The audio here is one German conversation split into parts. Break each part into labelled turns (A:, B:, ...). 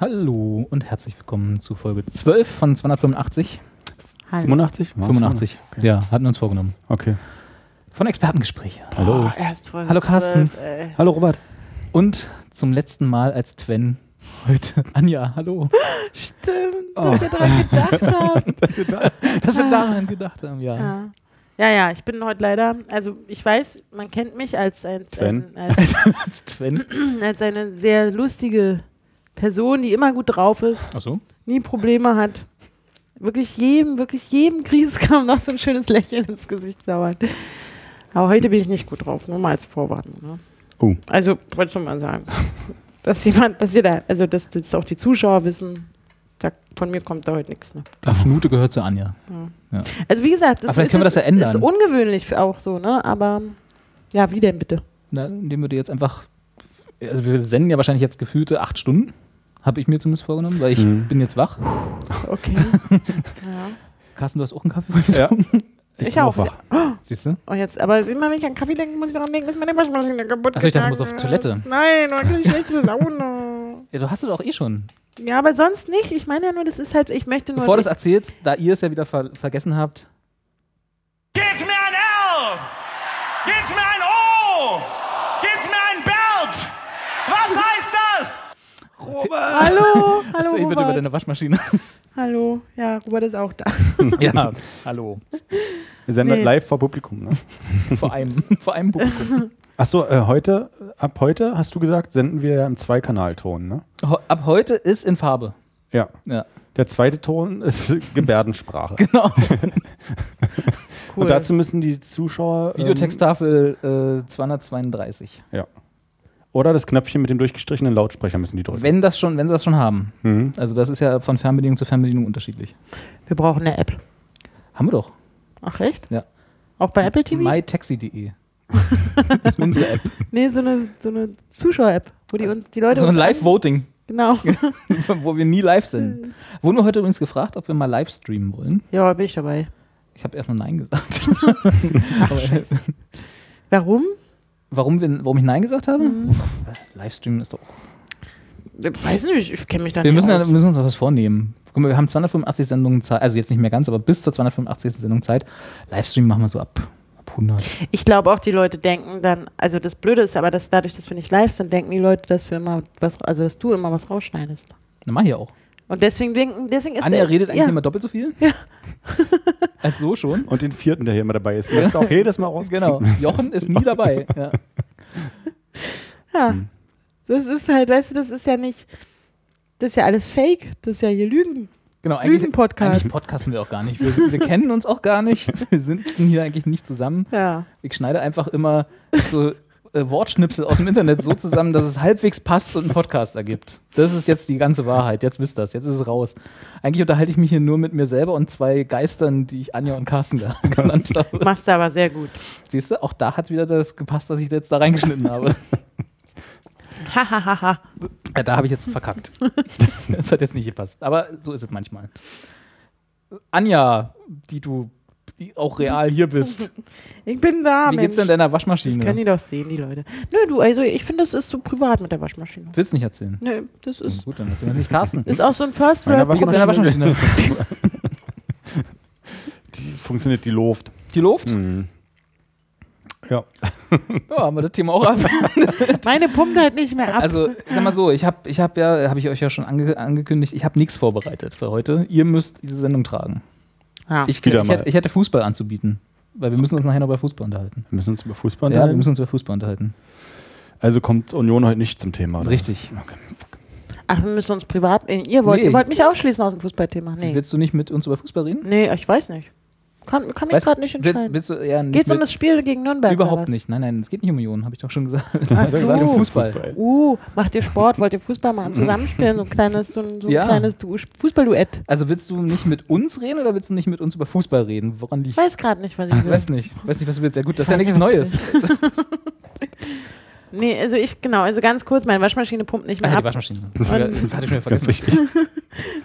A: Hallo und herzlich willkommen zu Folge 12 von 285.
B: Hallo.
C: 85? War's
A: 85. Ja, hatten wir uns vorgenommen.
C: Okay.
A: Von Expertengespräche.
C: Hallo.
B: Ah, erst Folge
A: Hallo, Carsten.
B: 12, ey.
C: Hallo Robert.
A: Und zum letzten Mal als Twen heute. Anja, hallo.
B: Stimmt,
C: Oh.
B: dass ihr dran gedacht habt.
C: Dass ihr da
A: Dass wir daran gedacht haben, ja.
B: Ja. ja, ja, ich bin heute leider, also ich weiß, man kennt mich als, ein,
C: Sven.
B: ein, als,
A: Als Twen.
B: als eine sehr lustige Person, die immer gut drauf ist,
A: Achso.
B: nie Probleme hat. Wirklich jedem, wirklich jedem Kries kam noch so ein schönes Lächeln ins Gesicht zaubern. Aber heute bin ich nicht gut drauf, nur mal als Vorwarnung. Ne?
C: Oh.
B: Also, wollte ich schon mal sagen. dass jemand, dass ihr da, also dass das auch die Zuschauer wissen, da, von mir kommt da heute nichts. Ne?
A: Ach, Schnute gehört zu Anja.
B: Also wie gesagt, das
A: Aber vielleicht
B: ist,
A: können wir das ja ändern.
B: ist ungewöhnlich für auch so, ne? Aber ja, wie denn bitte?
A: Na, indem wir die jetzt einfach. Also, wir senden ja wahrscheinlich jetzt gefühlte acht Stunden. Habe ich mir zumindest vorgenommen, weil ich
C: Mhm.
A: bin jetzt wach.
B: Okay. ja.
A: Carsten, du hast auch einen Kaffee getrunken?
B: Ich auch.
C: Wach.
A: Ja. Siehst du?
B: Oh, jetzt, aber immer wenn ich an Kaffee denke, muss ich daran denken, dass meine Waschmaschine kaputt
A: Ach so, ich dachte, du
B: gegangen
A: musst auf die
B: ist.
A: Toilette.
B: Nein, dann kriege ich schlechte Laune.
A: Ja, du hast es auch eh schon.
B: Ja, aber sonst nicht. Ich meine ja nur, das ist halt, ich möchte nur.
A: Bevor du es erzählst, da ihr es ja wieder ver vergessen habt.
D: Gebt mir ein L! Gebt mir ein O! Gebt mir ein Belt! Was heißt das?
B: hallo, hallo,
A: Erzähl bitte über
B: Robert.
A: deine Waschmaschine.
B: Hallo, ja, Robert ist auch da.
A: ja, hallo.
C: Wir senden
B: Nee.
C: live vor Publikum. Ne?
A: Vor einem, vor einem Publikum.
C: Achso, äh, heute, ab heute, hast du gesagt, senden wir ja im Zweikanalton, ne?
A: Ho- Ab heute ist in Farbe.
C: Ja.
A: Ja.
C: Der zweite Ton ist Gebärdensprache.
A: Genau.
B: Cool.
C: Und dazu müssen die Zuschauer. ähm,
A: Videotexttafel äh, 232.
C: Oder das Knöpfchen mit dem durchgestrichenen Lautsprecher müssen die drücken.
A: Wenn das schon, wenn sie das schon haben. Also das ist ja von Fernbedienung zu Fernbedienung unterschiedlich.
B: Wir brauchen eine App.
A: Haben wir doch.
B: Ach echt?
A: Ja.
B: Auch bei Apple TV?
A: MyTaxi.de. das ist unsere App.
B: Nee, so eine, so eine Zuschauer-App, wo die, uns, die Leute.
A: So Also ein
B: uns an-
A: Live-Voting,
B: Genau.
A: wo wir nie live sind.
B: Hm.
A: Wurden wir heute übrigens gefragt, ob wir mal live streamen wollen.
B: Ja, bin ich dabei.
A: Ich habe erstmal Nein gesagt. Aber- äh,
B: Warum?
A: warum, wir, warum ich Nein gesagt habe?
B: Mhm.
A: Livestreamen ist doch
B: Ich weiß nicht, ich kenne mich da
A: Wir
B: nicht
A: müssen, ja,
B: aus.
A: wir müssen uns auch was vornehmen. Guck mal, wir haben 285 Sendungen Zeit, also jetzt nicht mehr ganz, aber bis zur 285. Sendung Zeit. Livestream machen wir so ab, ab 100.
B: Ich glaube auch, die Leute denken dann, also das Blöde ist aber, dass dadurch, dass wir nicht live sind, denken die Leute, dass wir immer was, also dass du immer was rausschneidest.
A: Dann mach ich ja auch.
B: Und deswegen denken, deswegen ist
A: Anja
B: der-
A: redet eigentlich
B: ja,
A: immer doppelt so viel.
B: Ja.
A: Als so schon.
C: Und den vierten, der hier immer dabei ist. Den lässt du auch jedes Mal raus.
A: Genau. Jochen ist nie dabei. Ja. Hm.
B: Ja. Das ist halt, weißt du, das ist ja nicht, das ist ja alles Fake, das ist ja hier Lügen.
A: Genau, eigentlich,
B: Lügenpodcast.
A: eigentlich podcasten wir auch gar nicht. Wir, sind- wir kennen uns auch gar nicht. Wir sitzen hier eigentlich nicht zusammen.
B: Ja.
A: Ich schneide einfach immer so äh, Wortschnipsel aus dem Internet so zusammen, dass es halbwegs passt und einen Podcast ergibt. Das ist jetzt die ganze Wahrheit. Jetzt wisst ihr jetzt ist es raus. Eigentlich unterhalte ich mich hier nur mit mir selber und zwei Geistern, die ich Anja und Carsten ge- genannt habe.
B: Machst du aber sehr gut.
A: Siehst du, auch da hat wieder das gepasst, was ich jetzt da reingeschnitten habe.
B: Hahaha.
A: Ja, da habe ich jetzt verkackt. Das hat jetzt nicht gepasst. Aber so ist es manchmal. Anja, die du die auch real hier bist.
B: ich bin da,
A: Wie
B: Ah, Mensch.
A: geht's denn deiner
B: das können die
A: Waschmaschine?
B: doch sehen, die Leute. Nö, du, also ich finde, das ist so privat mit der Waschmaschine.
A: Willst du nicht erzählen?
B: Nö, das ist,
A: Gut, dann erzähl mal nicht Carsten.
B: ist auch so ein First
C: Meiner
B: World.
A: Wie geht's deiner Waschmaschine?
C: Die funktioniert die Luft.
A: Die Luft?
C: Mhm. Ja.
A: Ja, haben wir das Thema auch ab.
B: Meine pumpt halt nicht mehr ab.
A: Also, sag mal so, ich habe ich hab ja, habe ich euch ja schon ange angekündigt, ich habe nichts vorbereitet für heute. Ihr müsst diese Sendung tragen.
B: ja.
A: Ich, ich,
C: Wieder mal.
A: hätte, ich hätte Fußball anzubieten, weil wir müssen uns nachher noch über Fußball unterhalten.
C: Wir müssen uns über Fußball
A: Ja, wir
C: unterhalten.
A: müssen uns über Fußball unterhalten.
C: Also kommt Union heute nicht zum Thema. Oder?
A: Richtig.
C: Okay.
B: Ach, wir müssen uns privat. äh, Ihr wollt,
A: Nee.
B: ihr wollt mich ausschließen aus dem Fußballthema. Nee.
A: Willst du nicht mit uns über Fußball reden?
B: Nee, ich weiß nicht. Kann, kann ich
A: Weißt-
B: gerade nicht
A: willst-
B: entscheiden.
A: willst du eher nicht
B: Geht's um
A: mit-
B: das Spiel gegen Nürnberg? oder
A: Überhaupt
B: was?
A: nicht. Nein, nein, es geht nicht um Union, habe ich doch schon gesagt.
B: Ach
C: Hat er gesagt,
B: so.
C: um
B: Uh, macht ihr Sport? Wollt ihr Fußball machen? Zusammenspielen? So ein kleines, so ein, so ein
A: Ja.
B: kleines Du- Fußballduett.
A: Also willst du nicht mit uns reden oder willst du nicht mit uns über Fußball reden? Woran liegt?
B: Weiß gerade nicht, was ich will.
A: Weiß nicht. Weiß nicht, was du willst. Ja gut, das ist ja
B: Ich
A: nichts
B: weiß nicht, was
A: Neues.
B: Nee, also ich, genau, also ganz kurz, meine Waschmaschine pumpt nicht
A: Ah,
B: mehr
A: ja, die
B: ab.
A: Waschmaschine. Ja, hatte ich mir
C: Ganz
A: vergessen.
C: wichtig.
A: Mhm.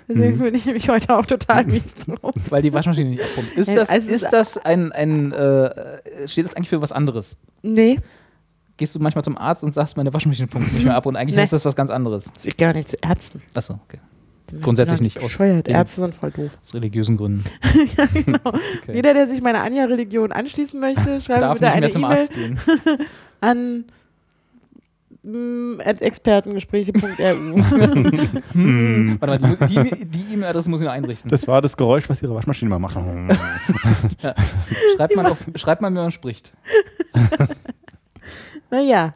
B: Deswegen bin ich nämlich heute auch total mies drauf.
A: Weil die Waschmaschine nicht abpumpt. Ist
B: Ja,
A: das,
B: also es
A: ist
B: ist-
A: das ein, ein äh, steht das eigentlich für was anderes?
B: Nee,
A: Gehst du manchmal zum Arzt und sagst, meine Waschmaschine pumpt nicht mehr ab und eigentlich
B: Nee.
A: heißt das was ganz anderes.
B: also ich gehe auch nicht zu Ärzten.
A: Achso, okay.
B: Die Menschen
A: Grundsätzlich
B: sind genau
A: nicht aus-
B: Bescheuert. Ärzte sind voll doof.
A: Aus religiösen Gründen. Okay.
B: Jeder, der sich meiner Anja-Religion anschließen möchte, schreibe
A: Darf
B: bitte
A: nicht
B: eine
A: mehr zum
B: E-Mail
A: Arzt gehen.
B: an mm, at expertengespräche.ru.
A: Warte mal, die die- die E-Mail-Adresse muss ich noch einrichten.
C: Das war das Geräusch, was ihre Waschmaschine mal macht. Mhm.
A: Schreibt man, auf, schreibt man, wenn man spricht.
B: naja.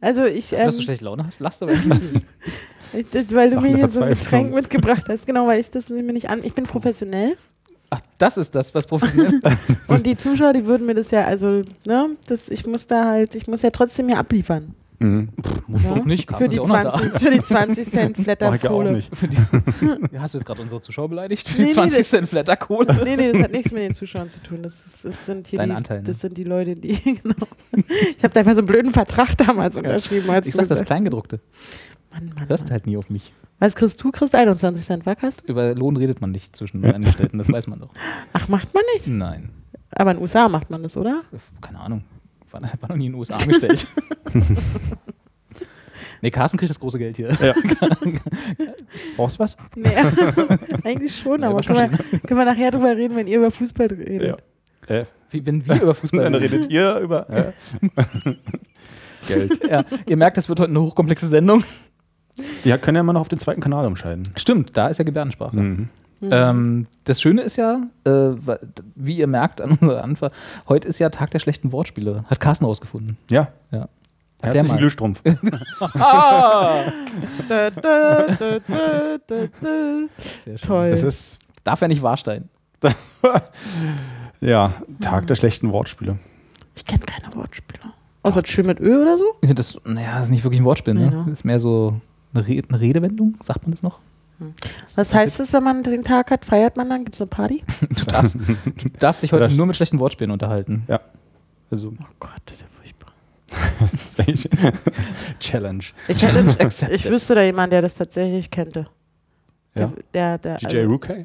B: Also ich, ähm,
A: Dass du schlechte Laune hast, lachst du ne? aber nicht.
B: ich das, weil du
C: Ach,
B: mir
C: eine
B: hier so ein
C: Verzweiflung.
B: Getränk mitgebracht hast, genau, weil ich das nehme nicht an. Ich bin professionell
A: Ach, das ist das, was professionell
B: und die Zuschauer, die würden mir das ja, also, ne, das, ich muss da halt, ich muss ja trotzdem hier abliefern.
C: Mhm.
A: Musst
B: Ja.
A: doch nicht, Carsten
B: Für
A: ist
B: die,
A: ja auch noch
B: 20, für die 20 Cent
C: Mach ich ja auch
B: Flatterkohle.
C: nicht.
A: da. Ja, hast du jetzt gerade unsere Zuschauer beleidigt? Für
B: Nee,
A: die
B: nee,
A: 20
B: das-
A: Cent Flatterkohle?
B: Nee, nee, das hat nichts mit den Zuschauern zu tun. Das, ist, das sind hier
A: Dein
B: die,
A: Anteil, ne?
B: das sind die Leute, die genau. Ich habe da einfach so einen blöden Vertrag damals unterschrieben. Als
A: Ich
B: du
A: sag das
B: gesagt-
A: Kleingedruckte.
B: Mann, Mann,
A: Hörst
B: Mann.
A: halt nie auf mich.
B: Was kriegst du? Kriegst 21 Cent, war hast?
A: Über Lohn redet man nicht zwischen den Angestellten, das weiß man doch.
B: Ach, macht man nicht.
A: Nein.
B: Aber in den USA macht man das, oder?
A: Keine Ahnung. War, war noch nie in den USA angestellt. nee, Carsten kriegt das große Geld hier.
C: Brauchst du was?
B: Nee, eigentlich schon,
A: Nee,
B: aber können
A: Waschmaschine.
B: wir, können wir nachher drüber reden, wenn ihr über Fußball redet.
C: Äh,
A: Wie, wenn wir über Fußball
C: dann
A: reden.
C: redet ihr über äh, Geld.
A: Ja, ihr merkt, das wird heute eine hochkomplexe Sendung.
C: Ja, können ja mal noch auf den zweiten Kanal umscheiden.
A: Stimmt, da ist ja Gebärdensprache.
C: Mhm.
A: Ähm, das Schöne ist ja, äh, wa- d- wie ihr merkt an unserer Anfang, heute ist ja Tag der schlechten Wortspiele. Hat Carsten rausgefunden.
C: Ja.
A: Ja. Hat der
C: Herzlichen
A: mal.
C: Glühstrumpf.
B: Ah! Da, da, da, da, da, da.
A: Sehr schön.
B: Toll.
C: Das ist
A: Darf ja nicht Warstein.
C: ja Tag der schlechten Wortspiele.
B: Ich kenne keine Wortspieler. Außer schön mit Ö oder so?
A: Das, naja, das ist nicht wirklich ein Wortspiel, ne?
B: Ja.
A: Das ist mehr so eine, Re eine Redewendung, sagt man das noch?
B: Was heißt es, wenn man den Tag hat? Feiert man dann? Gibt es eine Party?
A: Du darfst, du darfst dich heute
C: Oder-
A: nur mit schlechten Wortspielen unterhalten.
C: Also,
B: Oh Gott, das ist ja furchtbar.
C: das ist eigentlich Challenge.
B: Ich, hätte, ich wüsste da jemanden, der das tatsächlich könnte.
C: Ja.
B: Der, der, also der,
C: DJ Rookie?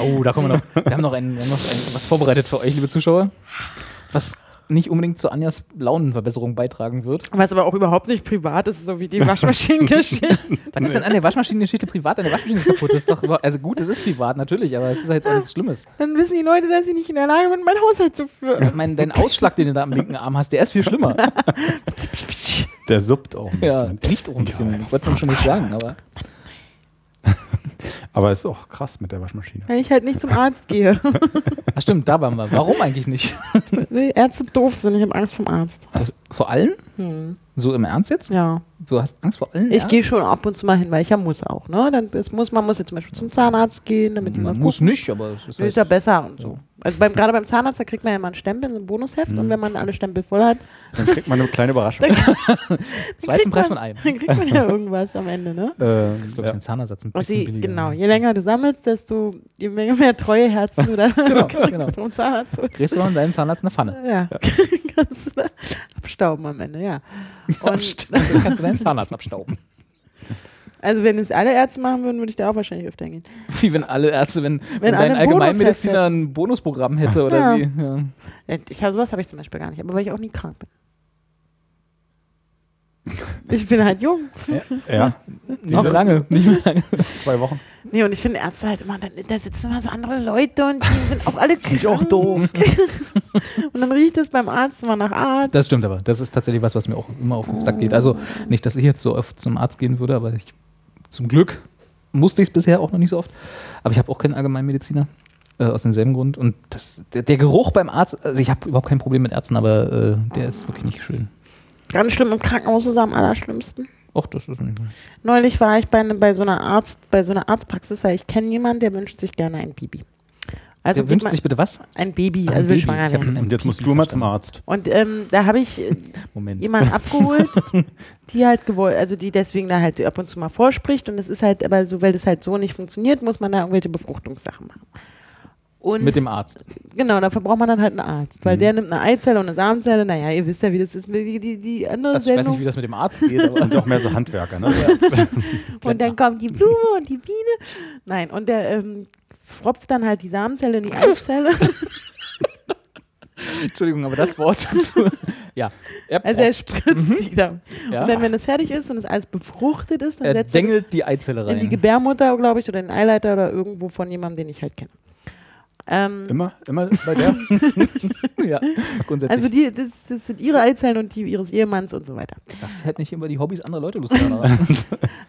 A: Oh, da kommen wir noch. Wir haben noch, ein, wir haben noch ein, was vorbereitet für euch, liebe Zuschauer. Was nicht unbedingt zu Anjas Launenverbesserung beitragen wird.
B: Was aber auch überhaupt nicht privat ist, so wie die Waschmaschinengeschichte.
A: Was ist denn an der Waschmaschinengeschichte privat? Deine Waschmaschine ist kaputt. Das ist doch über, also gut, es ist privat natürlich, aber es ist ja jetzt auch nichts Schlimmes.
B: Dann wissen die Leute, dass ich nicht in der Lage bin, meinen Haushalt zu führen.
A: Ich meine, dein Ausschlag, den du da am linken Arm hast, der ist viel schlimmer.
C: Der suppt auch ein
A: Ja,
C: bisschen.
A: riecht auch ein bisschen. Ich wollte man schon nicht sagen, aber
C: Aber ist auch krass mit der Waschmaschine.
B: Wenn ich halt nicht zum Arzt gehe.
A: Ach, Ah, stimmt, da waren wir. Warum eigentlich nicht?
B: Die Ärzte doof sind, ich habe Angst vom Arzt.
A: Was, vor allem? So im Ernst jetzt?
B: Ja.
A: Du hast Angst vor allen?
B: Ich gehe schon ab und zu mal hin, weil ich ja muss auch. Ne? Dann, das muss, man muss jetzt zum Beispiel zum Zahnarzt gehen, damit die mal
A: Man muss
B: gucken.
A: nicht, aber es ist
B: Ist
A: halt,
B: ja besser und so. Also beim, gerade beim Zahnarzt, da kriegt man ja immer einen Stempel, so ein Bonusheft.
A: Mhm.
B: Und wenn man alle Stempel voll hat,
C: Dann kriegt man eine kleine Überraschung.
A: zwei zum Preis von einem.
B: dann kriegt man ja irgendwas am Ende. Ne?
C: ähm,
A: Ich glaube,
C: ja.
A: den Zahnersatz ein
B: Und
A: bisschen
B: die-
A: billiger.
B: genau, je länger du sammelst, desto je mehr, mehr treue Herzen du da
A: Genau, genau.
B: vom Zahnarzt holst.
A: Kriegst du von deinem Zahnarzt eine Pfanne.
B: Ja, kannst du da abstauben am Ende, ja. Und,
A: Kannst du- kannst du deinen Zahnarzt abstauben.
B: also wenn es alle Ärzte machen würden, würde ich da auch wahrscheinlich öfter hingehen.
A: Wie wenn alle Ärzte, wenn, wenn,
B: alle
A: dein
B: ein Bonus
A: Allgemeinmediziner ein Bonusprogramm hätte oder
B: Ja.
A: wie. Ja.
B: Äh, Ich habe sowas habe ich zum Beispiel gar nicht, aber weil ich auch nie krank bin. Ich bin halt jung.
C: ja,
A: Noch lange. Nicht mehr lange.
C: zwei Wochen.
B: Nee, und ich finde Ärzte halt immer, da, da sitzen immer so andere Leute und die sind auch alle krank.
C: ich auch doof.
B: Und dann riecht es beim Arzt immer nach Arzt.
A: Das stimmt aber. Das ist tatsächlich was, was mir auch immer auf den Sack geht. Also nicht, dass ich jetzt so oft zum Arzt gehen würde, aber ich, zum Glück musste ich es bisher auch noch nicht so oft. Aber ich habe auch keinen Allgemeinmediziner. Äh, aus demselben Grund. Und das, der, der Geruch beim Arzt, also ich habe überhaupt kein Problem mit Ärzten, aber äh, der ist wirklich nicht schön.
B: Ganz schlimm im Krankenhaus ist es am allerschlimmsten.
A: Och, das ist nicht.
B: Neulich war ich bei, ne, bei, so einer Arzt, bei so einer Arztpraxis, weil ich kenne jemanden, der wünscht sich gerne ein Baby.
A: Der
B: Also wird
A: wünscht
B: man
A: sich bitte was?
B: ein Baby, also
A: Ein
B: will
A: Baby.
B: schwanger
A: Ich hab
B: werden.
A: ein
C: Und jetzt
A: Pipi
C: musst du mal zum
A: verstanden.
C: Arzt.
B: Und ähm, da habe ich äh,
A: Moment.
B: jemanden abgeholt, die halt gewollt, also die deswegen da halt ab und zu mal vorspricht. Und es ist halt, aber so, weil das halt so nicht funktioniert, muss man da irgendwelche Befruchtungssachen machen. Und
A: Mit dem Mhm. Arzt.
B: genau, dafür braucht man dann halt einen Arzt, weil der nimmt eine Eizelle und eine Samenzelle. Naja, ihr wisst ja, wie das ist. Die, die, die andere
A: Also ich weiß
B: Sendung.
A: nicht, wie das mit dem Arzt geht, aber
C: Sind ja auch mehr so Handwerker, ne?
B: Und dann kommt die Blume und die Biene. Nein, und der ähm, fropft dann halt die Samenzelle in die Eizelle.
A: Entschuldigung, aber das Wort dazu. ja. Er,
B: Also er spritzt die da.
A: Mhm. Ja.
B: Und dann, wenn es fertig ist und es alles befruchtet ist, dann
A: er
B: setzt er das
A: dengelt die Eizelle
B: in die
A: rein.
B: Gebärmutter, glaube ich, oder in den Eileiter oder irgendwo von jemandem, den ich halt kenne. Ähm,
C: Immer, immer bei der.
A: ja, grundsätzlich.
B: also die, das, das sind ihre Eizellen und die ihres Ehemanns und so weiter.
A: das hätte halt nicht immer die Hobbys anderer Leute Lust daran.
B: Also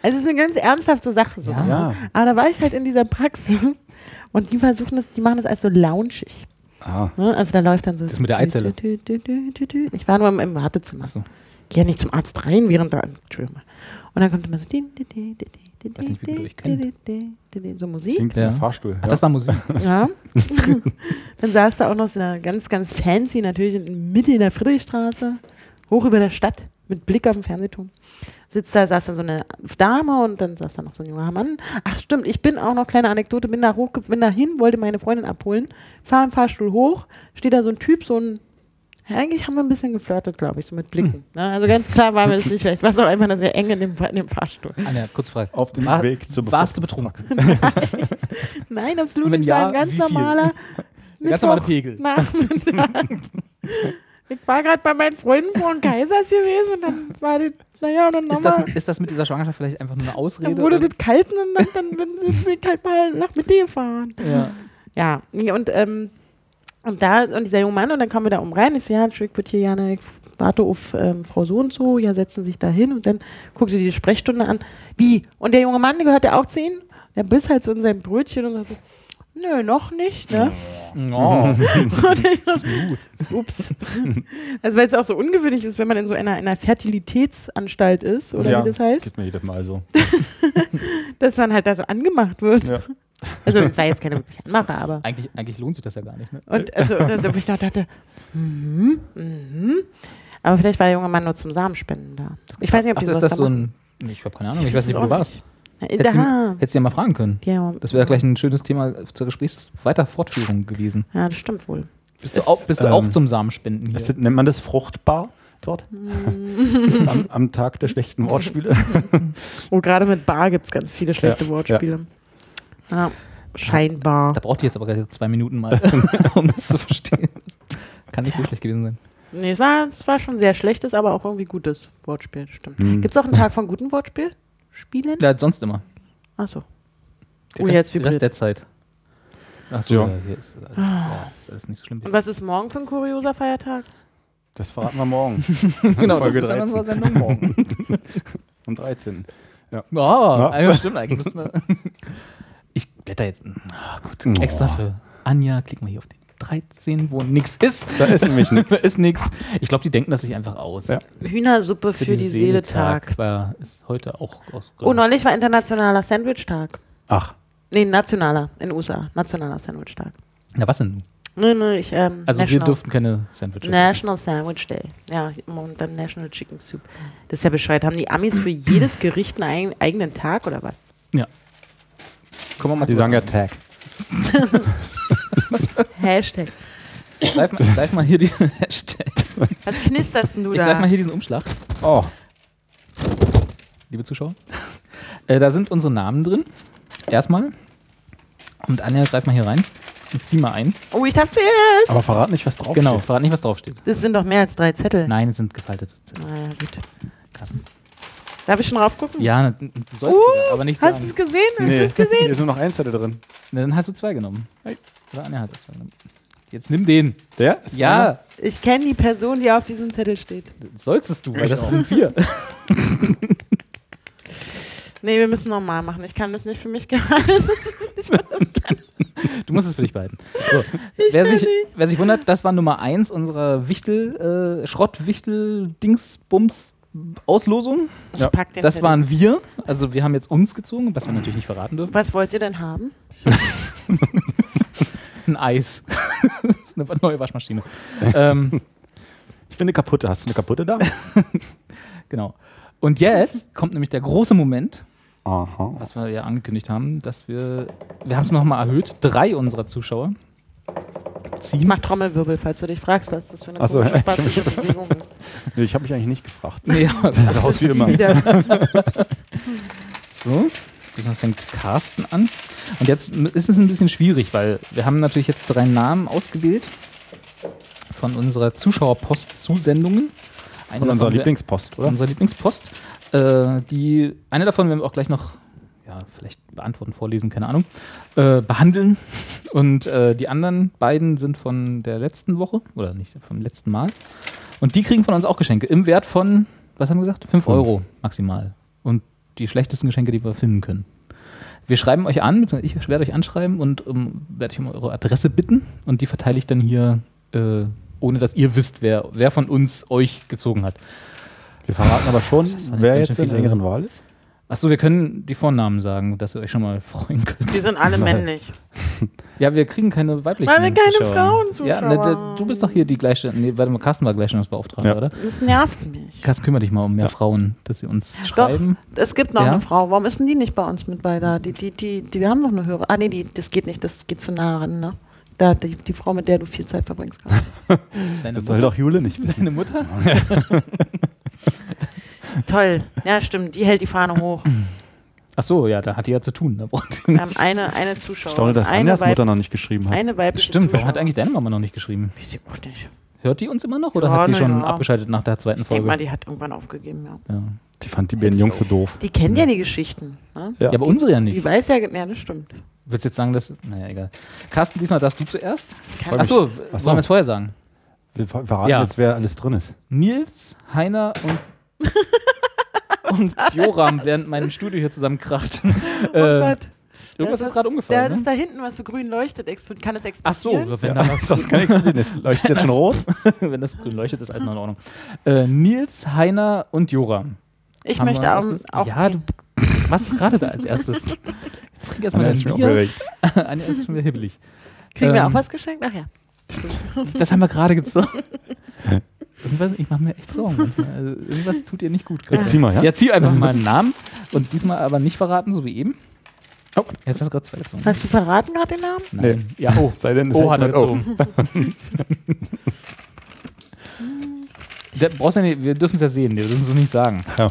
B: es ist eine ganz ernsthafte Sache. So.
C: Ja.
B: Aber da war ich halt in dieser Praxis und die versuchen das, die machen das alles so launchig.
C: Ah,
B: Ne? Also da läuft dann so.
A: Das mit der Eizelle.
B: Ich war nur im, im Wartezimmer.
A: Ach so.
B: Geh ja nicht zum Arzt rein, während da. Entschuldigung. mal. Und dann kommt immer so. din, din, din, din, din,
A: Weiß nicht, wie
B: din,
A: gut euch kennt.
B: din, din, din, din, So Musik.
C: klingt wie
A: Ja.
C: ein Fahrstuhl.
A: Ach, das war Musik.
B: Ja. dann saß da auch noch so einer ganz, ganz fancy, natürlich in- mitten in der Friedrichstraße, hoch über der Stadt, mit Blick auf den Fernsehturm. Sitzt da, saß da so eine Dame und dann saß da noch so ein junger Mann. Ach stimmt, ich bin auch noch, kleine Anekdote, bin da hoch, bin da hin, wollte meine Freundin abholen, fahre im Fahrstuhl hoch, steht da so ein Typ, so ein ja, eigentlich haben wir ein bisschen geflirtet, glaube ich, so mit Blicken. Ne? Also ganz klar war mir das nicht vielleicht. War es auch einfach nur sehr eng in dem, in dem Fahrstuhl.
A: Anja, kurz Frage.
C: Auf dem
A: War-
C: Weg zur
A: Warst du betrunken?
B: Nein, absolut.
A: Wenn
B: nicht. Es war
A: ja,
B: ein ganz
A: wie viel?
B: normaler
A: Ganz normaler
B: Mittwoch-
A: Pegel.
B: Nachmittag. Ich war gerade bei meinen Freunden vor dem Kaisers gewesen und dann war das, naja, und dann
A: Ist das,
B: nochmal,
A: ist das mit dieser Schwangerschaft vielleicht einfach nur eine
B: dann
A: Ausrede?
B: wurde
A: oder-
B: das kalt und dann, dann bin bin ich halt mal nach Mitte gefahren.
A: ja.
B: Ja, nee, und, ähm, und da, und dieser junge Mann, und dann kommen wir da um rein, ich sehe, ja, Entschuldigung, wird hier Jana, ich warte auf ähm, Frau so und so, ja, setzen sich da hin und dann guckt sie die Sprechstunde an. Wie? Und der junge Mann, der gehört ja auch zu Ihnen? Der biss halt so in sein Brötchen und sagt so, nö, noch nicht, ne?
A: Oh.
B: Und ich so, Ups. Also weil es auch so ungewöhnlich ist, wenn man in so einer, einer Fertilitätsanstalt ist, oder
C: ja,
B: wie das heißt,
C: Geht mir jedes Mal so.
B: dass man halt da so angemacht wird.
C: Ja.
B: Also das war jetzt keine wirkliche Anmache, aber.
A: Eigentlich, eigentlich lohnt sich das ja gar nicht. Ne?
B: Und also, da, da, wo ich noch dachte, mhm, mhm. Aber vielleicht war der junge Mann nur zum Samenspenden da. Ich weiß nicht, ob
A: Ach,
B: die
A: ist
B: sowas
A: das
B: da
A: so
B: machen.
A: ein. Ich habe keine Ahnung,
B: Ich
A: ich
B: weiß
A: weiß nicht,
B: es
A: wo du
B: auch
A: warst. Hättest du,
B: Da.
A: hättest du ja mal fragen können.
B: Ja,
A: Das wäre gleich ein schönes Thema zur Gesprächs weiter Fortführung gewesen.
B: ja, das stimmt wohl.
A: Bist du,
B: Ist-
A: auch, bist du auch
C: ähm,
A: zum Samenspenden hier?
C: Ist das, nennt man das fruchtbar dort? am, am Tag der schlechten Wortspiele?
B: Oh, gerade mit Bar gibt es ganz viele schlechte
C: Ja,
B: Wortspiele. Ja. Scheinbar.
A: Da braucht ihr jetzt aber gleich zwei Minuten mal, um das zu verstehen. Kann nicht so schlecht gewesen sein.
B: Nee, es war, es war schon sehr schlechtes, aber auch irgendwie gutes Wortspiel, stimmt. Gibt es auch einen Tag von guten Wortspiel? Spielen?
A: Mhm. Ja, sonst immer.
B: Achso.
A: Der
B: Oh,
A: Rest, der
B: jetzt
A: Rest
B: vibriert.
A: der Zeit. Ach so,
C: Ja.
A: ja. hier ist alles, ja, ist alles nicht so schlimm.
B: Und was ist morgen für ein kurioser Feiertag?
C: Das verraten wir morgen.
A: genau,
C: Folge
A: das ist dann
C: 13.
A: unsere Sendung morgen.
C: Um 13.
A: Ja,
C: Na?
A: Ah, ja, stimmt eigentlich. Müssen wir ich blätter jetzt
C: Oh.
A: extra für Anja. Klicken wir hier auf den 13, wo nix ist.
C: Da ist nämlich nichts.
A: Da ist nix. Ich glaube, die denken das sich einfach aus.
C: Ja.
B: Hühnersuppe für, die, Seele Tag.
A: war ist heute auch aus.
B: Oh, neulich war internationaler Sandwich-Tag.
C: Ach,
B: Nee, nationaler in den USA. Nationaler Sandwich-Tag.
A: Na, was denn? nun?
B: Nee, nee, ich, ähm,
A: Also wir
B: National,
A: durften keine Sandwiches. essen.
B: National Sandwich Day. Ja, und dann National Chicken Soup. Das ist ja bescheuert. Haben die Amis für jedes Gericht einen eigen- eigenen Tag oder was?
A: Ja. Kommen wir mal
C: die sagen ja Tag.
B: Hashtag.
A: Greif mal, greif mal hier die Hashtag.
B: Was knisterst denn du
A: Ich greif
B: da?
A: mal hier diesen Umschlag,
C: Oh,
A: liebe Zuschauer. Äh, da sind unsere Namen drin. Erstmal. Und Anja, greif mal hier rein und zieh mal ein.
B: Oh, ich hab zuerst.
C: aber verrat nicht, was drauf
A: Genau, verrat nicht, was draufsteht.
B: Das sind doch mehr als drei Zettel.
A: Nein, es sind gefaltete
B: Naja, gut.
A: Kassen.
B: Darf ich schon raufgucken?
A: Ja, na, du sollst sie, aber nicht
B: Uh, Hast du es
A: sagen.
B: gesehen? Hast
C: Nee,
B: du es gesehen?
C: hier ist nur noch ein Zettel drin.
A: Na, dann hast du zwei genommen. Oder Anja hat zwei genommen. Jetzt nimm den.
C: Der? Ist einer?
A: Ja,
B: Ich kenne die Person, die auf diesem Zettel steht.
A: das solltest du, weil das sind wir.
B: Nee, wir müssen normal machen. Ich kann das nicht für mich gehalten.
A: Du musst es für dich behalten. So, wer, sich, wer sich wundert, das war Nummer 1 unserer Wichtel, äh, Schrottwichtel-Dingsbums-Auslosung.
B: Ich
C: Ja,
B: pack den
A: Das
B: Zettel.
A: waren wir. Also wir haben jetzt uns gezogen, was wir natürlich nicht verraten dürfen.
B: Was wollt ihr denn haben?
A: ein Eis. das ist eine neue Waschmaschine. ähm,
C: Ich finde kaputte. Hast du eine kaputte da?
A: genau. Und jetzt kommt nämlich der große Moment,
C: Aha.
A: was wir ja angekündigt haben, dass wir, wir haben es nochmal erhöht, drei unserer Zuschauer
B: Ich
A: ziehen.
B: mach Trommelwirbel, falls du dich fragst, was das für eine
C: Ach so,
B: komische,
C: ja,
B: spaßige Bewegung ist.
C: Nee, ich habe mich eigentlich nicht gefragt.
A: Nee, also,
C: Raus wie immer.
B: Die wieder.
A: So, dann fängt Carsten an. Und jetzt ist es ein bisschen schwierig, weil wir haben natürlich jetzt drei Namen ausgewählt von unserer Zuschauerpost-Zusendungen. Eine
C: Von unserer
A: davon wär-
C: Lieblingspost, oder?
A: Unsere Lieblingspost. Äh, die, eine davon werden wir auch gleich noch, ja, vielleicht beantworten, vorlesen, keine Ahnung, äh, behandeln. Und äh, die anderen beiden sind von der letzten Woche, oder nicht, vom letzten Mal. Und die kriegen von uns auch Geschenke im Wert von, was haben wir gesagt? 5 Euro maximal. Und die schlechtesten Geschenke, die wir finden können. Wir schreiben euch an, beziehungsweise ich werde euch anschreiben und ähm, werde ich um eure Adresse bitten und die verteile ich dann hier, äh, ohne dass ihr wisst, wer, wer von uns euch gezogen hat.
C: Wir verraten aber schon,
A: waren
C: wer
A: jetzt
C: jetzt
A: ganz
C: in
A: schön
C: der
A: viele.
C: engeren Wahl ist.
A: Achso, wir können die Vornamen sagen, dass ihr euch schon mal freuen könnt.
B: Die sind alle männlich.
A: Ja, wir kriegen keine weiblichen
B: Weil wir keine
A: Zuschauer.
B: Frauen zuschauen.
A: Ja, ne, der- du bist doch hier die gleiche. Nee, warte mal, Carsten war Gleichstellungsbeauftragter,
C: Ja.
A: oder?
B: Das nervt mich.
A: Carsten, kümmere dich mal um mehr Frauen, dass sie uns schreiben.
B: Doch, es gibt noch
A: Ja?
B: eine Frau. Warum ist denn die nicht bei uns mit bei da? Die, die, die, die, wir haben noch eine Hörer. Ah, nee, die, das geht nicht. Das geht zu nah ran, ne? Da, die, die Frau, mit der du viel Zeit verbringst.
A: Deine
C: Das soll doch Jule nicht wissen.
A: Deine Mutter?
B: Toll. Ja, stimmt. Die hält die Fahne hoch.
A: Ach so, ja, da hat die ja zu tun. Da braucht die
B: Wir
A: nicht.
B: haben Ähm, eine, eine Zuschauerin.
C: Ich staune, dass
B: eine,
C: Anjas Mutter noch nicht geschrieben hat.
B: eine weibliche
A: Stimmt, warum
B: Zuschauerin.
A: hat eigentlich deine Mama noch nicht geschrieben?
B: Weiß ich auch nicht.
A: Hört die uns immer noch oder
B: Ja,
A: hat sie
B: na
A: schon
B: ja.
A: abgeschaltet nach der zweiten
B: Ich denke mal,
A: Folge?
B: die hat irgendwann aufgegeben, ja.
A: Ja.
C: Die fand die beiden Jungs so doof.
B: Die kennt ja die Geschichten. Ne?
A: ja, aber unsere ja nicht.
B: Die weiß ja, ja, das stimmt.
A: Willst du jetzt sagen, dass. Naja, egal. Carsten, diesmal darfst du zuerst.
B: Kann
A: Ach so,
C: Ach so.
A: wollen wir es vorher sagen?
C: Wir ver- verraten
A: Ja.
C: jetzt, wer alles drin ist.
A: Nils, Heiner und, und Joram, während meinem Studio hier zusammenkracht. äh,
B: Oh Gott.
A: irgendwas
B: Das
A: ist gerade
B: Da,
A: umgefallen.
B: das
A: Ne?
B: da hinten, was so grün leuchtet, explodiert. Kann das
A: Ach so,
B: explodieren?
A: wenn, da was,
C: das kann ich spielen. Das leuchtet jetzt schon rot.
A: wenn das grün leuchtet, ist alles noch in Ordnung. Äh, Nils, Heiner und Joram.
B: Ich
A: Haben wir
B: möchte
A: was
B: auch,
A: ausgesucht?
B: auch
A: Ja,
B: ziehen.
A: Was gerade da als erstes? Ich trinke erstmal
C: Anja
A: ein
C: ist schon
A: Bier.
C: aufgeregt.
A: Anja ist schon wieder hibbelig.
B: Kriegen wir
A: Ähm,
B: auch was geschenkt? Ach ja.
A: Das haben wir gerade gezogen. Irgendwas, ich mache mir echt Sorgen. manchmal. Also irgendwas tut ihr nicht gut gerade.
C: Jetzt zieh mal, ja?
A: Ja, zieh einfach mal einen Namen und diesmal aber nicht verraten, so wie eben. Oh, jetzt hast du gerade zwei gezogen.
B: Hast du verraten gerade den Namen?
A: Nein. Ja, oh.
C: Sei denn, es
A: Oh,
C: heißt
A: hat er
C: halt, oh.
A: gezogen. Der, brauchst ja nicht, wir dürfen es ja sehen, wir dürfen es so nicht sagen.
C: Ja.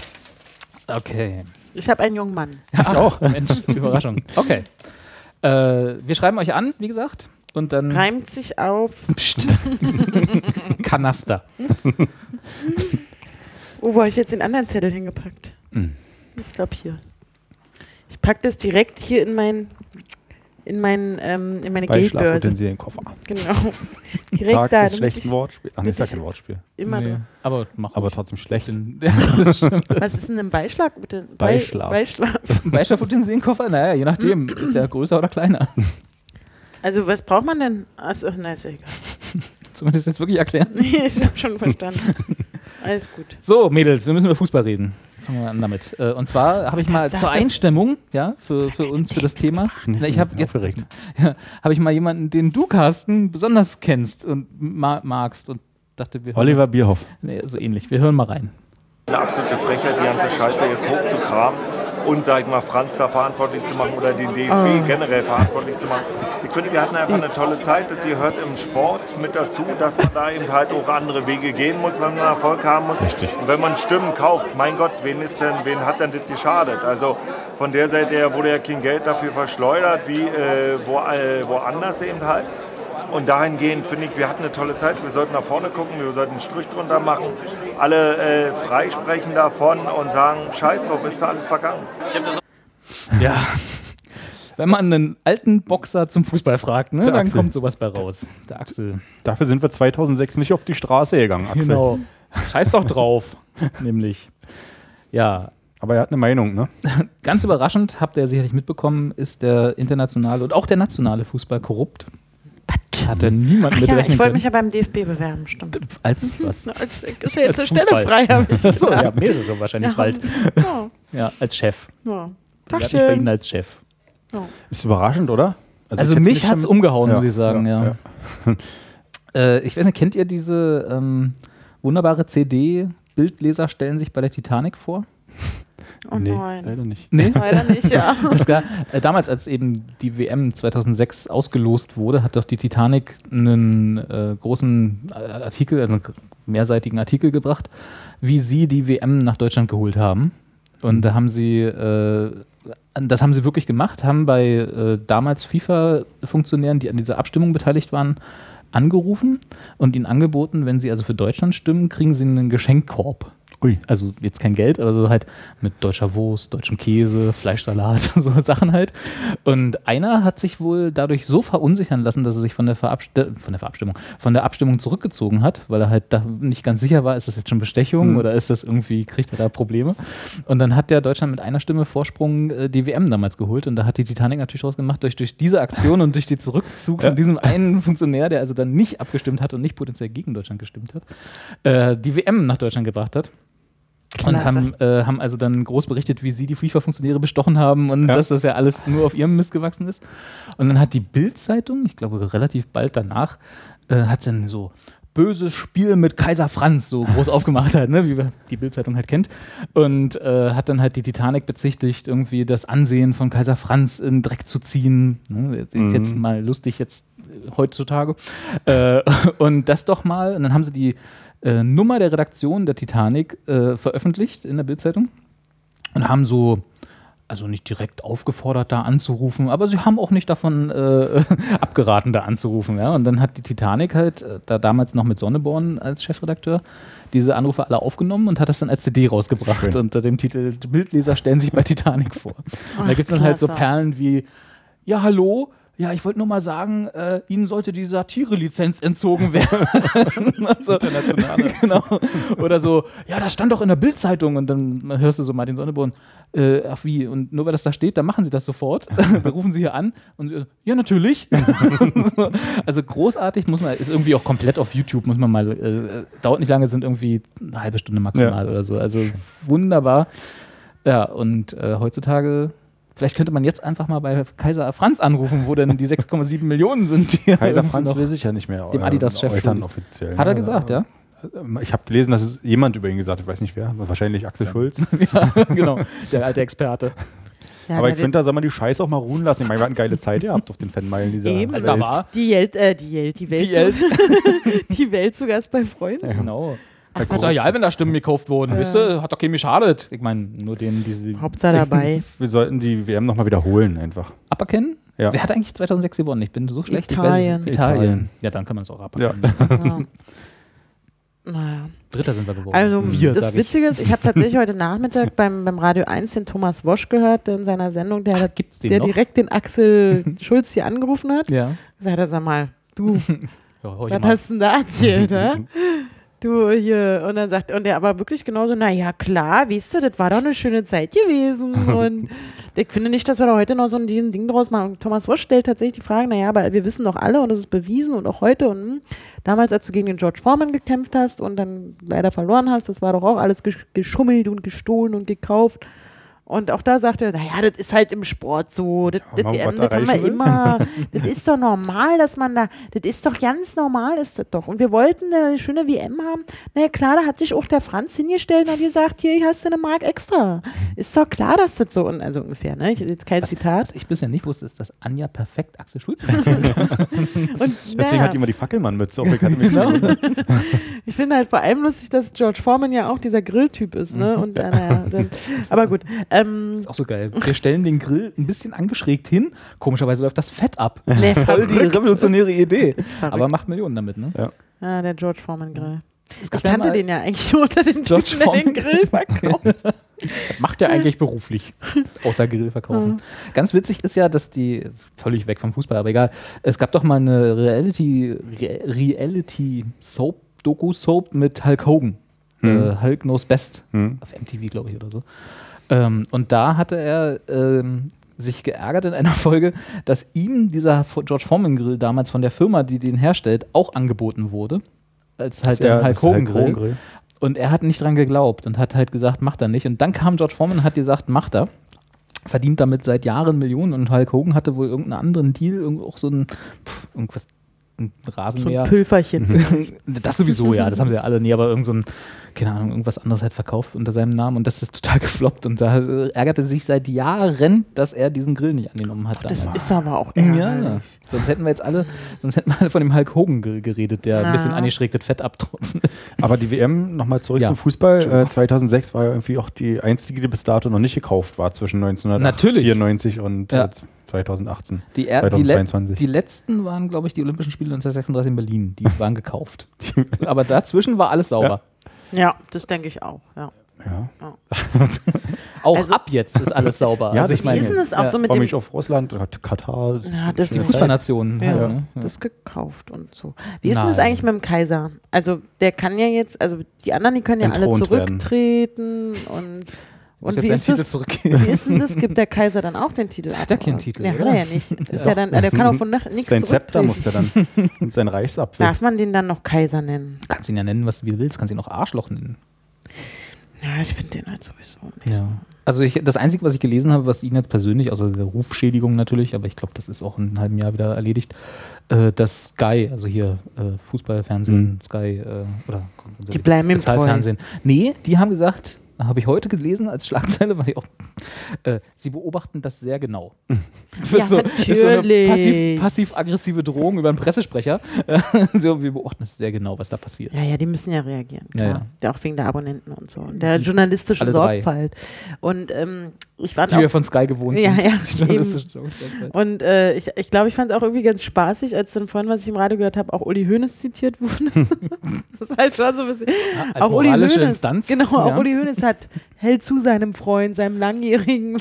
A: Okay.
B: Ich habe einen jungen Mann.
A: Ich auch. Mensch, Überraschung. Okay. Äh, wir schreiben euch an, wie gesagt, und dann.
B: Reimt sich auf.
A: Psst. Kanaster.
B: oh, Wo habe ich jetzt den anderen Zettel hingepackt?
A: Hm.
B: Ich glaube hier. Ich packe das direkt hier in mein in mein ähm, in meine
C: Bei
B: Geldbörse.
C: Schlafutensilienkoffer.
B: Genau. direkt
C: Tag
B: da,
C: des
B: damit
C: schlechten
B: ich
C: Wortspiels. Ach, nee, ist ja
B: damit
C: kein
B: ich-
C: Wortspiel.
B: immer
A: Nee,
B: drin.
A: Aber mach
C: Aber trotzdem schlecht.
A: den, das stimmt.
B: Was ist denn ein Beischlag bitte?
C: Beischlaf.
B: Beischlag.
A: Beischlag für den Seenkoffer? Naja, je nachdem. Ist der größer oder kleiner?
B: Also was braucht man denn? Achso, nein, ist ja egal.
A: Sollen wir das jetzt wirklich erklären?
B: Nee, ich habe schon verstanden. Alles gut.
A: So, Mädels, wir müssen über Fußball reden. Fangen wir an damit. Äh, Und zwar habe ich mal
B: Das
A: zur
B: sagt er.
A: Einstimmung, ja, für, für uns, für das Thema. Na, Ich habe
C: bin
A: jetzt
C: aufgeregt.
A: ja, habe ich mal jemanden, den du, Carsten, besonders kennst und ma magst und dachte, wir hören,
C: Oliver Bierhoff.
A: nee, so ähnlich. Wir hören mal rein.
E: Eine absolute Frechheit, die ganze Scheiße jetzt hochzukramen und, sag ich mal, Franz da verantwortlich zu machen oder den DFB generell verantwortlich zu machen. Ich finde, die hatten einfach eine tolle Zeit. Das gehört im Sport mit dazu, dass man da eben halt auch andere Wege gehen muss, wenn man Erfolg haben muss.
C: Richtig.
E: Und wenn man Stimmen kauft, mein Gott, wen, ist denn, wen hat denn das geschadet? Also von der Seite her wurde ja kein Geld dafür verschleudert, wie äh, wo, äh, woanders eben halt. Und dahingehend finde ich, wir hatten eine tolle Zeit. Wir sollten nach vorne gucken, wir sollten einen Strich drunter machen, alle äh, freisprechen davon und sagen, scheiß drauf, ist da alles vergangen.
A: Ja. Wenn man einen alten Boxer zum Fußball fragt, ne,
C: Der
A: dann
C: Axel.
A: kommt sowas bei raus. Der Axel.
C: Dafür sind wir 2006 nicht auf die Straße gegangen, Axel.
A: Genau. Scheiß doch drauf. Nämlich. Ja,
C: Aber er hat eine Meinung, ne?
A: Ganz überraschend, habt ihr sicherlich mitbekommen, ist der internationale und auch der nationale Fußball korrupt. Hatte niemand mit
B: Ja,
A: rechnen
B: ich wollte
A: können.
B: mich ja beim DFB bewerben, stimmt.
A: als was?
B: Na, als- Ist ja jetzt eine
A: Als
B: Stelle
A: Fußball.
B: frei, habe ich
A: So, ja,
B: gesagt.
A: mehrere wahrscheinlich
B: Ja.
A: bald.
B: Ja.
A: Ja, als Chef.
B: Ja.
A: Bewerb dich bei Ihnen
B: Dankeschön.
A: als Chef.
C: Ist überraschend, oder?
A: Also
C: ich hätte
A: mich hat's
C: schon-
A: umgehauen, muss ich sagen, ja.
C: ja.
A: Äh, ich weiß nicht, kennt ihr diese ähm, wunderbare CD? Bildleser stellen sich bei der Titanic vor.
B: Oh
C: Nee,
B: nein.
C: leider nicht.
A: um- Nee.
B: Leider nicht, ja.
A: Alles klar. Äh, damals, als eben die WM 2006 ausgelost wurde, hat doch die Titanic einen äh, großen äh, Artikel, also einen mehrseitigen Artikel gebracht, wie sie die WM nach Deutschland geholt haben. Und da haben sie, äh, das haben sie wirklich gemacht, haben bei äh, damals FIFA-Funktionären, die an dieser Abstimmung beteiligt waren, angerufen und ihnen angeboten, wenn sie also für Deutschland stimmen, kriegen sie einen Geschenkkorb.
C: Ui.
A: Also jetzt kein Geld, aber so halt mit deutscher Wurst, deutschem Käse, Fleischsalat, so Sachen halt. Und einer hat sich wohl dadurch so verunsichern lassen, dass er sich von der, Verabst äh, von der Verabstimmung, von der Abstimmung zurückgezogen hat, weil er halt da nicht ganz sicher war, ist das jetzt schon Bestechung oder ist das irgendwie, kriegt er da Probleme? Und dann hat der Deutschland mit einer Stimme Vorsprung äh, die WM damals geholt und da hat die Titanic natürlich draus gemacht, durch, durch diese Aktion und durch den Zurückzug von diesem einen Funktionär, der also dann nicht abgestimmt hat und nicht potenziell gegen Deutschland gestimmt hat, äh, die WM nach Deutschland gebracht hat. Und
B: Klasse.
A: haben, äh, haben also dann groß berichtet, wie sie die FIFA-Funktionäre bestochen haben und dass das ja alles nur auf ihrem Mist gewachsen ist. Und dann hat die Bild-Zeitung, ich glaube relativ bald danach, äh, hat dann so böses Spiel mit Kaiser Franz so groß aufgemacht hat, ne, wie wir die Bild-Zeitung halt kennt. Und äh, hat dann halt die Titanic bezichtigt, irgendwie das Ansehen von Kaiser Franz in den Dreck zu ziehen. Ne, jetzt, jetzt mal lustig, jetzt äh, heutzutage. Äh, und das doch mal. Und dann haben sie die äh, Nummer der Redaktion der Titanic äh, veröffentlicht in der Bildzeitung und haben so, also nicht direkt aufgefordert, da anzurufen, aber sie haben auch nicht davon äh, abgeraten, da anzurufen. Ja? Und dann hat die Titanic halt, äh, da damals noch mit Sonneborn als Chefredakteur, diese Anrufe alle aufgenommen und hat das dann als CD rausgebracht unter dem Titel Bildleser stellen sich bei Titanic vor. Und da
B: Ach,
A: gibt es dann halt so
B: klasse.
A: Perlen wie ja, hallo. Ja, ich wollte nur mal sagen, äh, Ihnen sollte die Satire-Lizenz entzogen werden. also, genau. Oder so, ja, das stand doch in der Bildzeitung und dann hörst du so Martin Sonneborn, äh, ach wie, und nur weil das da steht, dann machen Sie das sofort. da rufen Sie hier an und sie, ja, natürlich. so, also großartig muss man, ist irgendwie auch komplett auf YouTube, muss man mal, äh, dauert nicht lange, sind irgendwie eine halbe Stunde maximal oder so. Also wunderbar. Ja, und äh, heutzutage, vielleicht könnte man jetzt einfach mal bei Kaiser Franz anrufen, wo denn die 6,7 Millionen sind. die er
C: Kaiser
A: irgendwie
C: Franz
A: noch-
C: will sich ja nicht mehr
A: dem
C: äh,
A: Adidas-Chef
C: äußern
A: schuldig.
C: offiziell.
A: Hat er
C: ne?
A: gesagt, ja?
C: Ich habe gelesen, dass es jemand über ihn gesagt hat, ich weiß nicht wer, wahrscheinlich Axel Schulz.
A: genau, der alte Experte.
B: ja
C: Aber
B: na,
C: ich finde, da soll man die Scheiße auch mal ruhen lassen. Ich meine, wir hatten geile Zeit ihr habt auf den Fanmeilen dieser
B: Eben.
C: Welt.
A: Da war,
B: die Welt, äh, die Welt, die Welt,
A: Die Welt.
B: die Welt zu Gast bei Freunden.
A: genau. Da ist doch egal, wenn da Stimmen gekauft wurden. Wisst ihr, hat doch keinem geschadet. Ich meine, nur denen, die sie
B: Hauptsache dabei.
C: Wir sollten die WM nochmal wiederholen einfach.
A: aberkennen.
C: Ja.
A: Wer hat eigentlich 2006 gewonnen? Ich bin so schlecht.
B: Italien.
A: Ich weiß, es- Italien.
C: Italien.
A: Ja, dann kann man es auch
C: Ja.
A: aberkennen.
B: ja. Naja.
A: Dritter sind wir geworden.
B: Also
A: wir,
B: das
A: sag ich.
B: Witzige ist, ich habe tatsächlich heute Nachmittag beim, beim Radio 1 den Thomas Wosch gehört, der in seiner Sendung, der, hat-
A: Gibt's den
B: der
A: noch?
B: direkt den Axel Schulz hier angerufen hat.
A: Ja.
B: Sagt er, sag mal, du,
A: ja hol ich
B: was
A: mal.
B: hast du denn da erzählt, hä? Du hier, und dann sagt, und der aber wirklich genauso, naja, klar, weißt du, das war doch eine schöne Zeit gewesen. Und ich finde nicht, dass wir da heute noch so ein diesen Ding draus machen. Und Thomas Wosch stellt tatsächlich die Frage, naja, aber wir wissen doch alle, und das ist bewiesen und auch heute, und hm, damals, als du gegen den George Foreman gekämpft hast und dann leider verloren hast, das war doch auch alles gesch geschummelt und gestohlen und gekauft. Und auch da sagt er, naja, das ist halt im Sport so. Das,
C: Ja,
B: das,
C: man
B: ähm,
C: was
B: das haben wir
C: erreichen ne? will.
B: immer. Das ist doch normal, dass man da, das ist doch ganz normal, ist das doch. Und wir wollten eine schöne WM haben. Na ja, klar, da hat sich auch der Franz hingestellt und hat gesagt, hier hast du eine Mark extra. Ist doch klar, dass das so, und also ungefähr, ne? Ich, jetzt kein
A: Was
B: Zitat.
A: ich bisher nicht wusste, ist, dass Anja perfekt Axel Schulz
B: Und,
C: Deswegen
B: ja.
C: hat die immer die Fackelmann-Mütze auf. Ich hatte mich
A: Halt
B: Ich finde halt vor allem lustig, dass George Foreman ja auch dieser Grilltyp ist, ne?
A: Mhm.
B: Und, äh, naja, dann, aber gut. Ähm,
A: Ist auch so geil. Wir stellen den Grill ein bisschen angeschrägt hin. Komischerweise läuft das Fett ab.
B: nee,
A: Voll die
B: verrückt.
A: revolutionäre Idee. Aber macht Millionen damit, ne?
B: Ah, der George Foreman Grill. Ich
A: gab ja
B: kannte
A: mal-
B: den ja eigentlich nur unter den
A: George
B: Typen, der
A: Foreman.
B: den Grill verkauft.
A: Macht er eigentlich beruflich, außer Grill verkaufen. Ganz witzig ist ja, dass die, völlig weg vom Fußball, aber egal, es gab doch mal eine Reality, Re Reality Soap, Doku-Soap mit Hulk Hogan. Äh, Hulk Knows Best, auf MTV, glaube ich, oder so. Ähm, und da hatte er ähm, sich geärgert in einer Folge, dass ihm dieser Fo- George Foreman Grill damals von der Firma, die den herstellt, auch angeboten wurde. Als halt der Hulk Hogan Grill. Und er hat nicht dran geglaubt und hat halt gesagt, macht er nicht. Und dann kam George Foreman und hat gesagt, macht er. verdient damit seit Jahren Millionen und Hulk Hogan hatte wohl irgendeinen anderen Deal, irgendwo auch so ein, pff, irgendwas, ein
B: So ein
A: Rasenmäher. Mhm.
B: Pülferchen.
A: das sowieso, ja, das haben sie ja alle. Nee, aber irgend so ein, keine Ahnung, irgendwas anderes halt verkauft unter seinem Namen und das ist total gefloppt und da äh, ärgerte sich seit Jahren, dass er diesen Grill nicht angenommen hat.
B: Das
A: damals.
B: ist aber auch
A: ja, ja.
B: ärgerlich.
A: sonst hätten wir jetzt alle, sonst hätten wir alle von dem Hulk Hogan ge- geredet, der
B: Na.
A: ein bisschen angeschrägtes Fett abtropfen ist.
C: Aber die WM, nochmal zurück
A: Ja.
C: zum Fußball, äh, 2006 war ja irgendwie auch die einzige, die bis dato noch nicht gekauft war zwischen 1994 und
A: Ja.
C: äh, 2018.
A: Die, er, die, le
C: 2022.
A: die letzten waren, glaube ich, die Olympischen Spiele 1936 in Berlin. Die waren gekauft. Aber dazwischen war alles sauber.
B: Ja, das denke ich auch. Ja.
C: ja.
A: Auch
B: Also-
A: ab jetzt ist alles sauber.
C: Ja,
A: also ich
C: das
B: Wie ist denn
A: meine,
B: das auch so mit
C: Freue
B: dem.
A: um.
C: mich auf Russland, äh, Katar.
B: Ja, das
A: die
B: ist
A: Fußballnationen.
B: Ja,
A: halt, ne?
B: das gekauft und so. Wie ist denn das
A: Nein.
B: eigentlich mit dem Kaiser? Also der kann ja jetzt, also die anderen, die können ja alle
C: Entthront werden.
B: zurücktreten und,
A: Muss jetzt
B: und wie
A: seinen
B: ist
A: Titel
B: das?
A: zurückgeben.
B: Wie ist denn das? Gibt der Kaiser dann auch den Titel? Hat
A: er keinen Titel,
B: Ja, hat
A: oder?
B: er ja nicht. Ist der, dann, der kann auch von nach- nichts
C: Sein Zepter
B: zurücktreten.
C: muss der dann. und sein Reichsapfel.
B: Darf man den dann noch Kaiser nennen?
A: Du kannst ihn ja nennen, was du willst. Kannst ihn auch Arschloch nennen.
B: Ja, ich finde den halt sowieso nicht.
A: Ja. Also ich, das Einzige, was ich gelesen habe, was ihn jetzt persönlich, außer der Rufschädigung natürlich, aber ich glaube, das ist auch in einem halben Jahr wieder erledigt, äh, dass Sky, also hier äh, Fußball, Fernsehen, Sky äh, oder
B: Die bleiben ihm treu.
A: Bezahlfernsehen. Nee, die haben gesagt, habe ich heute gelesen als Schlagzeile, was ich auch, äh, sie beobachten das sehr genau. Das
B: Ja, natürlich.
A: passiv- passiv-aggressive Drohung über einen Pressesprecher. so, wir beobachten das sehr genau, was da passiert.
B: Ja, ja, die müssen ja reagieren.
A: Ja,
B: Klar.
A: ja.
B: Ja, Auch wegen der Abonnenten und so. Und der
A: Die-
B: journalistischen
A: alle drei.
B: Sorgfalt. Und ähm, ich war
A: Die wir von Sky gewohnt
B: Ja,
A: sind.
B: ja,
A: Die journalistischen Jokes.
B: Und äh, ich, ich glaube, ich fand es auch irgendwie ganz spaßig, als dann vorhin, was ich im Radio gehört habe, auch Uli Hoeneß zitiert wurde. das ist halt schon so ein bisschen.
A: als moralische Instanz.
B: Genau, auch
A: Ja.
B: Uli Hoeneß hat, hält zu seinem Freund, seinem langjährigen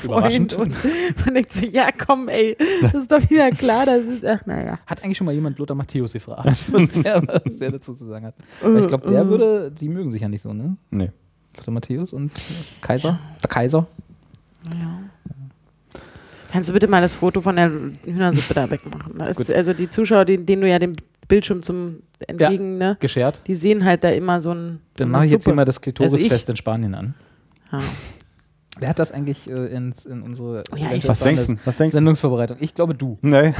A: Überraschend.
B: Freund. Und man denkt sich, ja komm, ey, das ist doch wieder klar. Das ist, ach, naja.
A: Hat eigentlich schon mal jemand Lothar Matthäus gefragt, was der, was der dazu zu sagen hat? Weil ich glaube, der würde, die mögen sich ja nicht so, ne?
C: Nee.
A: Lothar Matthäus und Kaiser. Der Kaiser.
B: Kannst du bitte mal das Foto von der Hühnersuppe da wegmachen? Da
A: Gut.
B: ist, also die Zuschauer, denen, denen du ja den Bildschirm zum entgegen, ne?
A: Geschert.
B: Die sehen halt da immer so ein. so
A: Dann
B: eine
A: mache ich jetzt hier
B: Suppe.
A: mal das Klitorisfest
B: Also
A: in Spanien an.
B: Ja.
A: Wer hat das eigentlich äh, ins, in unsere
B: Ja, ich-
C: Was denkst du? Was denkst du?
A: Sendungsvorbereitung? Ich glaube, du.
C: Nee,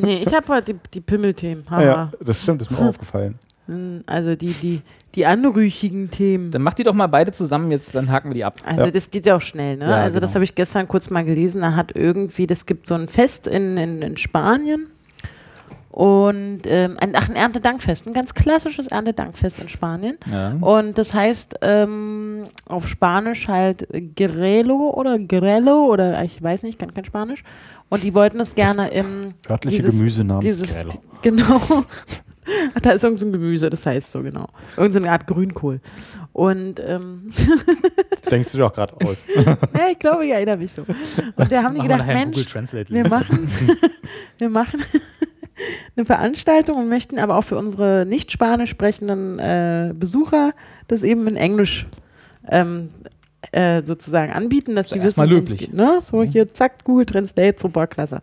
B: Nee, ich habe heute die, die Pimmelthemen. haha.
C: ja, das stimmt, ist mir auch aufgefallen.
B: Mm, Also die, die, die anrüchigen Themen.
A: Dann mach die doch mal beide zusammen, jetzt dann haken wir die ab.
B: Also
C: Ja.
B: das geht ja auch schnell, ne?
A: Ja,
B: also das
A: genau.
B: habe ich gestern kurz mal gelesen. Da hat irgendwie, das gibt so ein Fest in, in, in Spanien. Und ähm, ein, ach, ein Erntedankfest, ein ganz klassisches Erntedankfest in Spanien. Und das heißt ähm, auf Spanisch halt Grelo oder Grello oder ich weiß nicht, kann kein Spanisch. Und die wollten es gerne im
C: Örtliche Gemüse namens
B: dieses,
C: Grello.
B: Genau. Ach, Da ist irgend so ein Gemüse, das heißt so genau. Irgend so eine Art Grünkohl. Und ähm,
C: Denkst du doch gerade aus.
B: ja, ich glaube, ich erinnere mich so. Und da haben die gedacht,
A: einen
B: Mensch,
A: Google Translate.
B: wir
A: Link.
B: machen, wir machen eine Veranstaltung und möchten aber auch für unsere nicht spanisch sprechenden äh, Besucher das eben in Englisch ähm, äh, sozusagen anbieten, dass die
A: ja
B: wissen,
A: erstmal
B: worum es
A: löblich. Mhm.
B: geht, ne? So hier, zack, Google Translate, super, klasse.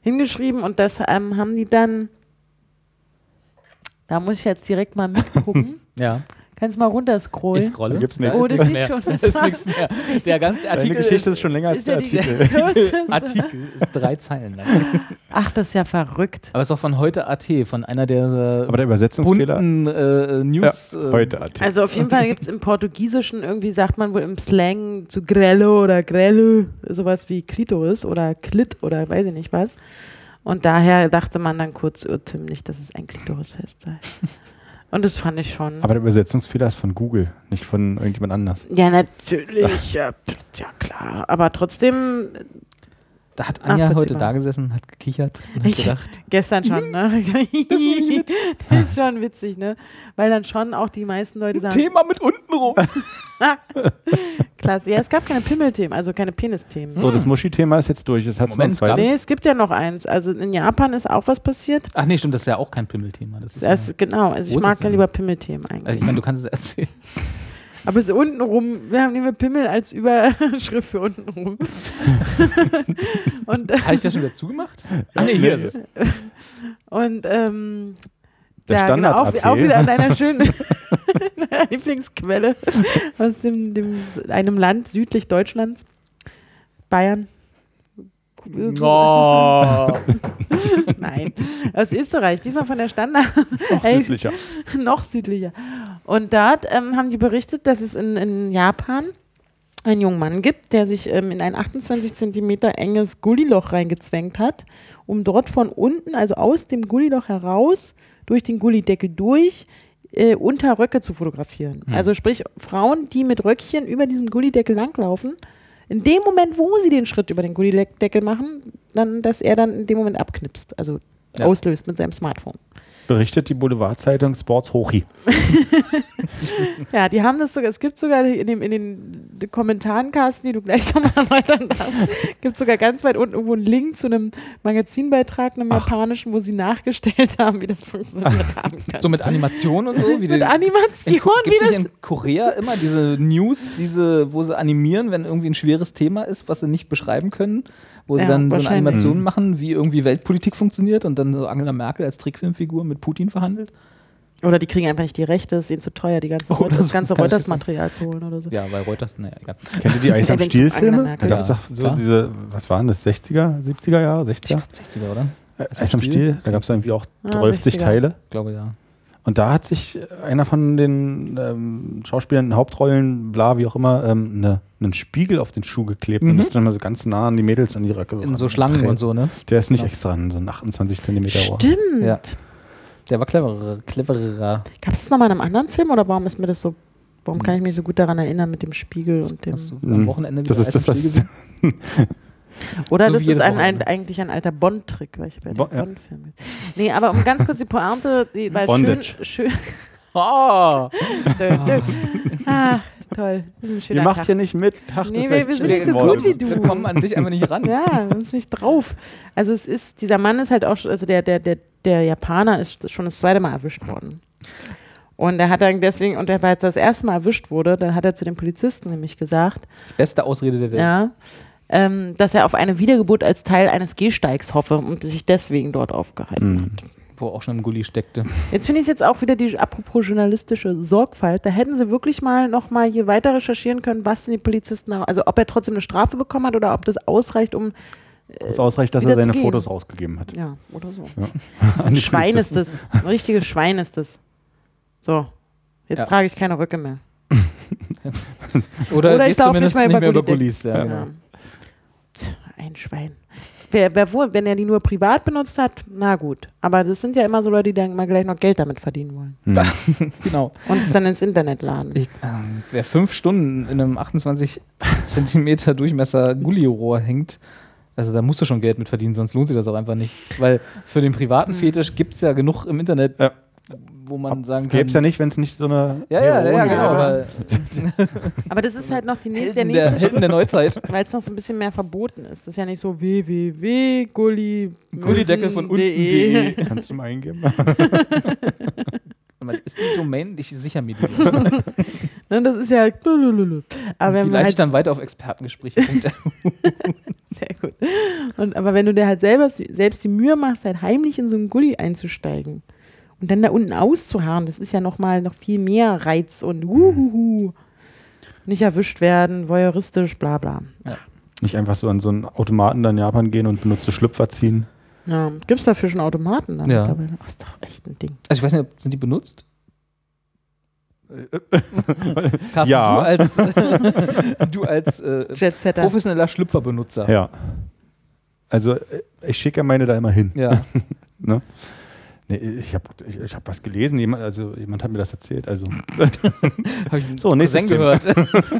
B: Hingeschrieben und das ähm, haben die dann, da muss ich jetzt direkt mal mitgucken.
A: Ja,
B: Kannst mal
A: ich
B: runterscrollen.
A: scrolle.
C: Da gibt's
A: Da
C: nichts.
A: ist
B: Oh, das
A: nichts
B: ist schon. Das
A: ist
B: war-
A: nichts mehr. Der ganze
C: Deine
A: Artikel
C: Geschichte ist, schon länger als
B: Ist ja
C: der
B: die
C: Artikel.
B: kürzeste.
A: ist, Artikel ist drei Zeilen lang.
B: Ach, das ist ja verrückt.
A: Aber es ist auch von heute AT, von einer der äh,
C: Aber der Übersetzungsfehler?
A: bunten äh,
C: Ja,
A: News. äh,
C: heute Artikel.
B: Also auf jeden Fall gibt es im Portugiesischen irgendwie, sagt man wohl im Slang zu Grello oder Grello, sowas wie Klitoris oder Klit oder weiß ich nicht was. Und daher dachte man dann kurz Irrtum nicht, dass es ein Klitorisfest sei. Und das fand ich schon.
C: Aber der Übersetzungsfehler ist von Google, nicht von irgendjemand anders.
B: ja, natürlich. Ja, pf, ja, klar. Aber trotzdem,
A: Da hat Anja heute
B: Nachvollziehbar.
A: da gesessen, hat gekichert und hat
B: Ich-
A: gedacht,
B: gestern schon, ne? das ist schon witzig, ne? Weil dann schon auch die meisten Leute sagen,
A: Thema mit unten rum.
B: klasse. Ja, es gab keine Pimmelthemen, also keine Penisthemen.
C: So, das Muschi-Thema ist jetzt durch. Jetzt hat's noch ein
A: Hm. Moment, gab's-
C: zweites.
B: Nee, es gibt ja noch eins. Also in Japan ist auch was passiert.
A: Ach nee, stimmt, das ist ja auch kein Pimmelthema. Das ist
B: Das
A: ja,
B: ist, genau, also
A: Wo
B: ich
A: ist
B: mag
A: es
B: ja
A: denn?
B: lieber Pimmelthemen eigentlich.
A: also ich meine, du kannst es erzählen.
B: Aber es ist unten rum, wir haben nehmen wir Pimmel als Überschrift für unten rum. und äh,
A: Habe ich das schon wieder zugemacht? Ah nee, hier ist es.
B: und ähm,
C: Der
B: ja,
C: Standard
B: genau, auch,
C: AT.
B: auch wieder an einer schönen Lieblingsquelle aus dem, dem, einem Land südlich Deutschlands. Bayern.
A: Oh.
B: Nein, aus Österreich, diesmal von der Standard.
C: Noch
B: Ey.
C: südlicher.
B: noch südlicher. Und dort ähm, haben die berichtet, dass es in, in Japan einen jungen Mann gibt, der sich ähm, in ein 28 Zentimeter enges Gulliloch reingezwängt hat, um dort von unten, also aus dem Gulliloch heraus, durch den Gullideckel durch, äh, unter Röcke zu fotografieren. Also sprich, Frauen, die mit Röckchen über diesem Gullideckel langlaufen, in dem Moment, wo sie den Schritt über den Gullideckel machen, dann, dass er dann in dem Moment abknipst, also
A: Ja.
B: auslöst mit seinem Smartphone.
C: Berichtet die Boulevardzeitung Sports Hochi.
B: Ja, die haben das sogar, es gibt sogar in, dem, in den Kommentaren, Carsten, die du gleich nochmal erläutern darfst, gibt sogar ganz weit unten irgendwo einen Link zu einem Magazinbeitrag, einem japanischen, wo sie nachgestellt haben, wie das funktioniert haben kann.
A: So mit Animation und so? Wie
B: Mit
A: die-
B: Animation,
A: in Ko-
B: wie
A: gibt's
B: das...
A: nicht in Korea immer diese News, diese, wo sie animieren, wenn irgendwie ein schweres Thema ist, was sie nicht beschreiben können, wo sie
B: Ja,
A: dann so eine
B: wahrscheinlich.
A: Animation machen, wie irgendwie Weltpolitik funktioniert und dann so Angela Merkel als Trickfilmfigur mit Putin verhandelt?
B: Oder die kriegen einfach nicht die Rechte, es ist ihnen zu teuer, die ganze,
A: Oder
B: das
A: so,
B: ganze
A: kann ich jetzt
B: Reuters-Material zu holen oder so.
A: Ja, weil Reuters, naja, egal.
C: Kennt ihr die Eis
B: Ja,
C: am
B: wenn's um
C: Stiel
B: Angela
C: Filme?
B: Merkel
C: Da gab es
A: war.
C: doch so
A: Klar.
C: diese, was waren das, 60er, 70er Jahre, 60er?
A: 60er, oder?
C: Eis am Stiel, da gab es irgendwie auch
B: Ah,
C: 30
B: 60er.
C: Teile.
A: Ich glaube, ja.
C: Und da hat sich einer von den ähm, Schauspielern in Hauptrollen, bla, wie auch immer, ähm, ne, einen Spiegel auf den Schuh geklebt
B: Mhm.
C: und ist dann mal so ganz nah an die Mädels an die Röcke.
A: In so Schlangen und so, ne?
C: Der ist nicht
A: Ja.
C: extra in so einen 28 Zentimeter Rohr.
B: Stimmt.
A: Ja. Der war cleverer, cleverer.
B: Gab es das nochmal in einem anderen Film oder warum ist mir das so... Warum kann ich mich so gut daran erinnern mit dem Spiegel und dem...
A: Hast du am Wochenende
C: Das
A: wieder
C: ist
A: Eis
C: das,
A: am Stiel
C: was.
A: gesehen?
B: Oder
A: So
B: das
A: wie
B: ist
A: jedes
B: ein, ein,
A: Wochenende.
B: eigentlich ein alter Bond-Trick, weil ich bei
C: Bo-
B: den
C: ja.
B: Bond-Filmen. Nee, aber um ganz kurz die Pointe, die, weil
C: Bondage.
B: schön. schön
A: Oh!
B: dö, dö. Ah, toll. Das ist ein schöner
C: Ihr macht
B: Tag.
C: hier nicht mit. Ach, das
B: Nee,
C: wär
B: wir- wir
C: ich
B: sind nicht so
C: geworden.
B: gut wie du.
A: Wir kommen an dich einfach nicht ran.
B: Ja, wir sind nicht drauf. Also es ist, dieser Mann ist halt auch, schon- also der, der, der, der Japaner ist schon das zweite Mal erwischt worden. Und er hat dann deswegen, und er, weil er das erste Mal erwischt wurde, dann hat er zu den Polizisten nämlich gesagt,
A: Die beste Ausrede der Welt.
B: ja, ähm, dass er auf eine Wiedergeburt als Teil eines Gehsteigs hoffe und sich deswegen dort aufgehalten
C: Mhm.
B: hat.
A: Wo auch schon im Gully steckte.
B: Jetzt finde ich es jetzt auch wieder die apropos journalistische Sorgfalt. Da hätten sie wirklich mal nochmal hier weiter recherchieren können, was denn die Polizisten, da- also ob er trotzdem eine Strafe bekommen hat oder ob das ausreicht, um,
C: Es ausreicht, dass
B: wieder
C: er seine
B: zu gehen.
C: Fotos rausgegeben hat.
B: ja, oder so.
C: Das
B: Ein Schwein ist das. Ein richtiges Schwein ist das. So. Jetzt
A: Ja.
B: trage ich keine Röcke mehr.
A: Oder,
B: Oder ich
A: gehst
B: darf
A: zumindest
B: nicht mal
A: nicht mehr über
B: über
A: Gullis. Ja,
B: Ja.
A: genau.
B: Tch, Ein Schwein. Wer, wer wohl, wenn er die nur privat benutzt hat, na gut. Aber das sind ja immer so Leute, die dann mal gleich noch Geld damit verdienen wollen.
A: genau.
B: Und es dann ins Internet laden.
A: Ich, ähm, wer fünf Stunden in einem 28 Zentimeter Durchmesser Gulli-Rohr hängt, also da musst du schon Geld mit verdienen, sonst lohnt sich das auch einfach nicht. Weil für den privaten Fetisch gibt es ja genug im Internet,
C: Ja.
A: wo man
C: Das
A: sagen
C: gäbe
A: kann.
C: es ja nicht, wenn es nicht so eine.
A: ja, ja, ja,
C: Heroin
A: genau.
C: wäre.
A: Aber
B: Aber das ist halt noch die nächste, der
A: Helden der,
B: nächste Schritt.
A: Helden der Neuzeit.
B: Weil es noch so ein bisschen mehr verboten ist. Das ist ja nicht so www.gulli.
A: Gullideckel von unten.de.
C: Kannst du mal eingeben?
A: Ist die Domain? Ich sicher mir die.
B: Ne, das ist ja. blulululu. Aber
A: die
B: wenn man
A: leite ich
B: halt,
A: dann weiter auf Expertengespräche. äh,
B: sehr gut. Und, aber wenn du dir halt selber, selbst die Mühe machst, halt heimlich in so einen Gulli einzusteigen und dann da unten auszuharren, das ist ja nochmal noch viel mehr Reiz und wuhuhu. Nicht erwischt werden, voyeuristisch, bla bla.
C: Nicht einfach so an so einen Automaten dann in Japan gehen und benutzte Schlüpfer ziehen.
B: Ja, Gibt es dafür schon Automaten? Da
A: Ja.
B: mittlerweile? Ach, ist doch echt ein Ding.
A: Also ich weiß nicht, ob- sind die benutzt? Carsten,
C: Ja.
A: du als, du als äh,
B: Jetsetter.
A: professioneller Schlüpferbenutzer.
C: Ja. Also, äh, ich schicke meine da immer hin.
A: Ja.
C: Nee, ich habe ich, ich hab was gelesen, jemand, also jemand hat mir das erzählt. Also,
A: Hab ich
C: So, nächstes
A: Cousin gehört.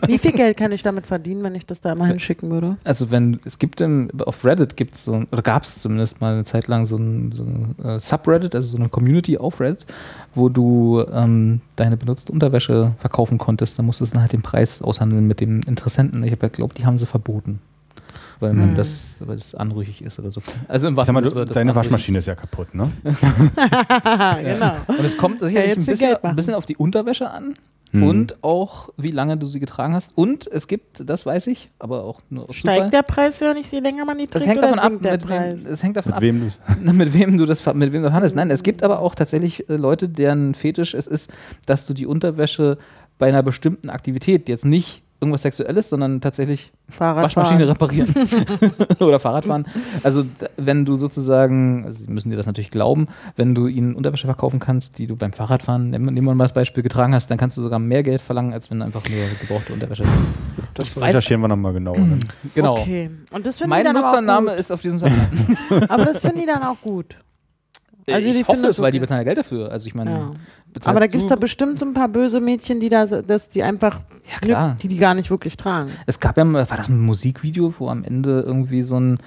B: Wie viel Geld kann ich damit verdienen, wenn ich das da immer hinschicken würde?
A: Also wenn, es gibt im, auf Reddit gibt es so, ein- oder gab es zumindest mal eine Zeit lang so ein, so ein äh, Subreddit, also so eine Community auf Reddit, wo du ähm, deine benutzte Unterwäsche verkaufen konntest. Da musstest du dann halt den Preis aushandeln mit dem Interessenten. Ich habe ja glaube, die haben sie verboten. Weil
B: Hm.
A: man das, weil das anrüchig ist oder so. Also im
C: sag
A: Wasser
C: mal, du, deine Waschmaschine ist ja kaputt, ne?
B: Ah, genau.
A: Und es kommt sicherlich
B: jetzt
A: ein,
B: viel
A: bisschen,
B: Geld machen.
A: ein bisschen auf die Unterwäsche an
C: Hm.
A: und auch, wie lange du sie getragen hast. Und es gibt, das weiß ich, aber auch nur aus Zufall,
B: Steigt der Preis, wenn ich sie länger man nicht
A: das hängt
B: trägt,
A: davon
B: oder
A: ab,
B: sinkt
A: mit
B: der
A: wem,
B: Preis?
A: es hängt davon
C: Mit
A: ab,
C: wem du es.
A: mit wem du das ver- mit wem du handelst. Nein, es gibt aber auch tatsächlich äh, Leute, deren Fetisch es ist, dass du die Unterwäsche bei einer bestimmten Aktivität jetzt nicht irgendwas Sexuelles, sondern tatsächlich
B: Fahrrad
A: Waschmaschine reparieren oder Fahrradfahren. Also d- wenn du sozusagen, also sie müssen dir das natürlich glauben, wenn du ihnen Unterwäsche verkaufen kannst, die du beim Fahrradfahren, nehmen nehmen wir mal das Beispiel, getragen hast, dann kannst du sogar mehr Geld verlangen, als wenn du einfach nur gebrauchte Unterwäsche.
C: Das
A: weiß-
C: recherchieren wir nochmal genau. Ne?
A: Genau.
B: Okay. Und das finden die
A: Mein
B: dann
A: Nutzername
B: aber
A: ist auf diesem Seite.
B: auch gut. Aber das finden die dann auch gut. Also die
A: Äh, ich hoffe
B: finden
A: es,
B: das
A: weil
B: okay.
A: die bezahlen ja Geld dafür. Also ich meine,
B: Ja.
A: bezahlst
B: Aber da gibt es
A: du-
B: da bestimmt so ein paar böse Mädchen, die da, dass die einfach,
A: klar.
B: die die gar nicht wirklich tragen.
A: Es gab ja mal, war das ein Musikvideo, wo am Ende irgendwie so ein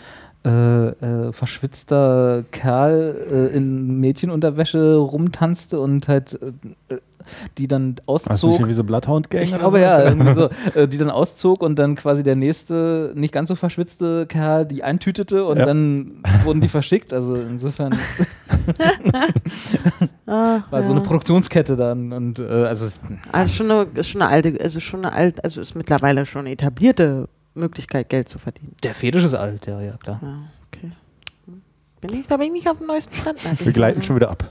A: äh, äh, verschwitzter Kerl äh, in Mädchenunterwäsche rumtanzte und halt äh, äh, die dann
C: Hast du
A: auszog.
C: nicht irgendwie so Bloodhound Gang?
A: Ich
C: oder
A: glaube
C: sowas?
A: ja, irgendwie so, äh, die dann auszog und dann quasi der nächste, nicht ganz so verschwitzte Kerl, die eintütete und
C: Ja.
A: dann wurden die verschickt. Also insofern
B: Ah,
A: war so
B: ja.
A: eine Produktionskette dann und äh, also es-
B: also schon eine, ist schon eine alte, also schon eine alt, also ist mittlerweile schon eine etablierte Möglichkeit, Geld zu verdienen.
A: der Fetisch ist alt, ja, ja, klar.
B: Ja, okay. Hm. Bin ich, da bin ich nicht auf dem neuesten Stand. Nadine.
C: Wir gleiten schon wieder ab.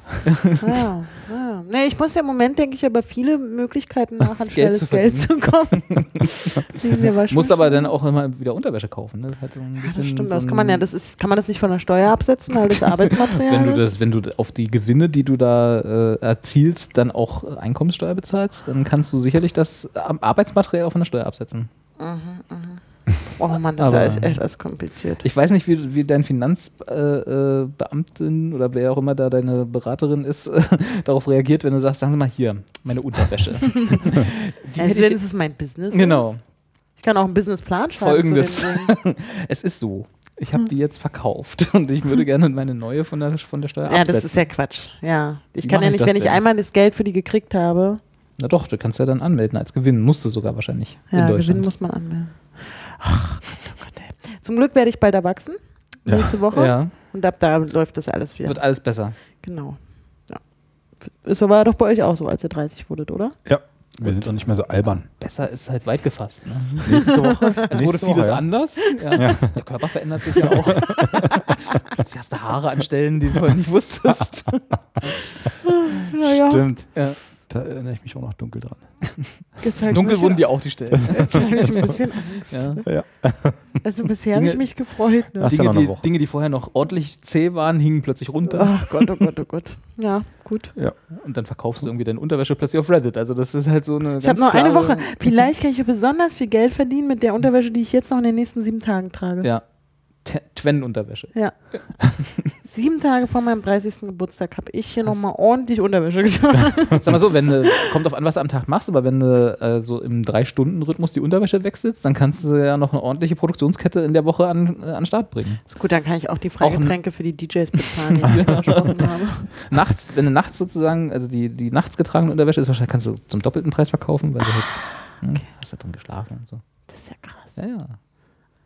B: Ja, ja. Ah, Nee, ich muss ja im Moment, denke ich, über viele Möglichkeiten nach an
A: Geld zu
B: schnelles Geld zu kommen. Liegen mir wahrscheinlich-
A: Muss aber dann auch immer wieder Unterwäsche kaufen. Ne? Das, hat so ein
B: Ja,
A: bisschen
B: das stimmt,
A: so
B: das kann
A: ein-
B: man ja, das ist, kann man das nicht von der Steuer absetzen, weil das Arbeitsmaterial
A: Wenn du
B: ist?
A: das, wenn du auf die Gewinne, die du da äh, erzielst, dann auch äh, Einkommenssteuer bezahlst, dann kannst du sicherlich das am Arbeitsmaterial auch von der Steuer absetzen.
B: Oh Mann, das
A: Aber-
B: ist echt, echt alles kompliziert.
A: Ich weiß nicht, wie, wie dein Finanzbeamtin äh, Beamtin oder wer auch immer da deine Beraterin ist, äh, darauf reagiert, wenn du sagst, sagen Sie mal hier, meine Unterwäsche. die
B: Also
A: hätte
B: wenn
A: ich,
B: es mein Business
A: genau.
B: ist. Ich kann auch einen Busiesplan schreiben.
A: Folgendes.
B: Zu dem Ding.
A: Es ist so.
B: Hm.
A: Ich habe die jetzt verkauft und ich würde gerne meine neue von der, von der Steuer
B: ja,
A: absetzen.
B: das ist ja Quatsch. Ja, ich
A: Wie
B: kann
A: mach
B: ja
A: ich
B: nicht,
A: das
B: wenn ich
A: denn?
B: einmal das Geld für die gekriegt habe,
A: Na doch, du kannst ja dann anmelden als Gewinn. Musst du sogar wahrscheinlich in
B: ja,
A: Deutschland.
B: Gewinn muss man anmelden. Ach, Gott, oh Gott, ey. Zum Glück werde ich bald erwachsen. Nächste Woche.
A: ja,
B: Und ab da läuft das alles wieder.
A: wird alles besser.
B: Genau. Ja. Ist aber doch bei euch auch so, als ihr 30 wurdet, oder?
C: Ja, wir sind doch nicht mehr so albern.
A: Besser ist halt weit gefasst. Ne?
C: Nächste Woche. Es
A: Es wurde vieles anders. Ja. Der Körper verändert sich ja auch. Plötzlich hast du Haare an Stellen, die du vorher nicht wusstest.
B: Naja,
C: Stimmt.
A: Ja.
C: Da erinnere ich mich auch noch dunkel dran.
B: gefällt
A: Dunkel
B: mir
A: wurden
B: schon.
A: die auch die Stellen.
B: Da habe ich ein bisschen Angst.
A: Ja.
B: Also bisher habe
A: Dinge-
B: ich mich gefreut. Ne?
C: Hast du
A: Dinge,
C: noch eine
A: die,
C: Woche?
A: Dinge, die vorher noch ordentlich zäh waren, hingen plötzlich runter.
B: Ach Gott, oh Gott, oh Gott. Ja, gut.
A: Und dann verkaufst du irgendwie deine Unterwäsche plötzlich auf Reddit. Also das ist halt so eine
B: Ich habe noch eine Woche. Vielleicht kann ich ja besonders viel Geld verdienen mit der Unterwäsche, die ich jetzt noch in den nächsten sieben Tagen trage.
A: Ja. T- Twen-Unterwäsche.
B: Ja. Sieben Tage vor meinem 30. Geburtstag habe ich hier nochmal ordentlich Unterwäsche getragen.
A: Sag mal so, wenn du, kommt auf an, was du am Tag machst, aber wenn du äh, so im Drei-Stunden-Rhythmus die Unterwäsche wechselst, dann kannst du ja noch eine ordentliche Produktionskette in der Woche an, äh, an den Start bringen.
B: Ist gut, dann kann ich auch die
A: Auch ein-
B: Freigetränke für die DJs bezahlen, die ich versprochen habe.
A: Nachts, wenn du nachts sozusagen, also die, die nachts getragene Unterwäsche ist, wahrscheinlich kannst du zum doppelten Preis verkaufen, weil du halt, ne, hast ja drin geschlafen und so.
B: Das ist ja krass.
A: Ja, ja.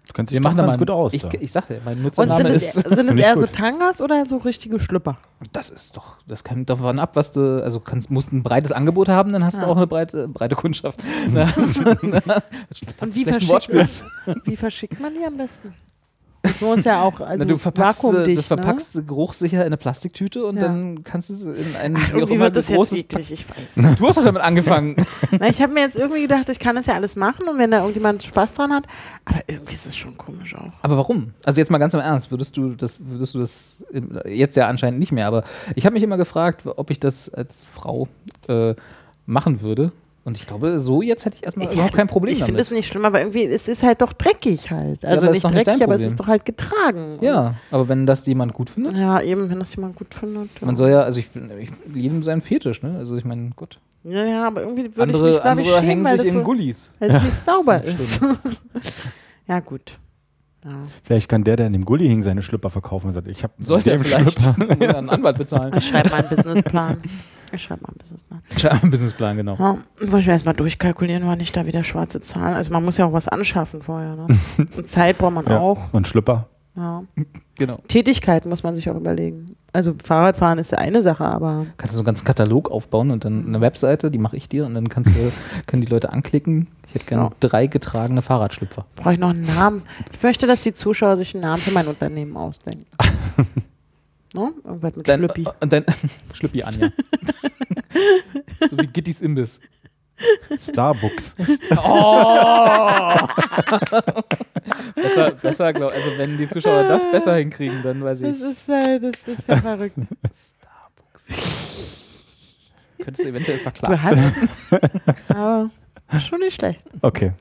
C: Das kennt sich doch
A: da
C: ganz
A: mal-
C: gut aus.
A: Ich,
C: da.
A: ich sag dir, mein
B: Und
A: Nutzername
B: sind es,
A: ist.
B: sind es
C: Finde ich
B: eher
C: gut.
B: so Tangas oder so richtige Schlüpper?
A: Das ist doch, das kommt davon ab, was du, also kannst, musst ein breites Angebot haben, dann hast du auch eine breite, breite Kundschaft. Na, hast du- na,
B: Und wie
A: schlechten
B: verschickt,
A: Wortspiel.
B: wie verschickt man die am besten? So ist ja auch also
A: Na, du verpackst, sie, du
B: vakuumdicht, ne?
A: verpackst sie geruchsicher in eine Plastiktüte und
B: Ja.
A: dann kannst du sie in ein
B: ne? Ach,
A: wie auch
B: irgendwie
A: immer
B: wird das jetzt
A: großes
B: eklig, ich weiß.
A: Pa- Du hast doch damit angefangen.
B: Na, ich habe mir jetzt irgendwie gedacht, ich kann das ja alles machen und wenn da irgendjemand Spaß dran hat, aber irgendwie ist es schon komisch auch.
A: Aber warum? Also jetzt mal ganz im Ernst, würdest du das, würdest du das im- jetzt ja anscheinend nicht mehr, aber ich habe mich immer gefragt, ob ich das als Frau äh, machen würde. Und ich glaube, so jetzt hätte ich erstmal überhaupt kein Problem
B: Also ich finde
A: damit.
B: es nicht schlimm, aber irgendwie es ist halt doch dreckig halt. Also
A: aber ist
B: nicht
A: doch
B: dreckig,
A: nicht dein
B: aber es
A: Problem.
B: ist doch halt getragen.
A: ja, aber wenn das jemand gut
B: Und-
A: findet,
B: Ja, eben, wenn das jemand gut findet. Ja,
A: man soll ja, also ich, ich jedem sein Fetisch, ne? Also ich meine, gut.
B: ja, ja aber irgendwie würde ich mich,
A: Andere,
B: glaube ich,
A: andere
B: schämen,
A: hängen
B: weil
A: sich
B: das
A: in
B: so,
A: Gullis.
B: weil es nicht sauber
A: das
B: ist. ja, gut. Ja.
C: Vielleicht kann der, der in dem Gulli hing, seine Schlüpper verkaufen. und sagt, Ich hab
A: Sollte er
C: dem
A: vielleicht
C: Schlüpper-
A: einen Anwalt bezahlen.
B: Ich schreibe mal einen Businessplan. Ich schreibe mal einen Businessplan.
A: Scheinbar Businessplan, genau.
B: Ja, muss ich mir erstmal durchkalkulieren, wann ich da wieder schwarze Zahlen. Also man muss ja auch was anschaffen vorher. Ne? Und Zeit braucht man
C: Ja.
B: auch.
C: Und Schlüpper.
B: Ja.
A: Genau.
B: Tätigkeiten muss man sich auch überlegen. Also Fahrradfahren ist ja eine Sache, aber
A: Kannst du so einen ganzen Katalog aufbauen und dann eine Webseite, die mache ich dir und dann kannst du, können die Leute anklicken. Ich hätte gerne
B: Ja.
A: drei getragene Fahrradschlüpfer.
B: brauche ich noch einen Namen. Ich möchte, dass die Zuschauer sich einen Namen für mein Unternehmen ausdenken. ne? Irgendwas mit
A: Dein,
B: Schlüppi.
A: Und dein Schlüppi Anja. so wie Gittys Imbiss.
C: Starbucks.
A: Besser, besser glaub, also wenn die Zuschauer das besser hinkriegen, dann weiß
B: Das
A: ich,
B: ist, äh, das ist ja verrückt.
A: könntest du eventuell
B: Du
A: verklagen.
B: hast. aber schon nicht schlecht.
C: Okay.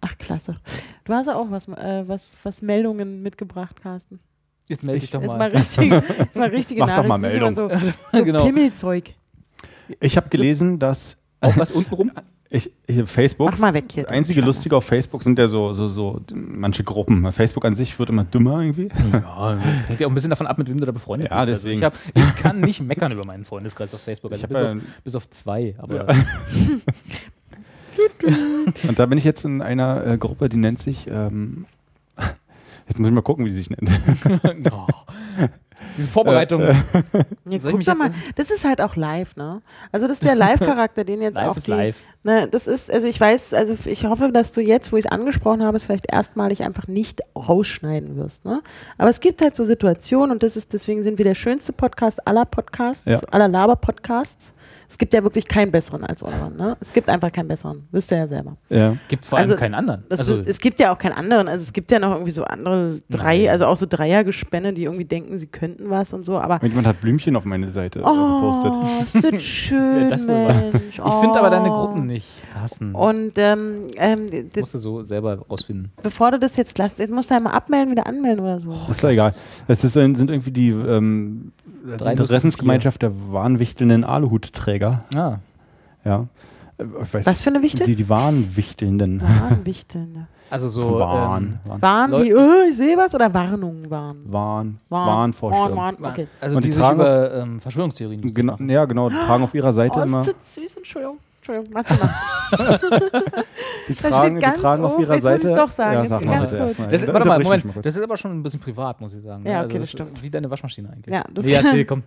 B: Ach, klasse. Du hast ja auch was, äh, was, was Meldungen mitgebracht, Carsten.
A: Jetzt melde dich doch
B: Jetzt
A: mal.
B: mal, richtig, jetzt mal richtige
C: Mach doch mal
B: Nachrichten, nicht immer So, so
A: Genau.
B: Pimmelzeug.
C: Ich habe gelesen, dass
A: Auch was unten rum?
C: ich, hier Facebook.
B: Mach mal weg hier.
C: Das einzige
B: Stefan.
C: Lustige auf Facebook sind ja so, so, so manche Gruppen. Facebook an sich wird immer dümmer irgendwie.
A: Ja, hängt ja auch ein bisschen davon ab, mit wem du da befreundet
C: Ja,
A: bist.
C: deswegen.
A: Also ich, hab, ich kann nicht meckern über meinen Freundeskreis auf Facebook.
C: Ich
A: Also
C: hab
A: bis,
C: ja-
A: auf, bis auf zwei. Aber
C: Und da bin ich jetzt in einer äh, Gruppe, die nennt sich. Ähm, jetzt muss ich mal gucken, wie sie sich nennt.
A: oh, diese Vorbereitung.
B: Ja,
A: Soll ich
B: guck
A: mich
B: doch
A: jetzt
B: mal.
A: in-
B: Das ist halt auch live, ne? Also das ist der Live-Charakter, den jetzt
A: Live
B: auch
A: ist
B: die,
A: live.
B: Ne, das ist, also ich weiß, also ich hoffe, dass du jetzt, wo ich es angesprochen habe, es vielleicht erstmalig einfach nicht rausschneiden wirst, ne? Aber es gibt halt so Situationen und das ist, deswegen sind wir der schönste Podcast aller Podcasts,
C: Ja.
B: aller Laber-Podcasts. Es gibt ja wirklich keinen besseren als unseren, ne? Es gibt einfach keinen besseren, wisst ihr ja selber.
C: ja.
A: Gibt vor allem
B: Also,
A: keinen anderen.
B: Das
A: Also,
B: ist, es gibt ja auch keinen anderen. Also es gibt ja noch irgendwie so andere drei, also auch so Dreiergespänne, die irgendwie denken, sie könnten was und so, aber
C: Jemand hat Blümchen auf meine Seite äh,
B: Oh,
C: gepostet.
B: ist das schön,
A: das wohl war.
B: Mensch. Oh.
A: ich finde aber deine Gruppen nicht hassen.
B: Und ähm, ähm, d- d-
A: musst du so selber rausfinden.
B: bevor du das jetzt lässt, jetzt musst du einmal abmelden, wieder anmelden oder so.
C: Ist doch egal. Das ist, so ein- sind irgendwie die ähm, die
A: Drei
C: Interessensgemeinschaft der wahnwichtelnden Aluhutträger.
A: Ah,
C: Ja. Äh, Ich weiß
B: Was für eine Wichtel?
C: Die, die wahnwichtelnden.
B: Warnwichteln.
A: also so.
C: Warn.
A: Ähm,
C: Warn.
B: Waren
A: Leu-
B: die, öh, ich sehe was, oder Warnungen waren?
C: Warn.
B: Warn.
C: Warnvorstellung.
B: Warn, Warn, okay.
A: also
C: Und
A: die,
C: die
A: sich
C: tragen
A: über ähm, Verschwörungstheorien lustig
C: Genau,
A: machen.
C: ja, genau. Die tragen auf ihrer Seite
B: Oh,
C: immer.
B: ist das süß, Entschuldigung. Entschuldigung, mach mal.
C: Die
B: steht
C: tragen, die
B: ganz
C: tragen auf
B: oben,
C: ihrer
B: jetzt muss ich's
C: Seite.
B: doch sagen,
C: Ja,
B: jetzt
C: sag
B: geht's
C: mal
B: ganz
C: bitte
B: kurz.
C: erstmal.
A: Das,
C: Da
A: warte mal,
C: unterbrich
A: Moment.
C: mich mal kurz.
A: das ist aber schon ein bisschen privat, muss ich sagen.
B: Ja,
A: ne?
B: okay, das
A: ist
B: stimmt.
A: Wie deine Waschmaschine eigentlich.
B: Ja, das-
A: nee, erzähl, komm.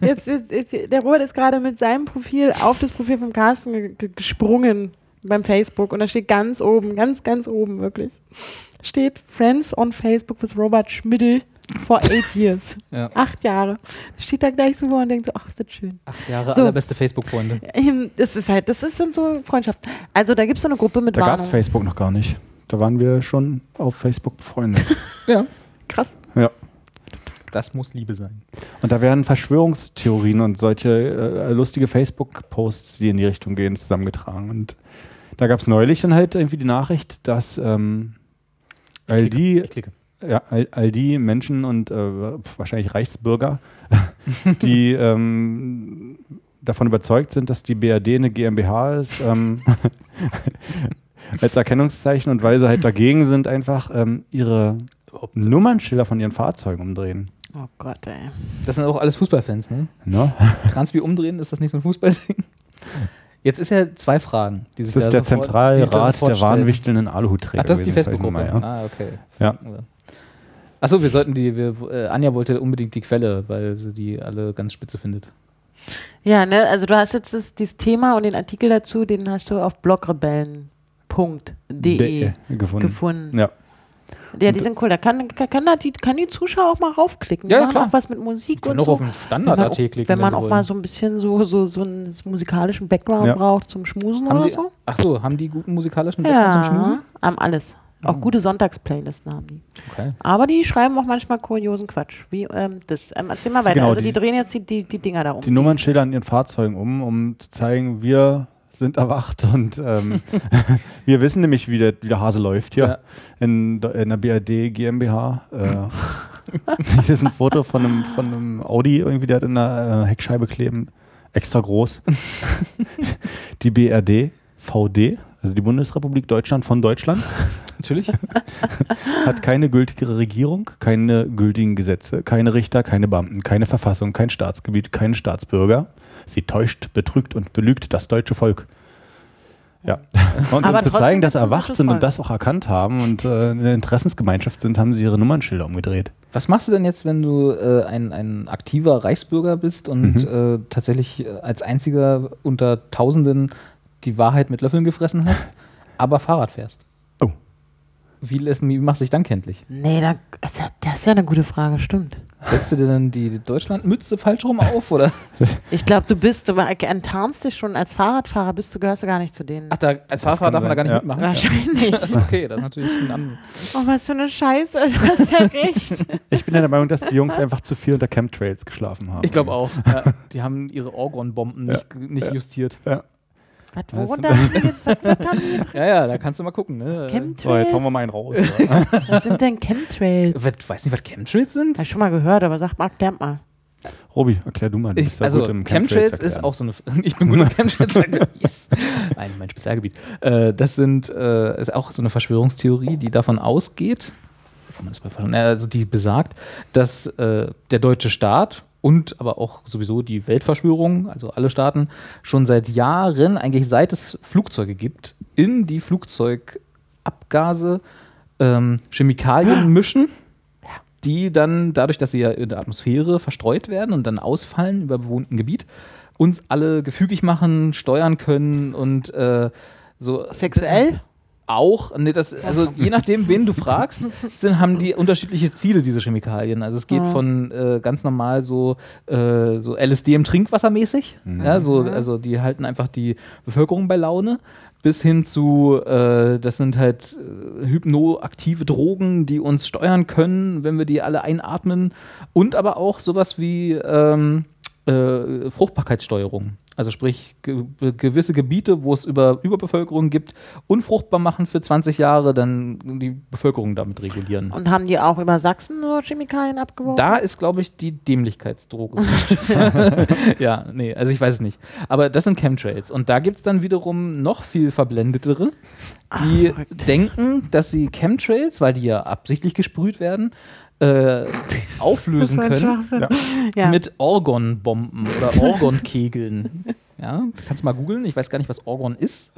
B: Jetzt, jetzt, jetzt, der Robert ist gerade mit seinem Profil auf das Profil von Carsten ge ge gesprungen beim Facebook und da steht ganz oben, ganz, ganz oben wirklich, steht Friends on Facebook with Robert Schmidl for eight years.
A: Ja.
B: Acht Jahre. Steht da gleich so vor und denkt so, ach, ist das schön.
A: Acht Jahre
B: So.
A: allerbeste Facebook-Freunde.
B: Ähm, Das ist halt, das ist dann so Freundschaft. Also da gibt es so eine Gruppe mit
C: Da gab es
B: Warnung.
C: Facebook noch gar nicht. Da waren wir schon auf Facebook befreundet.
A: Ja.
B: Krass.
C: ja.
A: Das muss Liebe sein.
C: Und da werden Verschwörungstheorien und solche äh, lustige Facebook-Posts, die in die Richtung gehen, zusammengetragen. Und da gab es neulich dann halt irgendwie die Nachricht, dass ähm, all die
A: Ich klicke.
C: ja, all, all die Menschen und äh, pf, wahrscheinlich Reichsbürger, die ähm, davon überzeugt sind, dass die BRD eine GmbH ist, ähm, als Erkennungszeichen und weil sie halt dagegen sind, einfach ähm, ihre Nummernschilder von ihren Fahrzeugen umdrehen.
B: Oh Gott, ey.
A: Das sind auch alles Fußballfans, ne?
C: Ne?
A: Transpi umdrehen, ist das nicht so ein Fußballding? Jetzt ist ja zwei Fragen. Die sich
C: Das ist
A: da
C: der
A: sofort- die sich da
C: Zentralrat
A: sofort
C: der
A: stellen.
C: wahnwichtelnden Aluhutträger.
A: Ach, das ist die
C: gewesen, das
A: Facebook-Gruppe.
C: weiß ich noch mal,
A: Ah, okay.
C: Ja.
A: Achso, wir sollten die, wir, äh, Anja wollte unbedingt die Quelle, weil sie die alle ganz spitze findet.
B: Ja, ne, also du hast jetzt das, dieses Thema und den Artikel dazu, den hast du auf blogrebellen.de
C: De- äh, gefunden.
B: gefunden.
C: Ja.
B: Ja, die sind cool. Da kann, kann, kann, da die, kann die Zuschauer auch mal raufklicken.
A: Ja,
B: Die
A: ja,
B: machen
A: klar.
B: auch was mit Musik
A: Können
B: und
A: auch
B: so.
A: auf den Standard-AT klicken.
B: wenn man
A: sie
B: auch
A: wollen.
B: mal so ein bisschen so, so, so einen musikalischen Background
C: Ja.
B: braucht zum Schmusen
A: haben
B: oder
A: die,
B: so.
A: Ach so, haben die guten musikalischen Background zum
B: Ja,
A: Schmusen? Hm.
B: haben alles. Auch gute Sonntagsplaylisten haben die.
A: Okay.
B: Aber die schreiben auch manchmal kuriosen Quatsch. Wie ähm, das. Ähm, erzähl mal weiter.
C: Genau,
B: also die,
C: die-
B: drehen jetzt die, die, die Dinger da um.
C: die Nummernschilder an ihren Fahrzeugen um, um zu zeigen, wir sind erwacht und ähm, wir wissen nämlich, wie der, wie der Hase läuft hier
A: Ja.
C: in, der- in der BRD GmbH. Äh, hier ist ein Foto von einem, von einem Audi, irgendwie, der hat in der äh, Heckscheibe kleben, extra groß. die BRD VD, also die Bundesrepublik Deutschland von Deutschland,
A: Natürlich.
C: hat keine gültige Regierung, keine gültigen Gesetze, keine Richter, keine Beamten, keine Verfassung, kein Staatsgebiet, keine Staatsbürger. Sie täuscht, betrügt und belügt das deutsche Volk. Ja. Und
B: Aber
C: um zu
B: trotzdem
C: zeigen, dass sie
B: ist es ein
C: erwacht
B: deutsches
C: sind
B: Volk.
C: und das auch erkannt haben und äh, eine Interessensgemeinschaft sind, haben sie ihre Nummernschilder umgedreht.
A: Was machst du denn jetzt, wenn du äh, ein, ein aktiver Reichsbürger bist und äh, tatsächlich äh, als einziger unter Tausenden die Wahrheit mit Löffeln gefressen hast, aber Fahrrad fährst?
C: Oh.
A: Wie, lässt- wie machst du dich dann kenntlich?
B: Nee, da, das ist ja- das ist ja eine gute Frage, stimmt.
A: Setzt du dir dann die Deutschlandmütze falsch rum auf? Oder?
B: Ich glaube, du bist, du enttarnst dich schon als Fahrradfahrer, bist du, gehörst du gar nicht zu denen.
A: Ach, da, als Fahrradfahrer
C: kann
A: darf man da gar nicht
C: sein, ja.
A: mitmachen.
B: Wahrscheinlich.
A: Okay, das ist natürlich ein anderes.
B: Oh, was für eine Scheiße. Du hast ja recht.
C: Ich bin ja der Meinung, dass die Jungs einfach zu viel unter Chemtrails geschlafen haben.
A: Ich glaube auch. Ja, die haben ihre Orgon-Bomben nicht, nicht justiert.
B: Was, worunter haben die jetzt? Was, was haben die jetzt?
A: Ja, ja, da kannst du mal gucken. Ne?
B: Chemtrails?
C: So, jetzt hauen wir mal einen raus. Ja.
B: Was sind denn Chemtrails?
A: Was, weiß nicht, was Chemtrails sind?
B: Hab ich schon mal gehört, aber sag mal, erklärt mal.
C: Robi, erklär du mal. Du
A: Ich,
C: bist ja
A: also
C: gut im
A: Chemtrails ist
C: erklären.
A: auch so eine. Ich bin gut im Chemtrails. erklären. yes, ein, mein Spezialgebiet. Äh, das sind äh, ist auch so eine Verschwörungstheorie, die davon ausgeht, wo man das bei Ver- na, also die besagt, dass äh, der deutsche Staat und aber auch sowieso die Weltverschwörung, also alle Staaten, schon seit Jahren, eigentlich seit es Flugzeuge gibt, in die Flugzeugabgase ähm, Chemikalien mischen die dann dadurch, dass sie ja in der Atmosphäre verstreut werden und dann ausfallen über bewohnten Gebiet, uns alle gefügig machen, steuern können und äh, so
B: Sexuell?
A: auch, nee, das, also je nachdem, wen du fragst, sind, haben die unterschiedliche Ziele, diese Chemikalien. Also es geht von äh, ganz normal so, äh, so LSD im Trinkwasser mäßig, ja, so, also die halten einfach die Bevölkerung bei Laune, bis hin zu, äh, das sind halt äh, hypnoaktive Drogen, die uns steuern können, wenn wir die alle einatmen und aber auch sowas wie ähm, äh, Fruchtbarkeitssteuerung. Also sprich, ge gewisse Gebiete, wo es über Überbevölkerung gibt, unfruchtbar machen für 20 Jahre, dann die Bevölkerung damit regulieren.
B: Und haben die auch über Sachsen so Chemikalien abgeworfen?
A: da ist, glaube ich, die Dämlichkeitsdroge. ja, nee, also ich weiß es nicht. Aber das sind Chemtrails. Und da gibt es dann wiederum noch viel verblendetere,
B: Ah,
A: die denken, dass sie Chemtrails, weil die ja absichtlich gesprüht werden, äh, auflösen können
B: Schwachsinn. Ja.
A: mit Orgonbomben oder Orgonkegeln. Ja, kannst mal googeln. Ich weiß gar nicht, was Orgon ist.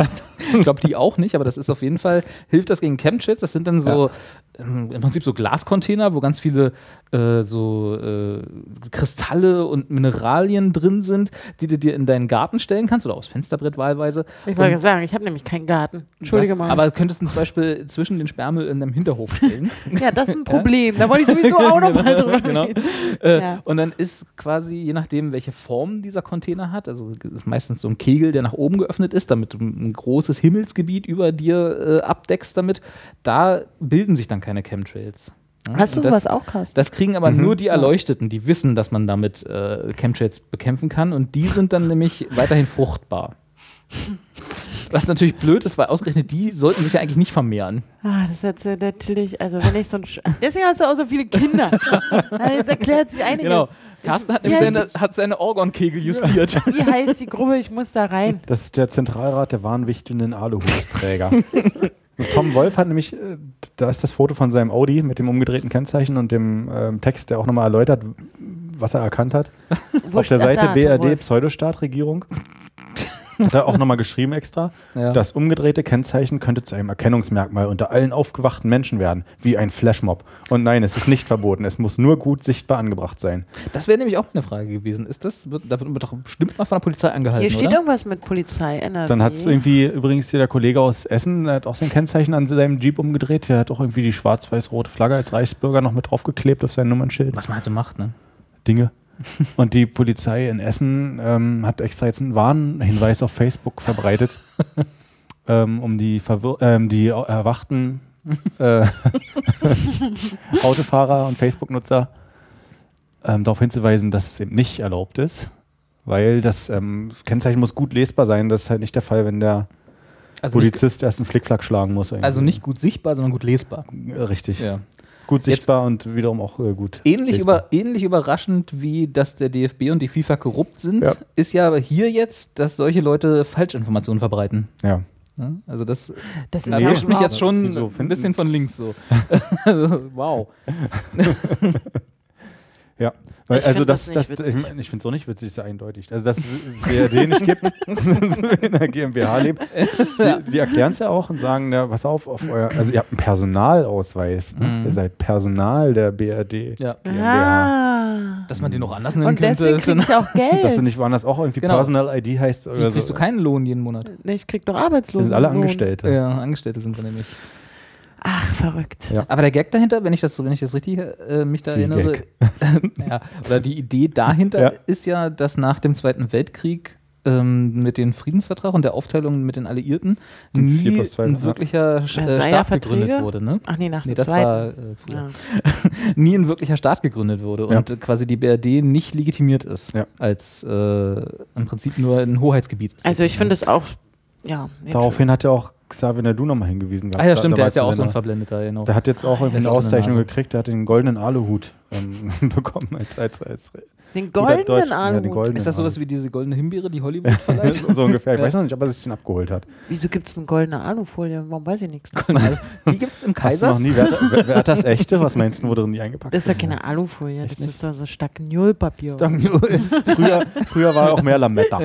A: Ich glaube, die auch nicht, aber das ist auf jeden Fall, hilft das gegen Chemtrails. Das sind dann so ähm, im Prinzip so Glascontainer, wo ganz viele äh, so äh, Kristalle und Mineralien drin sind, die du dir in deinen Garten stellen kannst oder aufs Fensterbrett wahlweise.
B: ich
A: Und
B: wollte gerade sagen, ich habe nämlich keinen Garten. Entschuldige
A: du
B: mal.
A: hast- Aber könntest du zum Beispiel zwischen den Sperrmüll in deinem Hinterhof stellen.
B: ja, das ist ein Problem. Da wollte ich sowieso auch nochmal drüber
A: Genau.
B: reden.
A: Äh,
B: Ja.
A: Und dann ist quasi, je nachdem, welche Form dieser Container hat, also ist meistens so ein Kegel, der nach oben geöffnet ist, damit du ein großes Himmelsgebiet über dir äh, abdeckst damit, da bilden sich dann keine Chemtrails. Ja,
B: Hast du
A: und das-
B: sowas auch, Carsten?
A: Das kriegen aber nur die Erleuchteten, die wissen, dass man damit äh, Chemtrails bekämpfen kann und die sind dann nämlich weiterhin fruchtbar. Was natürlich blöd ist, weil ausgerechnet die sollten sich ja eigentlich nicht vermehren.
B: Ah, das hat ja natürlich, also wenn ich so ein. Sch Deswegen hast du auch so viele Kinder. Also jetzt erklärt sich einiges.
A: Genau. Carsten hat, nämlich
B: Ja,
A: seine, hat seine Orgonkegel justiert.
B: Wie heißt die Gruppe? Ich muss da rein.
C: Das ist der Zentralrat der wahnwichtelnden Aluhutträger. Und Tom Wolf hat nämlich, äh, da ist das Foto von seinem Audi mit dem umgedrehten Kennzeichen und dem ähm, Text, der auch nochmal erläutert, was er erkannt hat.
B: Wo
C: Auf der
B: stand
C: Seite
B: da, Tom
C: BRD
B: Wolf?
C: Pseudostaatregierung. Hat er auch nochmal geschrieben extra.
A: Ja.
C: Das umgedrehte Kennzeichen könnte zu einem Erkennungsmerkmal unter allen aufgewachten Menschen werden, wie ein Flashmob. Und nein, es ist nicht verboten. Es muss nur gut sichtbar angebracht sein.
A: Das wäre nämlich auch eine Frage gewesen. Ist das, wird, da wird man doch bestimmt mal von der Polizei angehalten,
B: Hier steht
A: oder?
B: irgendwas mit Polizei. NRW.
C: Dann hat es irgendwie, übrigens hier der Kollege aus Essen, der hat auch sein Kennzeichen an seinem Jeep umgedreht. Der hat auch irgendwie die schwarz-weiß-rote Flagge als Reichsbürger noch mit draufgeklebt auf sein Nummernschild.
A: Was man halt so macht, ne?
C: Dinge. Und die Polizei in Essen ähm, hat extra jetzt einen Warnhinweis auf Facebook verbreitet, ähm, um die, Verwir ähm, die au- erwachten äh, Autofahrer und Facebook-Nutzer ähm, darauf hinzuweisen, dass es eben nicht erlaubt ist. Weil das ähm, Kennzeichen muss gut lesbar sein. Das ist halt nicht der Fall, wenn der
A: Also nicht,
C: Polizist erst einen Flickflack schlagen muss. irgendwie.
A: also nicht gut sichtbar, sondern gut lesbar.
C: Richtig.
A: Ja.
C: Gut
A: Jetzt-
C: sichtbar und wiederum auch äh, gut.
A: Ähnlich,
C: lesbar.
A: über, ähnlich überraschend wie, dass der DFB und die FIFA korrupt sind,
C: Ja.
A: ist ja hier jetzt, dass solche Leute Falschinformationen verbreiten.
C: Ja.
A: ne? Also das
B: Das
A: erwischt
C: Nee.
B: ist ja
C: erwischt
A: mich
B: schlau.
A: jetzt schon
C: Wieso?
A: ein
C: Finden-
A: bisschen von links so. Also, wow.
C: Ja, weil
B: Ich
C: also
B: find das
C: das,
B: nicht
C: das,
B: witzig.
C: ich, mein, ich finde es auch nicht witzig, ist ja eindeutig. Also dass es BRD nicht gibt, in der GmbH lebt. Die, die erklären es ja auch und sagen, na, pass auf, auf euer, also ihr habt einen Personalausweis, ne? ihr seid Personal der BRD.
A: Mhm. Ja.
C: GmbH.
B: Ah.
A: Dass man den noch anders nennen
B: Und
A: könnte,
B: deswegen
A: ist dann,
B: kriegt ihr auch Geld.
C: Dass du nicht woanders auch irgendwie
A: Genau.
C: Personal ID heißt oder
A: kriegst
C: so.
A: du keinen Lohn jeden Monat.
B: Nee, ich krieg doch Arbeitslosen.
C: Wir sind alle Angestellte.
A: Ja, Angestellte sind wir nämlich.
B: Ach, verrückt.
C: Ja.
A: Aber der Gag dahinter, wenn ich das, so- wenn ich das richtig äh, mich da
C: Viel
A: erinnere,
C: Gag.
A: ja, oder die Idee dahinter
C: Ja.
A: ist ja, dass nach dem Zweiten Weltkrieg ähm, mit dem Friedensvertrag und der Aufteilung mit den Alliierten
C: vier
A: nie
C: plus zwei,
A: ein
C: ja.
A: wirklicher Sch- äh,
B: Versailler
A: Staat
B: Verträge?
A: gegründet wurde. Ne?
B: Ach Ah. nee, nach
A: Nee,
B: dem
A: das
B: zweiten.
A: war äh, früher.
B: ja.
A: nie ein wirklicher Staat gegründet wurde und äh, quasi die BRD nicht legitimiert ist,
C: Ja.
A: als äh, im Prinzip nur ein Hoheitsgebiet ist.
B: Also ich finde es auch, ja. nee,
C: Daraufhin hat ja auch Xavier Nadu nochmal hingewiesen.
A: Ach Ah ja, stimmt, der ist ja auch so ein Verblendeter, genau.
C: Der hat jetzt auch irgendwie
A: ist
C: eine
A: auch so eine
C: Auszeichnung
A: Nase.
C: gekriegt, der hat den goldenen Aluhut ähm, bekommen als, als, als
B: Den
C: guter Deutsch-
B: goldenen
C: ja, den
B: Aluhut.
C: goldenen
A: Ist das sowas
C: Aluhut.
A: wie diese goldene Himbeere, die Hollywood verleiht?
C: so ungefähr. Ich weiß noch nicht, ob er sich den abgeholt hat.
B: Wieso gibt es eine goldene Alufolie? Warum weiß ich nichts?
A: die gibt es im
C: Hast du noch
A: Kaisers.
C: nie, wer, hat- wer, wer hat das echte? Was meinst du, wo drin die eingepackt
B: Das ist doch keine Alufolie, das
C: nicht?
B: ist doch so Stagnolpapier. Also
C: früher, früher war auch mehr Lametta.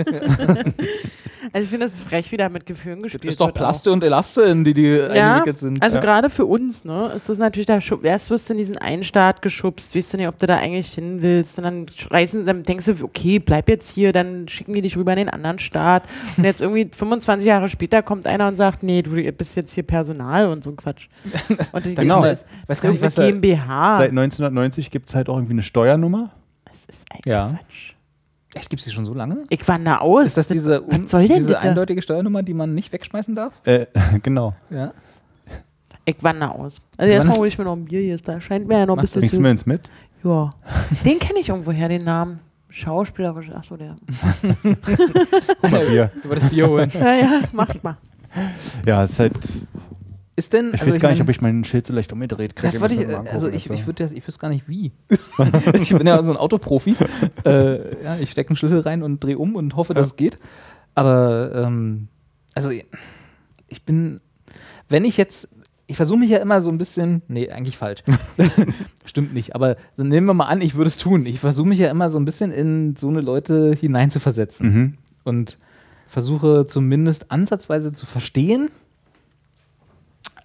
B: Also, ich finde, das ist frech, wie da mit Gefühlen gespielt
A: Ist doch
B: wird
A: Plaste und Elastin, die die
B: auch. Ja,
A: eingewickelt sind.
B: also
A: ja.
B: gerade für uns, ne, ist das natürlich, da schub- erst wirst du in diesen einen Staat geschubst, weißt du nicht, ob du da eigentlich hin willst und dann reißen, dann denkst du, okay, bleib jetzt hier, dann schicken die dich rüber in den anderen Staat und jetzt irgendwie 25 Jahre später kommt einer und sagt, nee, du bist jetzt hier Personal und so ein Quatsch. Und die
A: Genau.
B: das,
A: Weiß gar nicht,
B: irgendeine
A: was da-
B: GmbH.
C: Seit 1990 gibt es halt auch irgendwie eine Steuernummer.
B: das ist eigentlich
A: Ja.
B: Quatsch.
A: Echt, gibt es die schon so lange?
B: Ich wandere aus.
A: Ist das diese, un-
B: was soll denn
A: diese
B: bitte?
A: eindeutige Steuernummer, die man nicht wegschmeißen darf?
C: Äh, genau.
A: Ja.
B: Ich wandere aus. Also erstmal
A: wanderst-
B: hole ich mir noch ein Bier hier. Da scheint mir ja noch ein
A: Machst du
B: bisschen
C: Bringst du
B: zu.
C: mir ins mit?
B: Ja. Den kenne ich irgendwoher, den Namen. Schauspieler. Achso, der.
C: Guck mal hier.
A: Über das Bier holen.
B: Ja, ja, macht mal.
C: Ja, es ist halt.
A: Ist denn,
C: Ich
A: also
C: weiß gar nicht,
A: mein-
C: ob ich mein Schild so leicht umgedreht kriege.
A: Das wollte
C: Muss
A: ich,
C: mir mal
A: äh,
C: angucken
A: also
C: jetzt,
A: ich,
C: so.
A: ich, würd das, ich wüsste gar nicht wie. ich bin ja so ein Autoprofi. Äh, ja, ich stecke einen Schlüssel rein und drehe um und hoffe, dass es geht. Aber ähm, also ich bin, wenn ich jetzt, ich versuche mich ja immer so ein bisschen, nee, eigentlich falsch. Stimmt nicht, aber dann nehmen wir mal an, ich würde es tun. Ich versuche mich ja immer so ein bisschen in so eine Leute hineinzuversetzen
C: Mhm.
A: und versuche zumindest ansatzweise zu verstehen,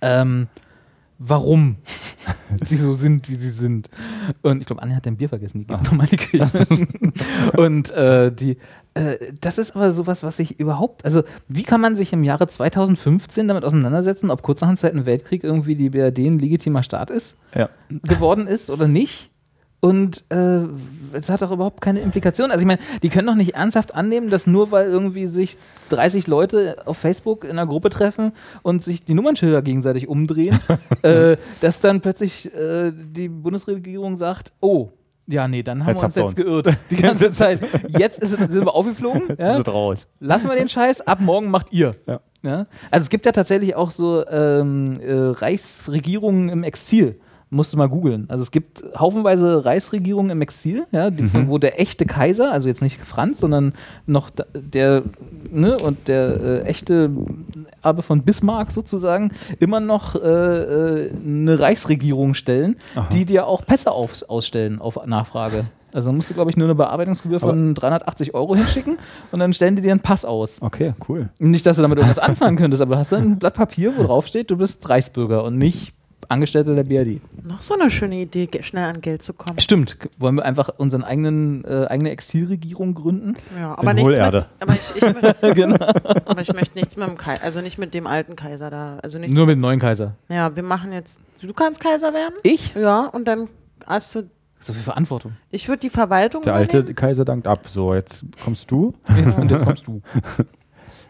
A: ähm, warum sie so sind, wie sie sind. Und ich glaube, Anne hat dein Bier vergessen, die geht nochmal in die Küche. Und äh, die, äh, das ist aber sowas, was ich überhaupt, also wie kann man sich im Jahre 2015 damit auseinandersetzen, ob kurz nach dem Zweiten Weltkrieg irgendwie die BRD ein legitimer Staat ist,
C: Ja.
A: geworden ist oder nicht? Und äh, es hat auch überhaupt keine Implikation. Also ich meine, die können doch nicht ernsthaft annehmen, dass nur weil irgendwie sich 30 Leute auf Facebook in einer Gruppe treffen und sich die Nummernschilder gegenseitig umdrehen, äh, dass dann plötzlich äh, die Bundesregierung sagt, oh, ja, nee, dann haben
C: Jetzt
A: wir uns
C: habt ihr
A: jetzt
C: uns.
A: geirrt. Die ganze Zeit. Jetzt ist, sind wir aufgeflogen.
C: Das
A: Ja?
C: ist raus.
A: Lassen wir den Scheiß, ab morgen macht ihr.
C: Ja.
A: Ja? Also es gibt ja tatsächlich auch so ähm, äh, Reichsregierungen im Exil. Musst du mal googeln. Also es gibt haufenweise Reichsregierungen im Exil, ja, die, wo der echte Kaiser, also jetzt nicht Franz, sondern noch da- der, ne, und der äh, echte Erbe von Bismarck sozusagen, immer noch äh, äh, eine Reichsregierung stellen, die dir auch Pässe auf, ausstellen auf Nachfrage. Also musst du, glaube ich, nur eine Bearbeitungsgebühr von 380 Euro hinschicken und dann stellen die dir einen Pass aus.
C: Okay, cool.
A: Nicht, dass du damit irgendwas anfangen könntest, aber hast du ein Blatt Papier, wo drauf steht, du bist Reichsbürger und nicht Angestellter der BRD.
B: Noch so eine schöne Idee, ge- schnell an Geld zu kommen.
A: Stimmt. Wollen wir einfach unseren eigenen äh, eigene Exilregierung gründen?
B: Ja, aber nichts
C: Hohlerde.
B: mit, aber, ich, ich, mö-
A: Genau.
B: aber ich möchte nichts mit dem Kaiser, also nicht mit dem alten Kaiser da. Also nicht,
A: Nur mit dem neuen Kaiser.
B: ja, wir machen jetzt, du kannst Kaiser werden?
A: Ich?
B: Ja, und dann hast du,
A: So viel Verantwortung.
B: ich würde die Verwaltung
C: Der
B: übernehmen.
C: alte Kaiser dankt ab. So, jetzt kommst du.
A: Jetzt, und jetzt kommst du.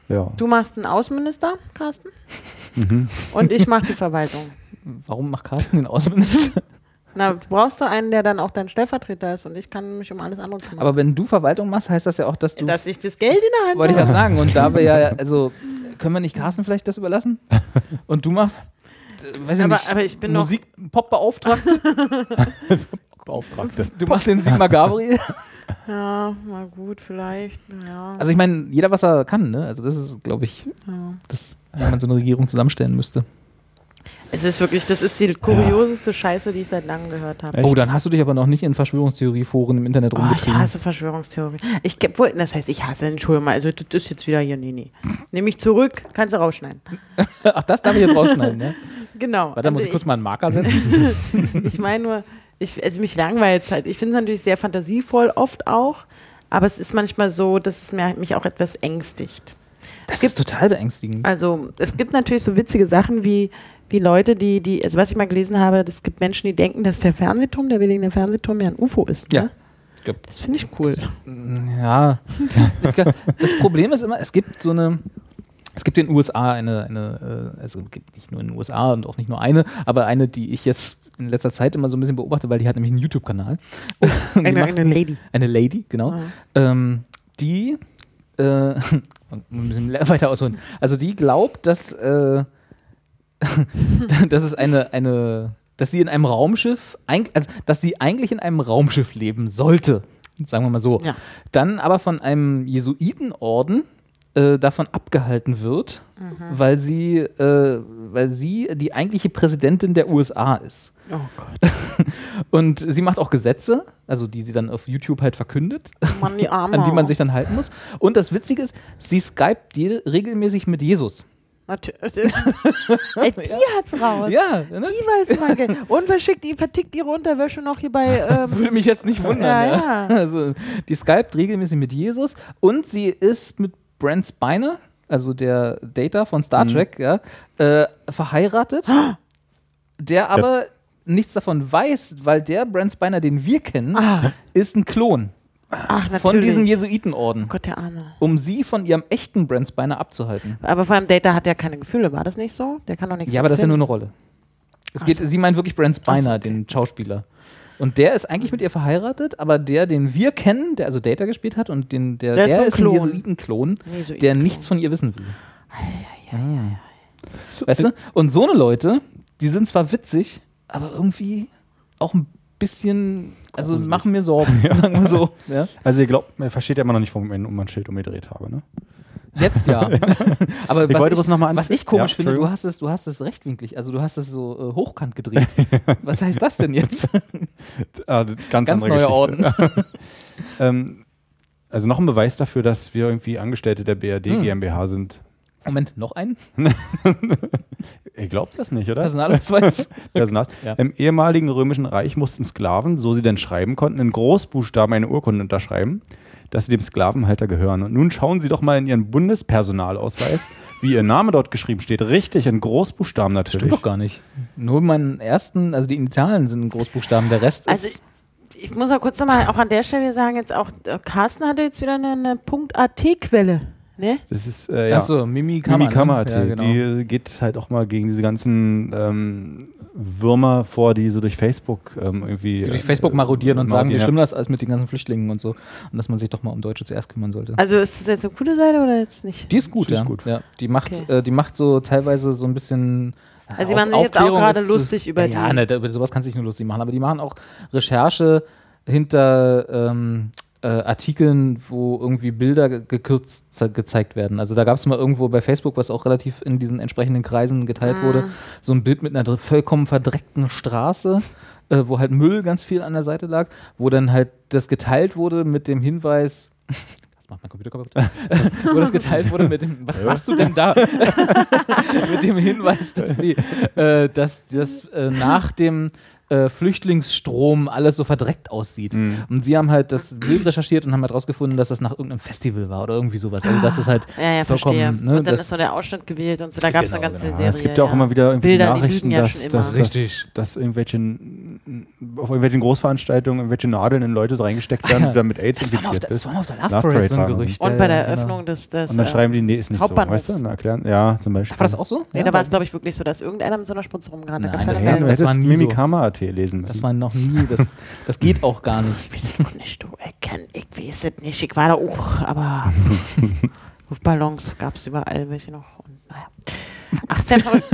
C: Ja.
B: Du machst einen Außenminister, Carsten.
A: Mhm.
B: Und ich mache die Verwaltung.
A: Warum macht Carsten den Außenminister?
B: Na, du brauchst du einen, der dann auch dein Stellvertreter ist und ich kann mich um alles andere kümmern.
A: Aber wenn du Verwaltung machst, heißt das ja auch, dass du.
B: dass ich das Geld in der Hand
A: wollte ich
B: habe.
A: gerade sagen. Und da wir ja, also können wir nicht Carsten vielleicht das überlassen? Und du machst, äh, weiß ich
B: Aber-
A: nicht,
B: aber ich bin noch-
A: Musik, Pop-Beauftragte.
C: Beauftragte.
A: Du machst den Sigmar Gabriel.
B: Ja, mal gut, vielleicht. Ja.
A: Also ich meine, jeder was er kann, ne? Also das ist, glaube ich, das, wie man so eine Regierung zusammenstellen müsste.
B: es ist wirklich, das ist die kurioseste Scheiße, die ich seit langem gehört habe.
C: Echt?
A: Oh, dann hast du dich aber noch nicht in Verschwörungstheorieforen im Internet
B: Oh, ich
A: rumgetrieben.
B: hasse Verschwörungstheorien. Ich, ge- wohl, das heißt, ich hasse, Entschuldigung mal, also das ist jetzt wieder hier, nee, nee. Nehme ich zurück, kannst du rausschneiden.
A: Ach, das darf ich jetzt rausschneiden, ne?
B: Genau.
A: Warte, da muss ich kurz mal einen Marker setzen.
B: Ich meine nur, ich, also mich langweilt halt. Ich finde es natürlich sehr fantasievoll, oft auch, aber es ist manchmal so, dass es mir, mich auch etwas ängstigt.
A: Das ist total beängstigend.
B: Also es gibt natürlich so witzige Sachen wie, wie Leute, die, die, also was ich mal gelesen habe, es gibt Menschen, die denken, dass der Fernsehturm, der Berliner Fernsehturm ja ein UFO ist.
A: Ja.
B: Ne? Das finde ich cool.
A: Ja. Ich glaub, das Problem ist immer, es gibt so eine. Es gibt in den USA eine, eine, äh, also gibt nicht nur in den USA und auch nicht nur eine, aber eine, die ich jetzt in letzter Zeit immer so ein bisschen beobachte, weil die hat nämlich einen YouTube-Kanal. Und die
B: Oh, Eine,
A: macht-
B: eine Lady. Ah.
A: Eine Lady, genau. Ähm, die, äh, ein bisschen le- weiter ausholen, also die glaubt, dass, äh, dass es eine, eine, dass sie in einem Raumschiff, eig- also, dass sie eigentlich in einem Raumschiff leben sollte, sagen wir mal so.
B: Ja.
A: Dann aber von einem Jesuitenorden äh, davon abgehalten wird, weil sie, äh, weil sie die eigentliche Präsidentin der USA ist.
B: Oh Gott.
A: Und sie macht auch Gesetze, also die sie dann auf YouTube halt verkündet,
B: Mann, die Arme.
A: an die man sich dann halten muss. Und das Witzige ist, sie skypt je- regelmäßig mit Jesus.
B: Natürlich. Ey, die hat's raus.
A: Ja, ne?
B: Die weiß man. ge- Und verschickt, die vertickt ihre Unterwäsche noch hier bei. Ähm,
A: würde mich jetzt nicht wundern.
B: Ja,
A: Ja,
B: ja.
A: Also die skypt regelmäßig mit Jesus und sie ist mit Brent Spiner, also der Data von Star Trek, ja, äh, verheiratet, der aber nichts davon weiß, weil der Brent Spiner, den wir kennen, ist ein Klon
B: ach, Ah. natürlich. Oh
A: von diesem Jesuitenorden.
B: Gott, der Arme.
A: um sie von ihrem echten Brent Spiner abzuhalten.
B: Aber vor allem Data hat ja keine Gefühle, war das nicht so? Der kann doch nichts
A: Ja, aber das ist ja nur
B: empfinden.
A: eine Rolle. Es geht, sie meint wirklich Brent Spiner, den Schauspieler. Und der ist eigentlich mit ihr verheiratet, aber der, den wir kennen, der also Data gespielt hat und den, der,
B: Der ist nur ein
A: ist ein
B: Klon.
A: Jesuitenklon,
B: Jesuitenklon.
A: der nichts von ihr wissen will. Ah. Weißt du? Und so eine Leute, die sind zwar witzig, aber irgendwie auch ein bisschen, also machen mir Sorgen, sagen wir so. Ja?
C: Also ihr glaubt, man versteht ja immer noch nicht, warum ich mein Nummernnschild umgedreht habe, ne?
A: Jetzt ja. Aber was, ich,
C: wollte bloß noch mal anf-
A: was ich komisch
C: Ja,
A: finde, du
C: Entschuldigung.
A: hast, es, du hast es rechtwinklig, also du hast es so äh, hochkant gedreht. was heißt das denn jetzt?
C: Ah, d- ganz,
A: Ganz
C: andere
A: neuer
C: Geschichte.
A: Orden.
C: Ähm, also noch ein Beweis dafür, dass wir irgendwie Angestellte der BRD GmbH sind.
A: Moment, noch ein
C: Ihr glaubt das nicht, oder?
A: Personalausweis.
C: Personal.
A: Ja.
C: Im ehemaligen römischen Reich mussten Sklaven, so sie denn schreiben konnten, in Großbuchstaben eine Urkunde unterschreiben, dass sie dem Sklavenhalter gehören. Und nun schauen Sie doch mal in Ihren Bundespersonalausweis, wie Ihr Name dort geschrieben steht. Richtig, in Großbuchstaben natürlich.
A: Stimmt doch gar nicht. Nur meinen ersten, also die Initialen sind in Großbuchstaben, der Rest
B: Also
A: ist.
B: ich, ich muss auch kurz nochmal auch an der Stelle sagen, jetzt auch äh, Carsten hatte jetzt wieder eine, eine .at-Quelle. Ne?
C: Das ist, äh, ja.
A: Achso, Mimi Kammer.
C: Mimi
A: ne?
C: Kammer,
A: ja, genau.
C: die geht halt auch mal gegen diese ganzen ähm, Würmer vor, die so durch Facebook ähm, irgendwie.
A: die durch Facebook marodieren und sagen, wir
C: äh, ja.
A: stimmen das alles mit den ganzen Flüchtlingen und so. Und dass man sich doch mal um Deutsche zuerst kümmern sollte.
B: Also ist das jetzt eine coole Seite oder jetzt nicht?
A: Die ist gut,
C: Die ist
A: ja.
C: gut.
A: ja. Die, macht,
B: Okay.
A: äh, die macht so teilweise so ein bisschen. ja,
B: Also sie machen sich jetzt auch
A: Aufklärung
B: gerade
A: ist-
B: lustig über
A: ja,
B: die-
A: Ja, ne, da- über sowas kannst du dich nur lustig machen, aber die machen auch Recherche hinter ähm, äh, Artikeln, wo irgendwie Bilder ge- gekürzt ze- gezeigt werden. Also da gab es mal irgendwo bei Facebook, was auch relativ in diesen entsprechenden Kreisen geteilt
B: Ah.
A: wurde, so ein Bild mit einer dr- vollkommen verdreckten Straße, äh, wo halt Müll ganz viel an der Seite lag, wo dann halt das geteilt wurde mit dem Hinweis, das macht mein Computer kaputt. wo das geteilt wurde mit dem, was machst du denn da? mit dem Hinweis, dass die, äh, dass das äh, nach dem äh, Flüchtlingsstrom alles so verdreckt aussieht. Und sie haben halt das Bild recherchiert und haben halt rausgefunden, dass das nach irgendeinem Festival war oder irgendwie sowas. Also das ist halt
B: Ja, ja,
A: vollkommen.
B: verstehe.
A: Ne,
B: und dann
A: das- Genau,
B: ist so der Ausschnitt gewählt und so. Da gab es eine ganze Serie.
C: Ja, es gibt ja auch immer wieder irgendwie
B: Bilder,
C: die Nachrichten, dass, dass, dass, dass, irgendwelchen auf irgendwelchen Großveranstaltungen irgendwelche Nadeln in Leute reingesteckt
A: Ah,
C: werden, die dann mit AIDS
A: das war mal auf
C: infiziert
A: der, das
C: bist.
A: war mal auf der Love
C: Love
A: Parade,
C: Parade
A: so ein
C: war das.
A: Gerücht.
B: Und
A: ja,
B: bei
A: ja,
B: der
A: genau.
B: Eröffnung des, des
C: Und dann
B: äh,
C: schreiben die, nee, ist nicht so,
B: Hauptbahnhof.
C: weißt du? Dann erklären, ja, zum Beispiel.
A: War das auch so?
B: Nee, da war es, glaube ich, wirklich so, dass irgendeiner mit so einer Spritze rumgerannt hat.
A: Nein,
B: Da
A: das
B: gab's
C: Ja,
B: ja
C: du
A: das war
C: hättest
A: nie
C: Mimikama.at lesen müssen.
A: Das war noch nie, das, das geht auch gar nicht.
B: weiß doch nicht, du erkenn, ich weiß es nicht. Ich war da auch, aber Luftballons gab es überall welche noch. Und naja. Ach, sehr verrückt.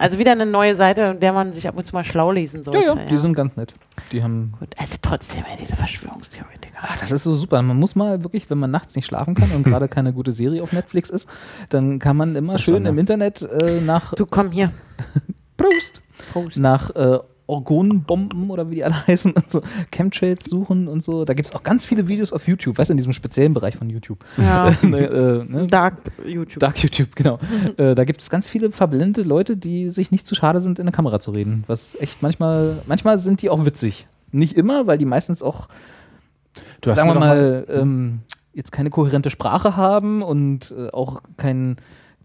B: Also wieder eine neue Seite, in der man sich ab und zu mal schlau lesen sollte.
A: Ja, ja, die sind ganz nett. Die haben
B: Gut, also trotzdem, ey, diese Verschwörungstheoretiker.
A: Ach, das ist so super. Man muss mal wirklich, wenn man nachts nicht schlafen kann und gerade keine gute Serie auf Netflix ist, dann kann man immer schön
C: Sonne.
A: im Internet äh, nach
B: Du komm hier.
A: Prost,
B: Prost.
A: nach äh, Orgonenbomben oder wie die alle heißen und so, Chemtrails suchen und so. Da gibt es auch ganz viele Videos auf YouTube, weißt du, in diesem speziellen Bereich von YouTube.
B: Ja.
A: Ne, äh, ne?
B: Dark YouTube.
A: Dark YouTube, genau. äh, da gibt es ganz viele verblendete Leute, die sich nicht zu schade sind, in der Kamera zu reden. Was echt manchmal, manchmal sind die auch witzig. Nicht immer, weil die meistens auch
C: du hast
A: sagen
C: mir
A: wir
C: doch
A: mal, ähm, jetzt keine kohärente Sprache haben und äh, auch keinen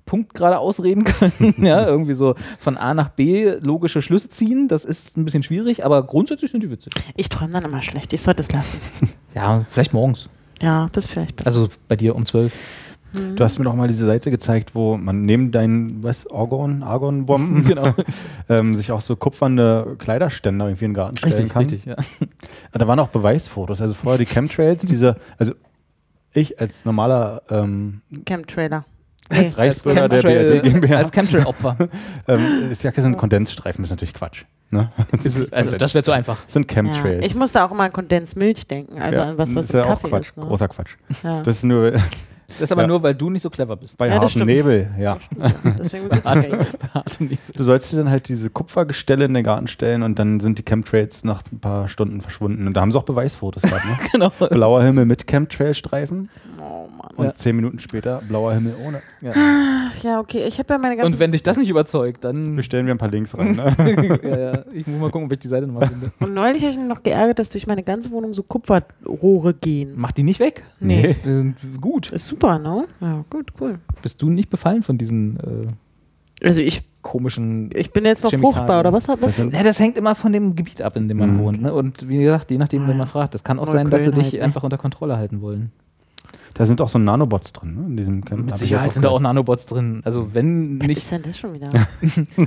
A: Punkt gerade ausreden können. ja, irgendwie so von A nach B logische Schlüsse ziehen. Das ist ein bisschen schwierig, aber grundsätzlich sind die witzig.
B: Ich träume dann immer schlecht. Ich sollte es lassen.
A: Ja, vielleicht morgens.
B: Ja, das vielleicht. besser.
A: Also bei dir um zwölf.
B: Mhm.
C: Du hast mir doch mal diese Seite gezeigt, wo man neben deinen, was, Argon, Argon-Bomben,
A: Genau.
C: ähm, sich auch so kupfernde Kleiderständer irgendwie in den Garten stellen kann. Ah,
A: ja.
C: Da waren auch Beweisfotos. Also vorher die Chemtrails, diese, also ich als normaler ähm,
B: Camp-Trailer.
C: als Reichsbürger der
A: Chemtrail-
C: BRD GmbH,
A: Als Chemtrail-Opfer.
C: ähm, ist ja kein Kondensstreifen, ist natürlich Quatsch. Ne?
A: Also das wäre zu einfach.
C: sind
B: Ja.
C: Chemtrails.
B: Ich musste auch immer an Kondensmilch denken. Also
C: Ja,
B: an was, was
C: ist
B: im
C: ja auch
B: Kaffee
C: Quatsch,
B: ist. Ne?
C: großer Quatsch.
B: Ja.
C: Das ist nur
A: Das ist aber
C: Ja.
A: nur, weil du nicht so clever bist.
C: bei
B: Ja, das
C: hartem
B: stimmt.
C: Nebel, ja.
B: Deswegen muss ich jetzt nicht.
A: Also
C: Du sollst dir dann halt diese Kupfergestelle in den Garten stellen und dann sind die Chemtrails nach ein paar Stunden verschwunden. Und da haben sie auch Beweisfotos gehabt, ne?
A: genau.
C: Blauer Himmel mit Chemtrail-Streifen
B: Oh Mann.
C: und
A: Ja.
C: zehn Minuten später blauer Himmel ohne.
B: Ach ja, okay. Ich habe ja meine ganze
A: Und wenn dich das nicht überzeugt, dann.
C: Wir stellen wir ein paar Links rein. Ne?
A: ja, ja. Ich muss mal gucken, ob ich die Seite nochmal finde.
B: Und neulich habe ich mich noch geärgert, dass durch meine ganze Wohnung so Kupferrohre gehen.
A: Mach die nicht weg.
B: Nee.
A: Die sind gut.
B: Ist super, ne? Ja, gut, cool.
A: Bist du nicht befallen von diesen äh,
B: Also ich,
A: komischen.
B: ich bin jetzt noch
A: Chemikalien.
B: fruchtbar, oder was? hat was?
A: Na, das hängt immer von dem Gebiet ab, in dem man
C: Mhm.
A: wohnt. Ne? Und wie gesagt, je nachdem, wen man fragt. Das kann auch
B: Neue
A: sein, dass sie dich
B: Grünheit, ne?
A: einfach unter Kontrolle halten wollen.
C: Da sind auch so Nanobots drin, ne? in diesem Chem.
A: Mit Sicherheit sind da auch Nanobots drin. Also wenn
B: Was
A: nicht,
B: ist denn das schon wieder?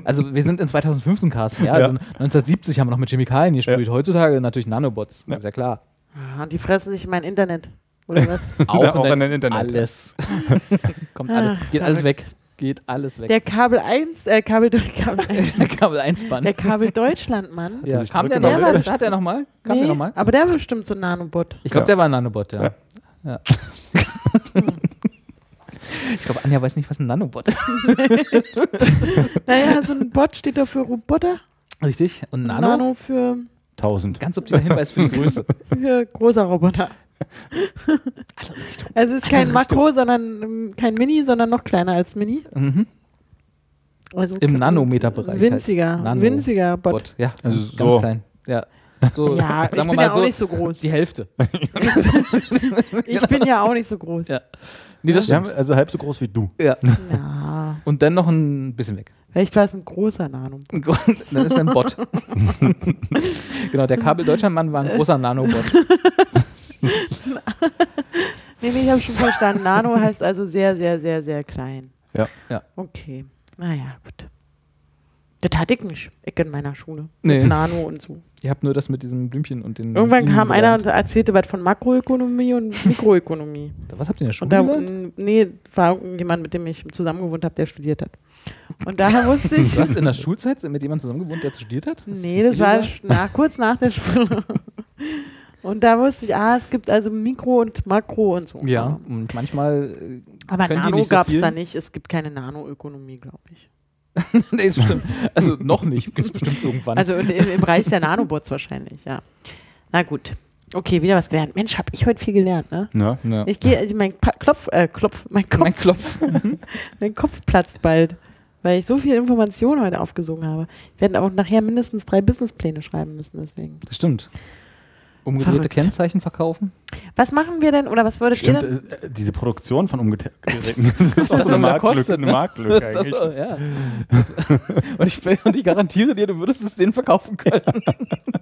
A: also wir sind in 2015 Carsten, ja. Also 1970 haben wir noch mit Chemikalien gesprüht. Heutzutage natürlich Nanobots, ist ja klar.
B: Ah, die fressen sich in mein Internet. Oder was?
A: Auch,
C: Ja,
A: in,
C: auch
A: dein
C: in dein Internet.
A: Alles. Kommt alles.
B: Ach,
A: Geht alles
B: verrückt.
A: weg. Geht alles weg.
B: Der Kabel 1, äh, Kabel, Kabel 1,
A: Der Kabel 1 Band.
B: der Kabel Deutschland, Mann.
A: ja.
C: sich
A: Kam der
C: drücke,
A: nochmal?
B: damit-
A: Hat der nochmal? Kam der
B: Nee,
A: nochmal?
B: aber der war bestimmt so ein Nanobot.
A: Ich glaube,
C: Ja.
A: der war ein Nanobot, ja.
C: Ja.
A: ja. ich glaube, Anja weiß nicht, was ein Nanobot ist.
B: Naja, so ein Bot steht da für Roboter.
A: Richtig. Und Nano?
B: Nano, für,
C: 1000.
A: Ganz subtiler Hinweis für die Größe.
B: für großer Roboter. Also es ist kein Makro, sondern ähm, kein Mini, sondern noch kleiner als Mini.
A: mhm.
B: Also
A: Im Nanometerbereich.
B: Winziger,
A: halt. Nano-
B: winziger Bot.
A: Bot. Ja,
C: Also
A: ganz
C: so.
A: klein. Ja. So,
B: Ja, ich
A: sagen wir
B: bin
A: mal
B: ja auch
A: so,
B: nicht so groß.
A: die Hälfte.
B: Ich bin ja auch nicht so groß.
A: Ja. Nee, das
C: Die haben
A: stimmt.
C: also halb so groß wie du.
A: Ja.
B: Ja.
A: Und dann noch ein bisschen weg.
B: Vielleicht war es ein großer Nano.
A: Dann ist er ein Bot. genau, der Kabel Deutschlandmann war ein großer Nanobot.
B: Nee, nee, ich habe schon verstanden. Nano heißt also sehr, sehr, sehr, sehr klein.
C: Ja.
A: Ja.
B: Okay. Naja, gut. Das hatte ich nicht. Ich in meiner Schule.
A: Nee.
B: Mit Nano und so.
A: Ich habe nur das mit diesem Blümchen und den.
B: Irgendwann
A: Bienen
B: kam einer und
A: gelernt.
B: erzählte was von Makroökonomie und Mikroökonomie.
A: Was habt ihr in der Schule?
B: Und da,
A: gelernt?
B: nee, war jemand, mit dem ich zusammengewohnt habe, der studiert hat. Und daher wusste ich,
A: Du hast in der Schulzeit mit jemandem zusammengewohnt, der studiert hat? Hast du
B: Nee, das
A: nicht
B: war
A: illegal?
B: sch- nach, kurz nach der Schule. Und da wusste ich, ah, es gibt also Mikro und Makro und so.
A: Ja, und manchmal. äh,
B: Aber
A: Können die
B: Nano
A: nicht so
B: gab es
A: viel?
B: da nicht. Es gibt keine Nanoökonomie, glaube ich.
A: äh, nee, ist bestimmt. Also noch nicht. Gibt es bestimmt irgendwann.
B: Also in, im, im Bereich der Nanobots wahrscheinlich, ja. Na gut. Okay, wieder was gelernt. Mensch, habe ich heute viel gelernt, ne?
C: Ja.
A: Ja.
B: Ich gehe, also mein pa Klopf, äh, Klopf, mein Kopf,
A: mein Klopf.
B: mein Kopf platzt bald, weil ich so viel Information heute aufgesogen habe. Wir werden auch nachher mindestens drei Businesspläne schreiben müssen, deswegen.
A: Das stimmt. Umgedrehte
B: Verrückt.
A: Kennzeichen verkaufen.
B: Was machen wir denn oder was würdet
C: Stimmt,
B: ihr denn?
C: äh, diese Produktion von umgekehrten das ist
A: das
C: eine
A: immer
C: Marktlücke,
A: kostet,
C: eine
A: ne?
C: Marktlücke
A: Das- das-
C: eigentlich.
A: ja. und, ich, und ich garantiere dir, du würdest es denen verkaufen können.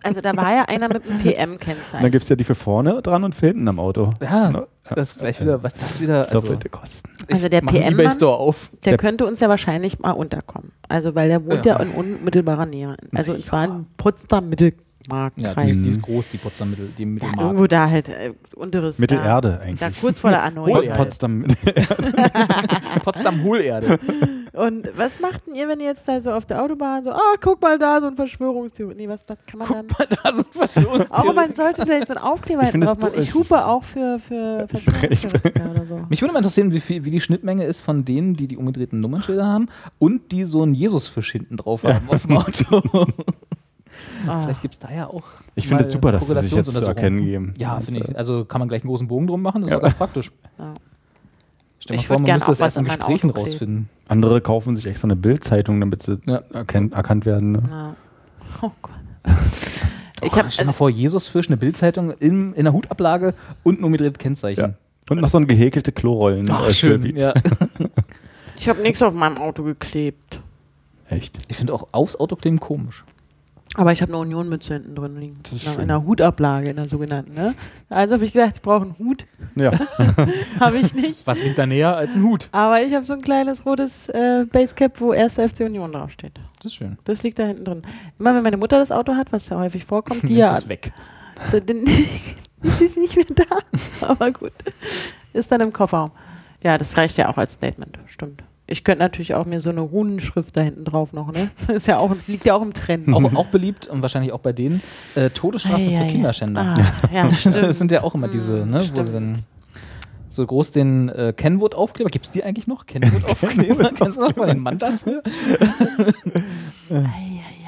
B: Also da war ja einer mit einem
C: Und dann
B: PM-Kennzeichen.
C: gibt es ja die für vorne dran und für hinten am Auto.
A: Ja, das gleich wieder, was das wieder. Also,
C: Doppelte Kosten.
B: Also der
A: mach einen
B: PM
A: eBay
B: -Mann,
A: Store auf.
B: der könnte uns ja wahrscheinlich mal unterkommen. Also weil der wohnt ja,
A: Ja.
B: in unmittelbarer Nähe. Also und zwar in Potsdam Mittelmarkkreis.
C: die- die ist
A: groß, die Potsdam-Mittel, die
B: Ja, irgendwo da halt äh, unteres da-
C: Mittelerde
B: Da
C: eigentlich.
B: kurz vor der
C: Pot-
B: Anneue. halt.
C: Potsdam.
A: Potsdam-Hohlerde.
B: Und was machten ihr, wenn ihr jetzt da so auf der Autobahn so, ah, guck mal da, so ein Verschwörungstheorie. Nee, was, was kann man dann?
A: da sind Verschwörungstheorien.
B: Auch man sollte vielleicht so einen Aufkleber
C: Ich finde
B: hinten drauf
C: das
B: machen.
C: doof.
B: Ich hupe auch für, für Verschwörungstheoretiker oder so.
A: Mich würde mal interessieren, wie, viel, wie die Schnittmenge ist von denen, die die umgedrehten Nummernschilder haben und die so einen Jesusfisch hinten drauf haben auf dem Auto.
B: Ah.
A: Vielleicht gibt es da ja auch.
C: Ich finde
A: mal
C: es super, dass sie sich jetzt zu
A: Korrelationsuntersuchungen.
C: erkennen geben.
A: Ja,
C: Also,
A: finde ich. Also kann man gleich einen großen Bogen drum machen, das ist ja. ganz praktisch.
B: Ja.
A: Stell mal
B: Ich
A: vor,
B: würd
A: man
B: gern
A: müsste das
B: auch was
A: erst in
B: an mein
A: Gesprächen
B: Auto kleben.
A: rausfinden.
C: Andere kaufen sich extra eine Bildzeitung, damit sie
A: Ja.
C: erkennt, erkannt werden. Ne?
B: Ja. Ah. Oh Gott. Ich also habe
C: Oh
A: stell mal vor, Jesusfisch, eine Bildzeitung in, in der Hutablage und ein umgedrehtes Kennzeichen.
C: Und noch so ein gehäkelte Klorollen. äh, Stülpis.
A: Ja.
B: Ich habe nichts auf meinem Auto geklebt.
C: Echt.
A: Ich finde auch aufs Auto kleben komisch.
B: Aber ich habe eine Union-Mütze hinten drin liegen.
C: Das ist
B: in einer-
C: schön.
B: in einer Hutablage, in der sogenannten. Ne? Also habe ich gedacht, ich brauche einen Hut.
C: Ja.
B: Habe ich nicht.
A: Was liegt da näher als ein Hut?
B: Aber ich habe so ein kleines rotes äh, Basecap, wo 1. FC Union draufsteht.
A: Das ist schön.
B: Das liegt da hinten drin. Immer wenn meine Mutter das Auto hat, was ja häufig vorkommt, die
A: Jetzt
B: ja.
A: ist weg.
B: d- d- ist es nicht mehr da. Aber gut. Ist dann im Kofferraum. Ja, das reicht ja auch als Statement. Stimmt. Ich könnte natürlich auch mir so eine Runenschrift da hinten drauf noch, ne? Ist ja auch, liegt ja auch im Trend.
A: Auch, auch beliebt und wahrscheinlich auch bei denen äh, Todesstrafe
B: Ei,
A: für
B: ei, ei.
A: Kinderschänder.
B: Ah, ja, stimmt. Hm,
A: Das sind ja auch immer diese, ne, wo
B: stimmt.
A: sie dann so groß den äh, Kenwood-Aufkleber. Gibt es die eigentlich noch? Kenwood-Aufkleber? Kennst du noch von den Mantas früher?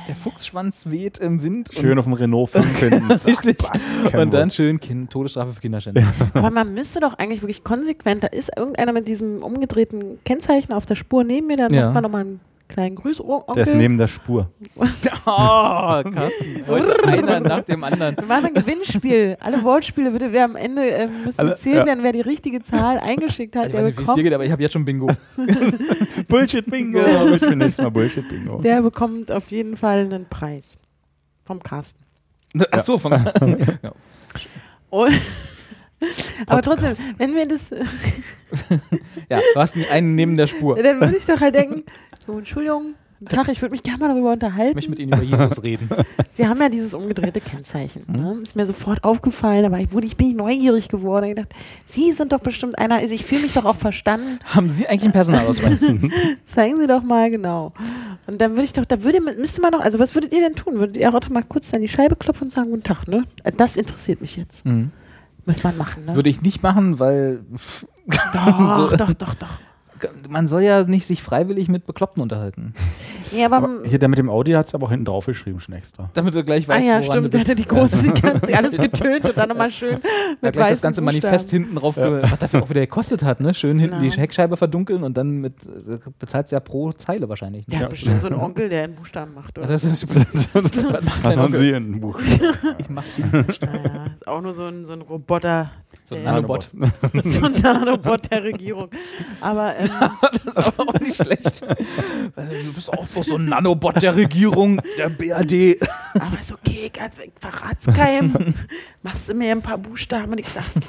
A: Der Fuchsschwanz weht im Wind.
C: Schön auf dem Renault 5 finden.
A: Richtig. Und,
C: Kenwood.
A: und dann schön kind, Todesstrafe für Kinderschänder.
B: Aber man müsste doch eigentlich wirklich konsequent, da ist irgendeiner mit diesem umgedrehten Kennzeichen auf der Spur neben mir, dann
A: Ja.
B: macht man nochmal einen kleinen Grüß, O- Onkel.
C: Der ist neben der Spur.
A: Oh, Carsten. Heute einer nach dem anderen.
B: wir machen ein Gewinnspiel. Alle Wortspiele bitte, wer am Ende ähm, müssen
C: Alle-
B: gezählt
C: ja.
B: werden, wer die richtige Zahl eingeschickt hat,
A: Ich
B: der
A: weiß nicht, wie es dir
B: bekommt,
A: geht, aber ich habe jetzt schon Bingo.
C: Bullshit Bingo. Ich bin nächstes Mal Bullshit Bingo.
B: der bekommt auf jeden Fall einen Preis vom Carsten.
A: Ne, Ach so, von, ja. Oh.
B: Und aber trotzdem, wenn wir das,
A: ja, du hast einen neben der Spur.
B: dann würde ich doch halt denken, so Entschuldigung, guten Tag, ich würde mich gerne mal darüber
A: Ich möchte
B: unterhalten.
A: mit Ihnen über Jesus reden.
B: Sie haben ja dieses umgedrehte Kennzeichen.
A: Mhm.
B: Ne? Ist mir sofort aufgefallen, aber ich, wurde, ich bin ich neugierig geworden. Ich dachte, Sie sind doch bestimmt einer, also ich fühle mich doch auch verstanden.
A: Haben Sie eigentlich einen Personalausweis?
B: Zeigen Sie doch mal genau. Und dann würde ich doch, da würde, man- müsste man doch, also was würdet ihr denn tun? Würdet ihr auch doch mal kurz an die Scheibe klopfen und sagen, guten Tag, ne? Das interessiert mich jetzt.
A: Mhm.
B: Muss man machen, ne?
A: Würde ich nicht machen, weil pff,
B: doch,
A: so-
B: doch, doch, doch.
A: man soll ja nicht sich freiwillig mit Bekloppten unterhalten.
B: Nee, aber,
C: Aber hier, der mit dem Audi hat es aber auch hinten drauf geschrieben, schon extra.
A: Damit du gleich
B: ah
A: weißt, woran
B: ja,
A: du
B: stimmt, der
A: bist.
B: hatte die große, die ganze, alles getönt und dann nochmal schön
A: Ja, gleich
B: mit
A: das
B: weißen
A: ganze
B: Buchstaben. Genau.
A: Manifest hinten drauf, ge- was dafür auch wieder gekostet hat, ne? Schön hinten
B: Na.
A: die Heckscheibe verdunkeln und dann mit äh, bezahlst du ja pro Zeile wahrscheinlich.
B: Der
A: Ne?
B: hat bestimmt so einen Onkel, der einen Buchstaben macht, oder?
A: Das ist, was macht
C: Was
A: denn
C: haben Sie in dem Buch?
B: Ja, ist auch nur so ein, so ein Roboter,
A: so ein
B: Ja.
A: Nanobot?
B: so ein Nanobot der Regierung. Aber ähm,
A: Das ist aber auch nicht schlecht. Also, Du bist auch bloß so ein Nanobot der Regierung, der BAD.
B: Aber ist okay, ganz weg, verrat's keinem. Machst du mir ein paar Buchstaben und ich sag's dir.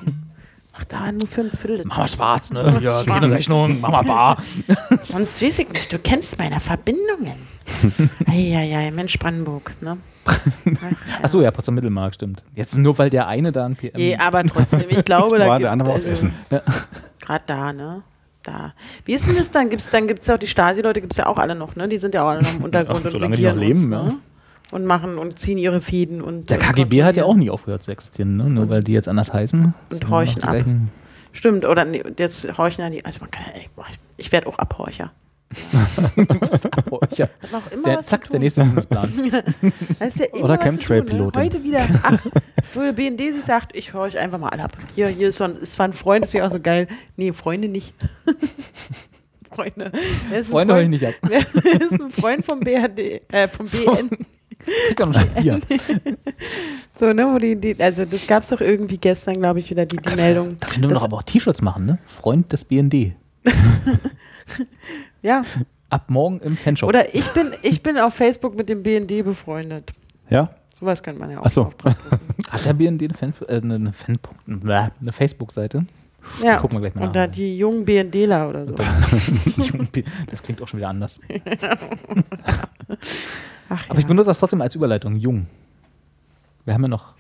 B: Mach da nur für ein Viertel.
A: Mach mal schwarz, ne? Ja, keine
B: genau.
A: Rechnung, mach mal bar.
B: Sonst weiß ich nicht, du kennst meine Verbindungen. Eieiei, Mensch Brandenburg, ne? Ach,
A: Achso, ja, Potsdam Mittelmark, stimmt. Jetzt nur, weil der eine da ein PM.
B: Je, aber trotzdem, ich glaube, da
C: War
B: gibt-
C: der andere war aus
B: also,
C: Essen.
B: Gerade da, ne? Da. Wie ist denn das dann? Gibt's, dann gibt's ja auch die Stasi-Leute, gibt's ja auch alle noch, ne? Die sind ja auch alle noch im Untergrund
A: Ja,
B: und
A: solange die noch
B: regieren
A: leben,
B: uns, ne? Und machen und ziehen ihre Fäden und.
A: Der
B: und
A: KGB hat ja
B: kontrollieren.
A: auch nie aufgehört zu existieren, ne? nur weil die jetzt anders heißen.
B: Und horchen
A: Die
B: ab.
A: gleichen-
B: Stimmt, oder nee, jetzt horchen ja die. Also man kann ja, ey, boah, ich, ich werde auch Abhorcher.
A: Oh, ja.
B: Noch immer
A: Der,
B: was
A: zack,
B: zu
A: der
B: tun.
A: nächste Businessplan.
B: Da ist ja immer
C: Oder
B: was zu tun,
C: Chemtrail-Pilotin.
B: Ne? Heute wieder. Ach, wo der BND sich sagt, ich höre euch einfach mal alle ab. Hier, hier ist, so ein, ist zwar ein Freund, ist ja auch so geil. Nee, Freunde nicht. Freunde. Wer ist ein
A: Freunde höre ich nicht ab.
B: Wer ist ein Freund vom BRD, äh, vom BN?
A: Krieg doch noch ein Bier.
B: So, ne, wo die, die also das gab's doch irgendwie gestern, glaube ich, wieder die, die Meldung.
A: Da können wir doch aber auch T-Shirts machen, ne? Freund des BND.
B: Ja.
A: Ab morgen im Fanshop.
B: Oder ich bin, ich bin auf Facebook mit dem BND befreundet.
C: Ja?
B: Sowas könnte man ja auch
C: Ach so.
B: drauf drucken.
A: Hat der BND eine, Fan, äh, eine, eine, Fan, bäh, eine Facebook-Seite?
B: Ja.
A: gucken wir gleich mal
B: Und da
A: nach.
B: die jungen BNDler oder so.
A: Das klingt auch schon wieder anders.
B: Ach,
A: Aber ich benutze das trotzdem als Überleitung. Jung. Wir haben ja noch,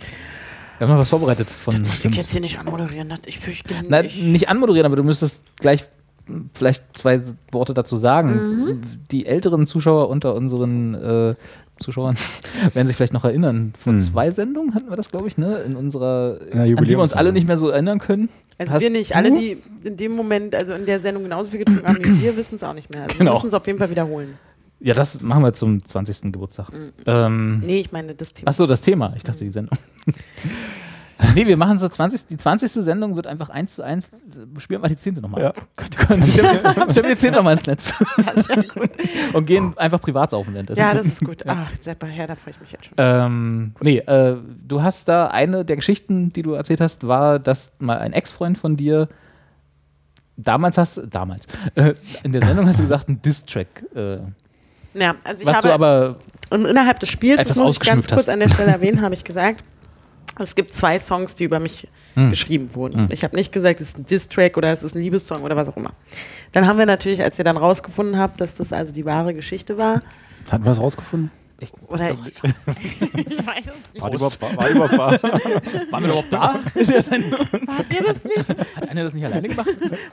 A: wir haben noch was vorbereitet von.
B: muss ich jetzt hier nicht anmoderieren. das- Ich fürchte
A: Nein,
B: nicht.
A: nicht anmoderieren, aber du müsstest gleich mh, vielleicht zwei S- Worte dazu sagen.
B: Mhm.
A: Die älteren Zuschauer unter unseren äh, Zuschauern werden sich vielleicht noch erinnern. Vor zwei Sendungen hatten wir das, glaube ich, ne? In unserer, an
C: der
A: die wir uns
C: Jubiläumssendung.
A: alle nicht mehr so erinnern können.
B: Also
A: Hast
B: wir nicht.
A: du-
B: Alle, die in dem Moment, also in der Sendung genauso viel getrunken haben wie wir, wissen es auch nicht mehr. Also
A: Genau.
B: Wir müssen es auf jeden Fall wiederholen.
A: Ja, das machen wir zum 20. Geburtstag.
B: Mhm.
A: Ähm,
B: Nee, ich meine das Thema.
A: ach so, das Thema. Ich dachte, die Sendung. Nee, wir machen so 20. Die 20. Sendung wird einfach 1 zu 1. äh, Spielen wir die 10. nochmal.
C: Ja.
A: Stellen wir die 10. nochmal ins Netz. Und gehen einfach privat saufen währenddessen.
B: Ja, das ist gut. Ach, Seppa, her, da freue ich mich jetzt schon.
A: Also Ähm, nee, äh, du hast da eine der Geschichten, die du erzählt hast, war, dass mal ein Ex-Freund von dir damals hast du, damals, äh, in der Sendung hast du gesagt, ein Diss-Track. Äh,
B: Ja, also ich
A: was
B: habe
A: du aber,
B: Und innerhalb des Spiels, das
A: Etwas
B: muss ich ganz
A: ausgeschmückt
B: kurz
A: hast.
B: an der Stelle erwähnen, habe ich gesagt, es gibt zwei Songs, die über mich
A: Hm.
B: geschrieben wurden. Ich habe nicht gesagt, es ist ein Diss-Track oder es ist ein Liebessong oder was auch immer. Dann haben wir natürlich, als ihr dann rausgefunden habt, dass das also die wahre Geschichte war,
C: Hatten wir es rausgefunden?
B: oder ich, ich weiß es nicht.
C: War die überhaupt- war die überhaupt wahr?
A: waren wir überhaupt da?
B: Wart ihr das nicht?
A: Hat einer das nicht alleine gemacht?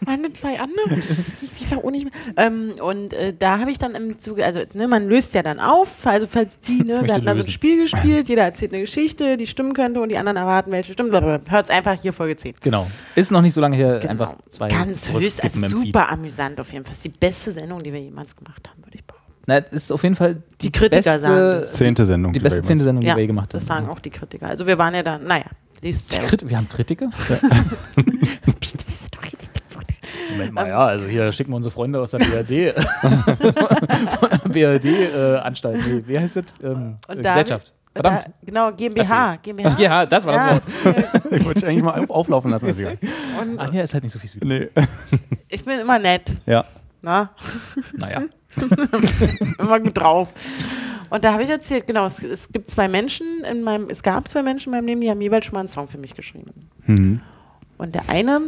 B: Meine zwei andere? Ich weiß auch nicht mehr. Ähm, und äh, da habe ich dann im Zuge, also ne, man löst ja dann auf, also falls die, ne, wir hatten da so ein
A: lösen.
B: Spiel gespielt, jeder erzählt eine Geschichte, die stimmen könnte und die anderen erwarten, welche stimmt. Hört es einfach hier Folge 10.
A: Genau. Ist noch nicht so lange her, äh, einfach zwei
B: Genau. Ganz höchst, also
A: Rückskippen im Feed.
B: super amüsant auf jeden Fall. Das ist die beste Sendung, die wir jemals gemacht haben, würde ich behaupten.
A: Na, es ist auf jeden Fall die,
B: Die Kritiker
A: beste,
B: sagen das.
C: Zehnte Sendung.
A: die beste
C: wir
A: zehnte Sendung,
B: ja,
A: die wir je gemacht
B: das
A: haben.
B: sagen auch die Kritiker. Also wir waren ja da, naja, liest
A: Die
B: selber.
A: Krit- wir haben Kritiker?
B: Psst, wir sind doch hier die
A: Moment mal, ja, also hier schicken wir unsere Freunde aus der BRD. BRD-Anstalt. äh, nee, wie heißt das? Ähm,
B: Und da-
A: Gesellschaft.
B: Und da-
A: Verdammt.
B: Genau, GmbH. GmbH.
A: Ja, das war
B: Ja.
A: das Wort.
C: Ich wollte dich eigentlich mal auf- auflaufen lassen. Also,
B: Und
A: Ach ja, ist halt nicht so viel süß.
C: nee.
B: ich bin immer nett, ne?
C: Ja.
B: na,
A: Naja.
B: immer gut drauf. Und da habe ich erzählt, genau, es, es gibt zwei Menschen in meinem, es gab zwei Menschen in meinem Leben, die haben jeweils schon mal einen Song für mich geschrieben.
A: Mhm.
B: Und der eine,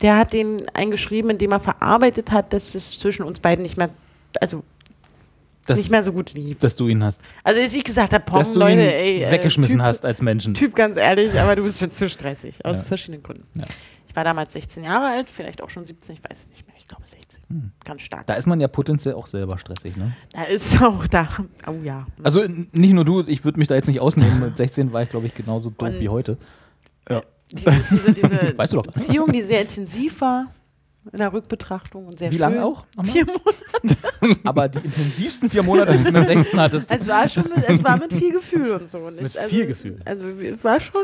B: der hat den einen geschrieben, indem er verarbeitet hat, dass es zwischen uns beiden nicht mehr, also
A: Das,
B: nicht mehr so gut lief.
A: dass du ihn hast.
B: Also als ich gesagt habe,
A: Dass
B: Pong,
A: du
B: Leute,
A: ihn
B: ey, äh,
A: weggeschmissen
B: typ,
A: hast als Menschen.
B: Typ, ganz ehrlich, aber du bist mir zu stressig, aus verschiedenen Gründen. Ich war damals 16 Jahre alt, vielleicht auch schon 17, ich weiß es nicht mehr, ich glaube 16. Ganz stark.
A: Hm. Da ist man ja potenziell auch selber stressig, ne?
B: Da ist auch da, oh ja.
A: Also n- nicht nur du, ich würde mich da jetzt nicht ausnehmen. Mit 16 war ich, glaube ich, genauso doof
B: Und- äh,
A: wie heute.
B: Diese, diese, diese
A: Weißt du doch.
B: Beziehung, die sehr intensiv war in der Rückbetrachtung und sehr
A: Wie lange
B: schön.
A: auch? Nochmal?
B: Vier Monate.
A: Aber die intensivsten vier Monate, die du mit 16 hattest.
B: Es war schon mit, es war mit viel Gefühl und so. Und
A: Mit
B: ich- also,
A: viel Gefühl.
B: Also es war schon,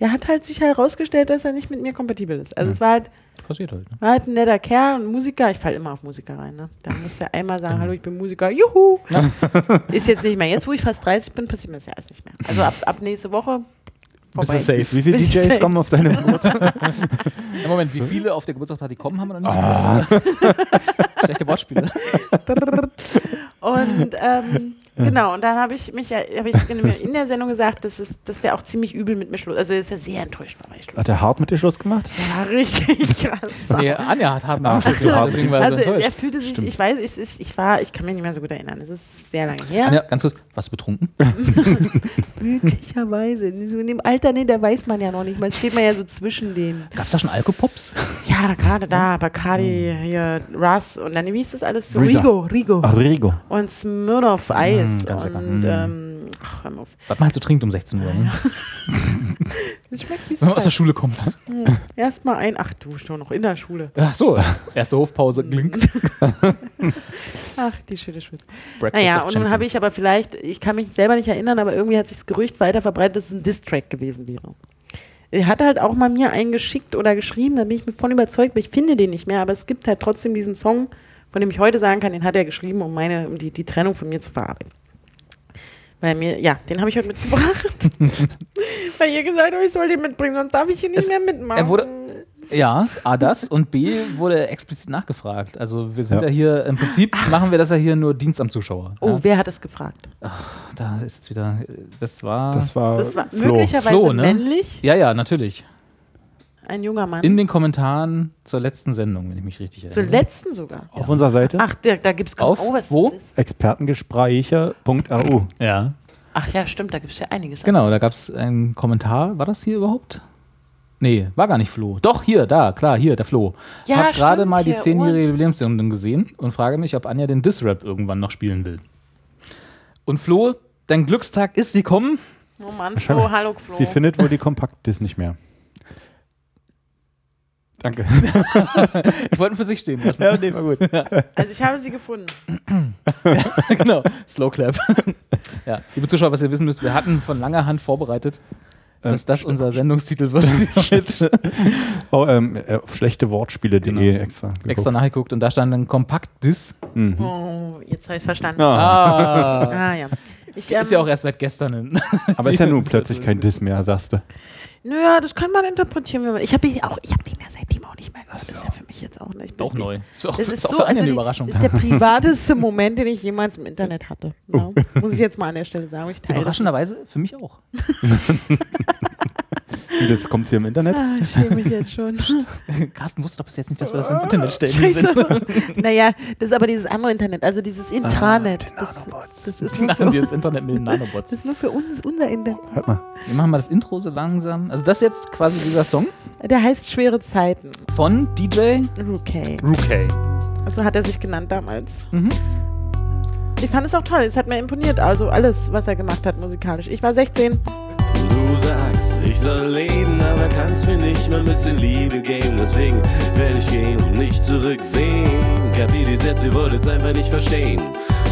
B: der hat halt sich herausgestellt, dass er nicht mit mir kompatibel ist. Also es war halt
A: Passiert halt, ne?
B: War halt ein netter Kerl und Musiker. Ich falle immer auf Musiker rein. Ne? Da muss ja einmal sagen, hallo, ich bin Musiker. Juhu! Ist jetzt nicht mehr. Jetzt, wo ich fast 30 bin, passiert mir das ja alles nicht mehr. Also ab, ab nächste Woche
A: Bist
B: vorbei.
A: du safe.
C: Wie viele
B: Bist
C: DJs
B: safe.
C: kommen auf deine Geburtstag?
A: Ja, Moment, wie viele auf der Geburtstagsparty kommen, haben wir noch nicht. Schlechte Wortspiele.
B: Und ähm, genau, und dann habe ich mich ja- habe ich in der- in der Sendung gesagt, dass, es, dass der auch ziemlich übel mit mir schluss. Also dass er sehr enttäuscht war, weil ich schluss.
C: Hat er hart mit dir Schluss gemacht?
B: war richtig krass.
A: Also Nee, Anja hat Ah, hart
C: Ach,
A: nachgeschlagen,
C: du hart.
A: deswegen war sie
B: Also er
A: enttäuscht.
B: fühlte sich, ich weiß, ich, ich, ich war, ich kann mich nicht mehr so gut erinnern. Es ist sehr lange her.
A: Anja, ganz kurz, warst du betrunken?
B: Möglicherweise. So In dem Alter, nee, da weiß man ja noch nicht. Man steht man ja so zwischen denen.
A: Gab's da schon Alkopops?
B: Ja, gerade da, Bacardi,
A: Hm.
B: hier, Russ und dann, wie hieß das alles? So,
C: Risa.
B: Rigo, Rigo.
C: Ach, Rigo.
B: Und Smirnoff Eis.
A: Hm, ganz lecker.
B: und, ähm, ach, hör mal auf.
A: Was man halt so trinkt um 16 Uhr, ne?
B: Das schmeckt wie
A: wenn man aus der
B: Sprite.
A: Schule kommt.
B: Erstmal ein, ach du, schon noch in der Schule.
A: Ach so, erste Hofpause, Glink.
B: Ach, die schöne Schule.
A: Breakfast
B: Naja,
A: of
B: und nun habe
A: Champions.
B: ich aber vielleicht, ich kann mich selber nicht erinnern, aber irgendwie hat sich das Gerücht weiter verbreitet, dass es ein Diss-Track gewesen wäre. Er hat halt auch mal mir einen geschickt oder geschrieben, da bin ich von überzeugt, aber ich finde den nicht mehr, aber es gibt halt trotzdem diesen Song, von dem ich heute sagen kann, den hat er geschrieben, um meine, um die, die Trennung von mir zu verarbeiten. Weil mir, ja, den habe ich heute mitgebracht. Weil ihr gesagt habt, ich soll den mitbringen, sonst darf ich ihn nicht
A: Es-
B: mehr mitmachen.
A: Er wurde. Ja, A, das und B wurde explizit nachgefragt. Also wir sind ja,
C: Ja.
A: hier, im Prinzip machen wir das ja hier nur Dienst am Zuschauer.
B: Ah. oh,
A: ja,
B: wer hat das gefragt?
A: da ist jetzt wieder, äh, das war,
C: Das war,
B: Ah. Das war
C: Flo.
B: möglicherweise
A: Flo, ne?
B: männlich,
A: ja, ja, natürlich.
B: ein junger Mann.
A: In den Kommentaren zur letzten Sendung, wenn ich mich richtig
B: Zur
A: erinnere.
B: letzten sogar.
C: Auf unserer Seite
B: Ach, Dirk, da genau gibt es
A: Auf wo?
C: expertengespräche.au.
A: Ja,
B: Ach ja, stimmt, da gibt es ja einiges.
A: genau, da gab es einen Kommentar. War das hier überhaupt? Nee, war gar nicht Flo. Doch, hier, da, klar, hier, der Flo.
B: Ja,
A: Hab gerade
B: stimmt,
A: mal die
B: hier,
A: 10-jährige
B: Ohrens-
A: Jubiläumssendung gesehen und frage mich, ob Anja den Disrap irgendwann noch spielen will. Und Flo, dein Glückstag ist gekommen.
B: Oh Mann, Flo, hallo Flo.
C: Sie findet wohl die Kompakt-Disc nicht mehr. Danke.
A: Ich wollte ihn für sich stehen lassen.
C: Ja, nee, war gut.
B: also ich habe sie gefunden.
A: genau, Slow Clap. ja, liebe Zuschauer, was ihr wissen müsst, wir hatten von langer Hand vorbereitet, dass das unser Sendungstitel wird. Shit.
C: Oh, ähm, äh, auf schlechtewortspiele.de
A: Genau.
C: extra. geguckt.
A: Extra nachgeguckt und da stand dann kompakt Diss.
B: Oh, jetzt habe ich es verstanden.
C: Ah,
A: Mhm. Ah,
B: Ah ja. Ich, ähm,
A: ist ja auch erst seit gestern. hin.
C: aber ist ja nun plötzlich kein Diss mehr, sagst du.
B: Naja, das kann man interpretieren. Wie man, ich habe ihn auch, ich habe den ja seitdem auch nicht mehr gehört. Das ist ja für mich jetzt auch nicht. Ich bin-
A: Auch neu. Ist auch,
B: Das ist, so
A: für alle
B: also
A: eine
B: die,
A: Überraschung.
B: ist der privateste Moment, den ich jemals im Internet hatte.
A: Oh.
B: Ja, muss ich jetzt mal an der Stelle sagen. Ich teile das.
A: Überraschenderweise für mich auch.
C: Wie, Das kommt hier im Internet.
B: Ah, ich schäme mich jetzt schon.
A: Carsten wusste doch bis jetzt nicht, dass wir das ins Internet stellen.
B: Scheiße. naja, das ist aber dieses andere Internet, also dieses Intranet. das, das, ist nur für,
A: Das Internet mit den
B: das
A: Nanobots.
B: ist nur für uns, unser Internet.
C: Hört mal.
A: Wir machen mal das Intro so langsam. Also das ist jetzt quasi dieser Song
B: Der heißt Schwere Zeiten.
A: von DJ
B: Okay.
A: Rukey.
B: Also hat er sich genannt damals.
A: Mhm.
B: Ich fand es auch toll. Es hat mir imponiert. Also alles, was er gemacht hat musikalisch. Ich war 16.
F: Du sagst, ich soll leben, aber kannst mir nicht mal ein bisschen Liebe geben. Deswegen werde ich gehen und nicht zurücksehen. Kapier die Sätze, ihr wolltet es einfach nicht verstehen.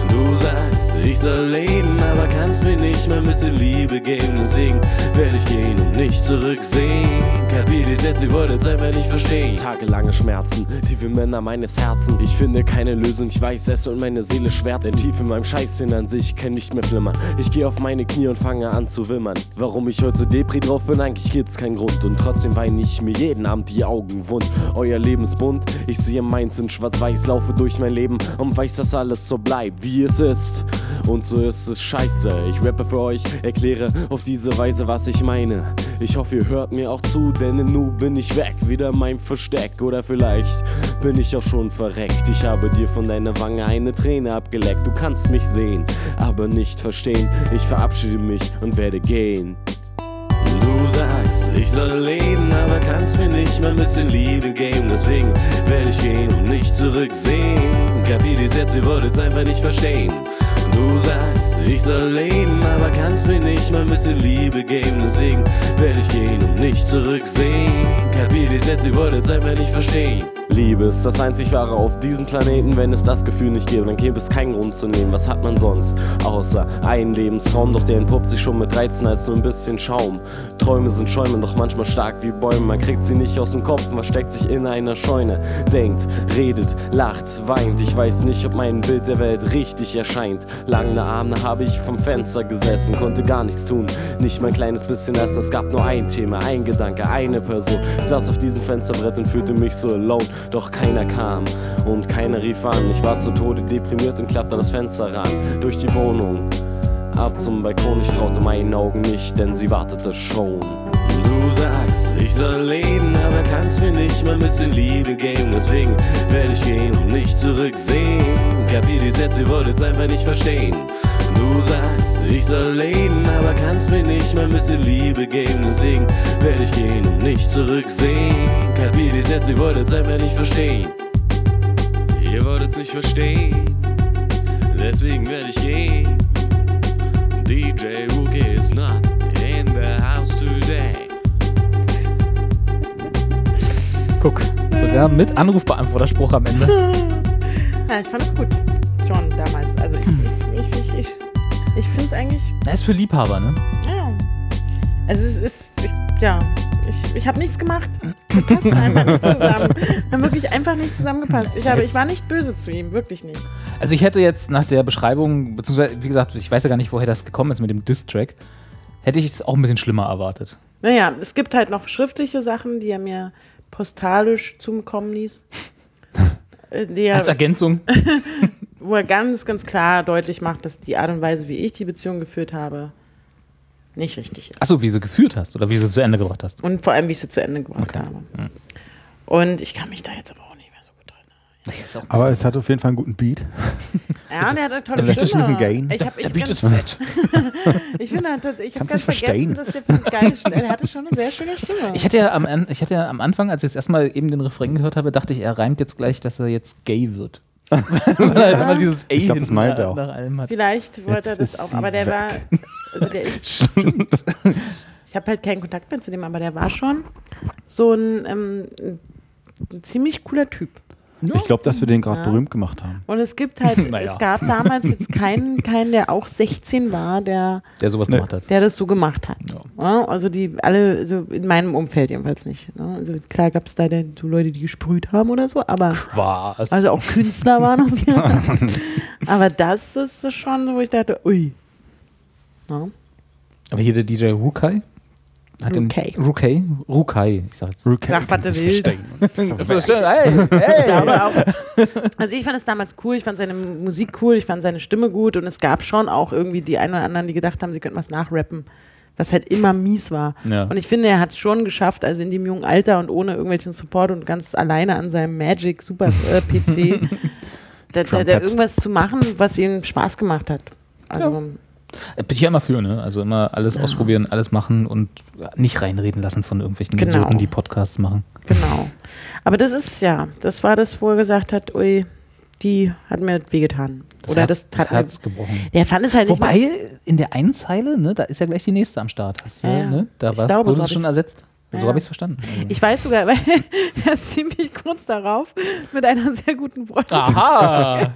F: Du sagst, ich soll leben, aber kannst mir nicht mal ein bisschen Liebe geben. Deswegen werde ich gehen und nicht zurücksehen. Kapier die Sätze, ihr wolltet es einfach nicht verstehen. Tagelange Schmerzen, tiefe Männer meines Herzens. Ich finde keine Lösung, ich weiß es und meine Seele schwärzt. Denn tief in meinem Scheißsinn an sich kann nicht mehr flimmern. Ich gehe auf meine Knie und fange an zu wimmern. Warum ich heute so Depri drauf bin, eigentlich gibt's keinen Grund. Und trotzdem weine ich mir jeden Abend die Augen wund. Euer Lebensbund, ich sehe meins in schwarz-weiß, laufe durch mein Leben und weiß, dass alles so bleibt, wie es ist. Und so ist es scheiße. Ich rappe für euch, erkläre auf diese Weise, was ich meine. Ich hoffe, ihr hört mir auch zu, denn im Nu bin ich weg, wieder in meinem Versteck. Oder vielleicht bin ich auch schon verreckt. Ich habe dir von deiner Wange eine Träne abgeleckt. Du kannst mich sehen, aber nicht verstehen. Ich verabschiede mich und werde gehen. Du sagst, ich soll leben, aber kannst mir nicht mal ein bisschen Liebe geben. Deswegen werde ich gehen und nicht zurücksehen. Kapier die Sätze, ihr wolltet's einfach nicht verstehen. Du sagst, ich soll leben, aber kannst mir nicht mal ein bisschen Liebe geben. Deswegen werde ich gehen und nicht zurücksehen. Kapier die Sätze, ihr wolltet's einfach nicht verstehen. Liebe ist das einzig wahre auf diesem Planeten. Wenn es das Gefühl nicht gäbe, dann gäbe es keinen Grund zu nehmen. Was hat man sonst? Außer einen Lebenstraum, doch der entpuppt sich schon mit 13 als nur ein bisschen Schaum. Träume sind Schäume, doch manchmal stark wie Bäume. Man kriegt sie nicht aus dem Kopf, man steckt sich in einer Scheune. Denkt, redet, lacht, weint. Ich weiß nicht, ob mein Bild der Welt richtig erscheint. Lange Arme habe ich vom Fenster gesessen, konnte gar nichts tun. Nicht mein kleines bisschen Essen, es gab nur ein Thema, ein Gedanke, eine Person. Ich saß auf diesem Fensterbrett und fühlte mich so alone. Doch keiner kam und keiner rief an. Ich war zu Tode deprimiert und klappte an das Fenster ran. Durch die Wohnung, ab zum Balkon. Ich traute meinen Augen nicht, denn sie wartete schon. Du sagst, ich soll leben, aber kannst mir nicht mal ein bisschen Liebe geben. Deswegen werde ich gehen und nicht zurücksehen. Kapier die Sätze, ihr wolltet's einfach nicht verstehen. Du sagst, ich soll leben, aber kannst mir nicht mal ein bisschen Liebe geben. Deswegen werde ich gehen und nicht zurücksehen. Kapier die Sätze, ihr wolltet's einfach nicht verstehen. Ihr wolltet's nicht verstehen. Deswegen werde ich gehen. DJ Rookie is not in the house today.
A: Guck, sogar mit Anrufbeantworterspruch am Ende.
B: Ja, ich fand es gut. Schon damals. Also ich, ich, ich, ich, ich finde es eigentlich.
A: Das ist für Liebhaber, ne?
B: Ja. Also es ist. Ich, ja. Ich, ich habe nichts gemacht. Wir passen einfach nicht zusammen. Wir haben wirklich einfach nicht zusammengepasst. Ich, habe, ich war nicht böse zu ihm, wirklich nicht.
A: Also ich hätte jetzt nach der Beschreibung, beziehungsweise, wie gesagt, ich weiß ja gar nicht, woher das gekommen ist mit dem Diss-Track, hätte ich es auch ein bisschen schlimmer erwartet.
B: Naja, es gibt halt noch schriftliche Sachen, die er mir postalisch zukommen ließ. Äh, die er-
A: Als Ergänzung.
B: wo er ganz, ganz klar deutlich macht, dass die Art und Weise, wie ich die Beziehung geführt habe, nicht richtig ist.
A: Achso, wie du sie geführt hast oder wie du sie zu Ende gebracht hast.
B: Und vor allem, wie ich sie zu Ende gebracht habe. Und ich kann mich da jetzt aber auch nicht mehr so gut dran erinnern.
C: Aber es hat auf jeden Fall einen guten Beat.
B: Ja, und er hat eine tolle
C: Der Beat ist ein
B: Stimme.
C: bisschen gain.
B: Ich hab- ich bin-
A: fett.
B: Ich finde, er hat- ich habe
C: Kannst
B: ganz
C: nicht verstehen.
B: vergessen, dass der Typ geil schnell. Er hatte schon eine sehr schöne Stimme.
A: Ich hatte, ja am, An- ich hatte ja am Anfang, als ich jetzt erstmal eben den Refrain gehört habe, dachte ich, er reimt jetzt gleich, dass er jetzt gay wird. Weil er halt immer dieses A
C: glaub, das
A: hinten
C: meint er
A: nach-
C: auch.
A: nach allem hat.
B: Vielleicht wollte er
C: Jetzt
B: das
C: ist
B: auch,
C: sie
B: aber der
C: weg.
B: war. Also der ist, ich habe halt keinen Kontakt mehr zu dem, aber der war schon so ein, ähm, ein ziemlich cooler Typ.
C: Ich glaube, dass wir den gerade berühmt gemacht haben.
B: Und es gibt halt,
A: Naja.
B: es gab damals jetzt keinen, keinen, der auch 16 war, der,
A: Der sowas
C: Nee.
A: gemacht hat.
B: der das so gemacht hat.
A: Ja.
B: Ja, also die alle, so in meinem Umfeld jedenfalls nicht. Ne? Also klar gab es da dann so Leute, die gesprüht haben oder so, aber
A: War es.
B: also auch Künstler waren auch wieder. aber das ist so schon, so, wo ich dachte, ui. Ja.
A: Aber hier der DJ Hukai, Hat den-
B: Rukai.
A: Rukai. Rukai, ich sag's.
C: Rückkehr.
B: Sag, was du willst.
A: Also, stimmt, hey, hey.
B: Aber auch, also ich fand es damals cool, ich fand seine Musik cool, ich fand seine Stimme gut und es gab schon auch irgendwie die einen oder anderen, die gedacht haben, sie könnten was nachrappen, was halt immer mies war.
A: Ja.
B: Und ich finde, er hat es schon geschafft, also in dem jungen Alter und ohne irgendwelchen Support und ganz alleine an seinem Magic Super äh, PC, da, da, da
C: Trumpets.
B: irgendwas zu machen, was ihm Spaß gemacht hat. Also
A: Bin ich ja immer für, ne? Also immer alles ausprobieren, alles machen und nicht reinreden lassen von irgendwelchen
B: Genau.
A: Idioten, die Podcasts machen.
B: genau. Aber das ist ja, das war das, wo er gesagt hat, ui, die hat mir wehgetan. oder
A: Herz,
B: das hat mir,
A: Herz gebrochen.
B: der fand es halt nicht mehr-
A: Wobei, in der einen Zeile, ne, da ist ja gleich die nächste am Start. Hast du,
B: Ja, ja.
A: ne? Da
B: Ich
A: war's-
B: glaube, so
A: wurde
B: hab
A: es schon
B: ich's-
A: ersetzt.
B: Ja.
A: So habe ich es verstanden. Also-
B: Ich weiß sogar, weil er ist ziemlich kurz darauf mit einer sehr guten
A: Mhm.
B: Freundin,
A: Aha!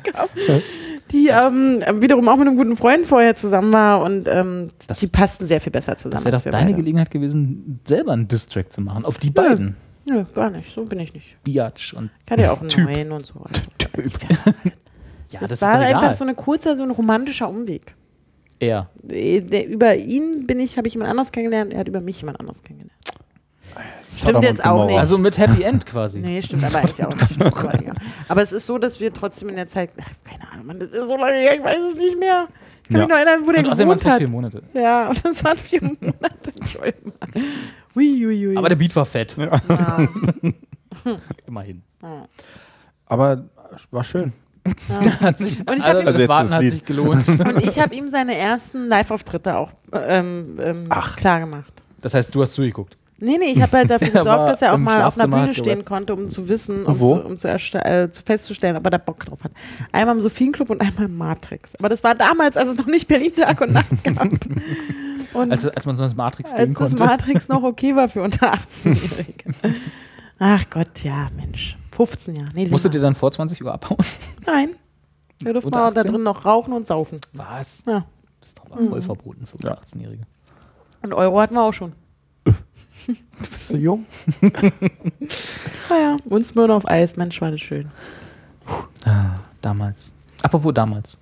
B: die ähm, wiederum auch mit einem guten Freund vorher zusammen war und ähm, die passten sehr viel besser zusammen.
A: Das wäre
B: als
A: doch
B: wir
A: deine
B: beide.
A: Gelegenheit gewesen, selber einen Distrack zu machen. Auf die beiden.
B: Nö, gar nicht. So bin ich nicht.
A: Biatch und.
B: Ich hatte ja auch einen
A: Typ.
B: neuen und so.
A: Ja,
B: Das,
A: das,
B: war
A: ist doch
B: einfach
A: egal.
B: so ein kurzer, so ein romantischer Umweg.
A: er.
B: Äh, der- Über ihn bin ich, habe ich jemand anders kennengelernt, er hat über mich jemand anders kennengelernt.
C: Stimmt
B: jetzt auch nicht.
A: Also mit Happy End quasi.
B: Nee, stimmt aber eigentlich auch nicht. Stimmt aber, ja. Aber es ist so, dass wir trotzdem in der Zeit, ach, keine Ahnung, Mann, das ist so lange her, ich weiß es nicht mehr. Ich kann
C: Ja.
B: mich noch erinnern, wo der
A: Und außerdem waren
B: gewohnt
A: es fast
B: hat.
A: vier Monate.
B: Ja, und das waren vier Monate. Entschuldigung. Ui, ui, ui.
A: Aber der Beat war fett.
B: ja.
A: Immerhin.
C: Aber Also, war schön.
A: Hat sich,
B: Und ich hab
A: also
B: ihm-
A: das
C: Also jetzt
A: Warten
C: das
A: hat
C: Lied.
A: sich gelohnt.
B: Und ich habe ihm seine ersten Live-Auftritte auch ähm, ähm, klar gemacht.
A: Das heißt, du hast zugeguckt.
B: Nee, nee, ich habe halt dafür
A: Der war
B: gesorgt, dass er auch
A: im
B: mal auf einer
A: Schlafzimmer,
B: Bühne
A: hat
B: stehen
A: gerappt.
B: konnte, um zu wissen, um,
C: Wo?
B: zu, um zu, erste- äh, zu festzustellen, ob er da Bock drauf hat. Einmal im Sophienclub und einmal im Matrix. Aber das war damals, als es noch nicht Berlin Tag und Nacht gab. Und
A: Als, als man sonst Matrix
B: als
A: sehen
B: das
A: konnte.
B: Matrix noch okay war für unter 18-Jährige. Ach Gott, ja, Mensch. 15 Jahre. Nee,
A: Musstet
B: länger.
A: ihr dann vor 20 Uhr abhauen?
B: Nein. Wir durften
A: Unter
B: auch da
A: 18?
B: drin noch rauchen und saufen.
A: Was?
B: Ja.
A: Das ist doch
B: Mhm.
A: mal voll verboten für unter 18-Jährige.
B: Und Euro hatten wir auch schon.
C: Du bist so jung.
B: Naja, uns nur noch auf Eis. Mensch, war das schön.
A: Ah, Damals. Apropos damals.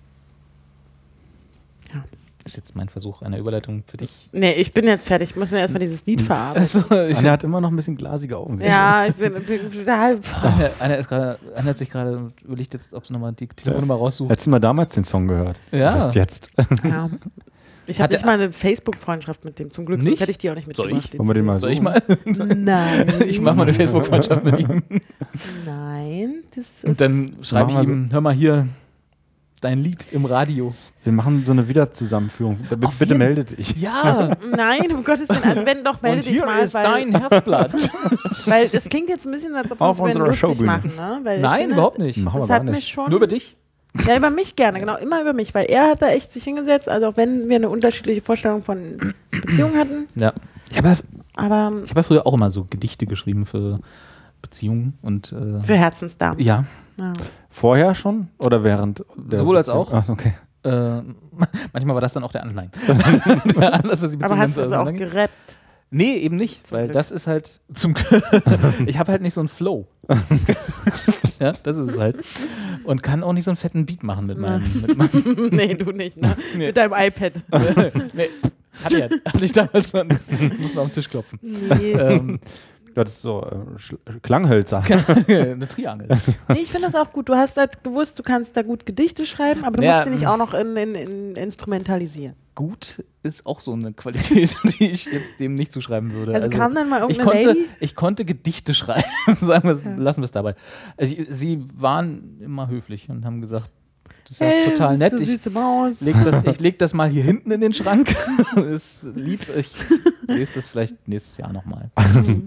B: Ja.
A: Das ist jetzt mein Versuch einer Überleitung für dich.
B: Nee, ich bin jetzt fertig. Ich muss mir erstmal dieses Lied verarbeiten.
C: Anne hat immer noch ein bisschen glasige Augen.
B: Ja, ich bin, bin total.
A: Einer, einer, ist gerade, einer hat sich gerade überlegt, jetzt, ob sie nochmal die Telefonnummer raussucht.
C: Hättest du mal damals den Song gehört?
A: Ja.
C: Was jetzt?
B: Ja. Ich
A: Hat
B: habe
A: der-
B: nicht mal eine Facebook-Freundschaft mit dem. Zum Glück, sonst
A: Nicht?
B: hätte ich die auch nicht
A: Soll
B: mitgemacht.
C: Wollen wir den mal
A: Soll ich
C: suchen?
A: mal?
B: Nein.
A: Ich mache mal eine Facebook-Freundschaft mit ihm.
B: Nein. Das ist.
A: Und dann schreibe ich
C: Machen wir
A: ihm, hör mal hier, dein Lied im Radio.
C: Wir machen so eine Wiederzusammenführung. B-
A: Auf
C: Bitte
A: jeden-
C: melde dich.
A: Ja,
B: Nein, um Gottes Willen. Also, wenn doch, melde
A: und
B: dich
A: hier
B: mal.
A: ist
B: weil,
A: dein Herzblatt.
B: weil es klingt jetzt ein bisschen, als ob wir
C: Auf
B: uns über ihn
C: unserer
B: lustig
C: Showbühne.
B: machen. Ne? Weil ich
A: Nein,
B: finde,
A: überhaupt nicht.
C: Machen
B: Das
C: wir
B: hat
C: gar
B: mich
C: nicht.
B: schon.
A: Nur über dich.
B: Ja, über mich gerne, genau, immer über mich, weil er hat da echt sich hingesetzt, also auch wenn wir eine unterschiedliche Vorstellung von Beziehungen hatten,
A: Ja. Ich habe ja,
B: aber ähm,
A: ich hab ja früher auch immer so Gedichte geschrieben für Beziehungen und äh,
B: für Herzensdamen.
A: ja.
B: Ja.
C: Vorher schon oder während? der
A: Sowohl als
C: Beziehung?
A: auch.
C: Ach, so, okay.
A: Äh, manchmal war das dann auch der Anleihen. der Anlass, dass die
B: Aber
A: Beziehung
B: hast du
A: ganz
B: es auch
A: auseinanderging.
B: gerappt?
A: Nee, eben nicht, weil
B: Glück.
A: das ist halt zum Ich habe halt nicht so einen Flow. ja, das ist es halt. Und kann auch nicht so einen fetten Beat machen mit meinem. Mit meinem
B: nee, du nicht, ne?
A: Nee.
B: Mit deinem iPad.
A: nee, hatte, ich, halt- hatte ich damals noch nicht. Ich musste auf den Tisch klopfen.
B: Nee.
A: Ähm,
C: Du hattest so äh, Schl- Klanghölzer.
A: eine Triangel.
B: nee, ich finde das auch gut. Du hast halt gewusst, du kannst da gut Gedichte schreiben, aber du
A: Ja,
B: musst sie nicht
A: ähm.
B: auch noch in, in, in instrumentalisieren.
A: Gut ist auch so eine Qualität, die ich jetzt dem nicht zuschreiben würde.
B: Also, kam dann mal
A: ich
B: irgendeine
A: konnte,
B: Lady?
A: ich konnte Gedichte schreiben. Sagen wir's, Lassen wir es dabei. Also ich, sie waren immer höflich und haben gesagt, das ist ja
B: Hey,
A: total
B: du bist
A: nett.
B: Eine
A: Ich,
B: süße Maus.
A: Leg das, ich leg das mal hier hinten in den Schrank. ist lieb. Ich lese das vielleicht nächstes Jahr nochmal.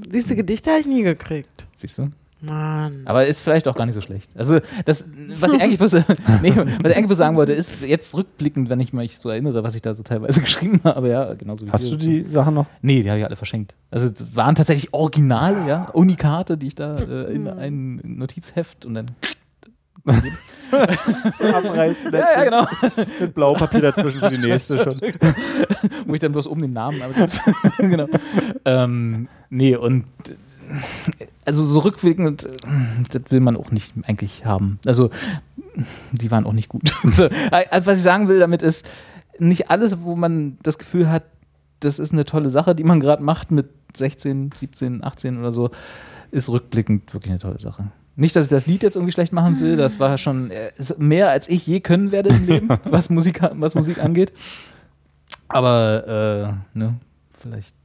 B: Diese Gedichte habe ich nie gekriegt.
A: Siehst du?
B: Mann.
A: Aber ist vielleicht auch gar nicht so schlecht. Also, das, was ich eigentlich bloß, nee, was ich eigentlich bloß sagen wollte, ist jetzt rückblickend, wenn ich mich so erinnere, was ich da so teilweise geschrieben habe, ja, genauso wie
C: Hast du
A: hier.
C: die Sachen noch?
A: Nee, die habe ich alle verschenkt. Also das waren tatsächlich Originale, ja, Unikate, die ich da äh, in ein Notizheft und dann.
C: Abreißen.
A: Ja, ja, genau.
C: Mit Blaupapier dazwischen für die nächste schon.
A: Wo ich dann bloß oben den Namen aber genau. ähm, nee, und äh, also so rückwirkend, äh, das will man auch nicht eigentlich haben. Also die waren auch nicht gut. so, äh, was ich sagen will damit ist, nicht alles, wo man das Gefühl hat, das ist eine tolle Sache, die man gerade macht mit 16, 17, 18 oder so, ist rückblickend wirklich eine tolle Sache. Nicht, dass ich das Lied jetzt irgendwie schlecht machen will, das war schon äh, ist mehr, als ich je können werde im Leben, was, Musik, was Musik angeht. Aber, äh, ne, vielleicht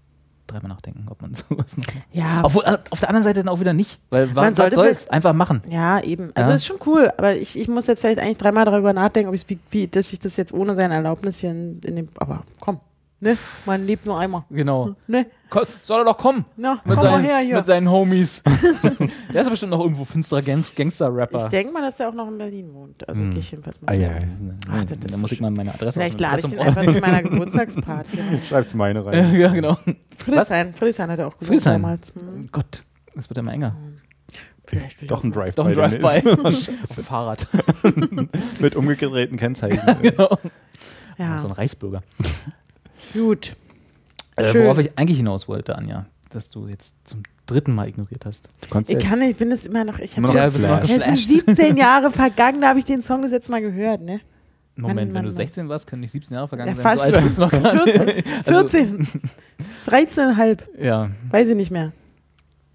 A: dreimal nachdenken, ob man sowas noch.
B: Ja,
A: Obwohl, äh, auf der anderen Seite dann auch wieder nicht, weil wa-
B: Man
A: was
B: sollte
A: soll's?
B: vielleicht-
A: Einfach machen.
B: ja eben. Also
A: Ja.
B: ist schon cool, aber ich, ich muss jetzt vielleicht eigentlich dreimal darüber nachdenken, ob ich, wie, wie, dass ich das jetzt ohne seine Erlaubnis hier in, in dem. Aber komm, ne? Man lebt nur einmal.
A: Genau.
B: Ne?
A: Ko- Soll er doch kommen.
B: Na,
A: Mit,
B: komm mal
A: seinen,
B: her hier.
A: mit seinen Homies. der ist bestimmt noch irgendwo finsterer Gangs-
B: Ich
A: Gangster-Rapper.
B: denke mal, dass der auch noch in Berlin wohnt.
A: Hm.
B: Also gehe ich jedenfalls
A: Ah,
B: mal.
C: Ei,
B: davon
C: ei.
B: aus.
A: Ach,
B: das
A: da
B: ist
A: muss ich mal meine Adresse
B: Vielleicht
A: auf
B: lade
A: dem
B: ich ihn
A: Adress-
B: einfach zu meiner Geburtstagsparty.
C: Schreibt's meine rein.
A: Ja, genau.
B: Friedrichshain, Friedrichshain hat er auch gesagt
A: Friedrichshain.
B: damals. Hm,
A: Gott, das wird ja immer enger.
B: vielleicht will
C: Doch ein Drive-By.
A: Doch ein
C: dann
A: Drive-By. Auf dem Fahrrad.
C: ist- Mit umgedrehten Kennzeichen.
A: genau.
B: ich- Ja,
A: So ein Reichsbürger.
B: gut.
A: Äh,
B: Schön.
A: worauf ich eigentlich hinaus wollte, Anja, dass du jetzt zum dritten Mal ignoriert hast.
C: Du kannst
B: Ich
C: jetzt-
B: kann, ich bin es immer noch. Ich hab
C: Immer noch
B: den-
C: Ja,
A: bist du mal
C: Flash.
B: es sind
A: geflasht?
B: 17 Jahre vergangen, da habe ich den Song das letzte Mal gehört, ne?
A: Moment,
B: Mann,
A: wenn
B: Mann,
A: du
B: Mann.
A: 16 warst, können nicht 17 Jahre vergangen
B: Ja,
A: sein. So
B: fast.
A: alt bist du noch gar nicht. Also
B: 14, 14, 13,5,
A: Ja.
B: weiß ich nicht mehr.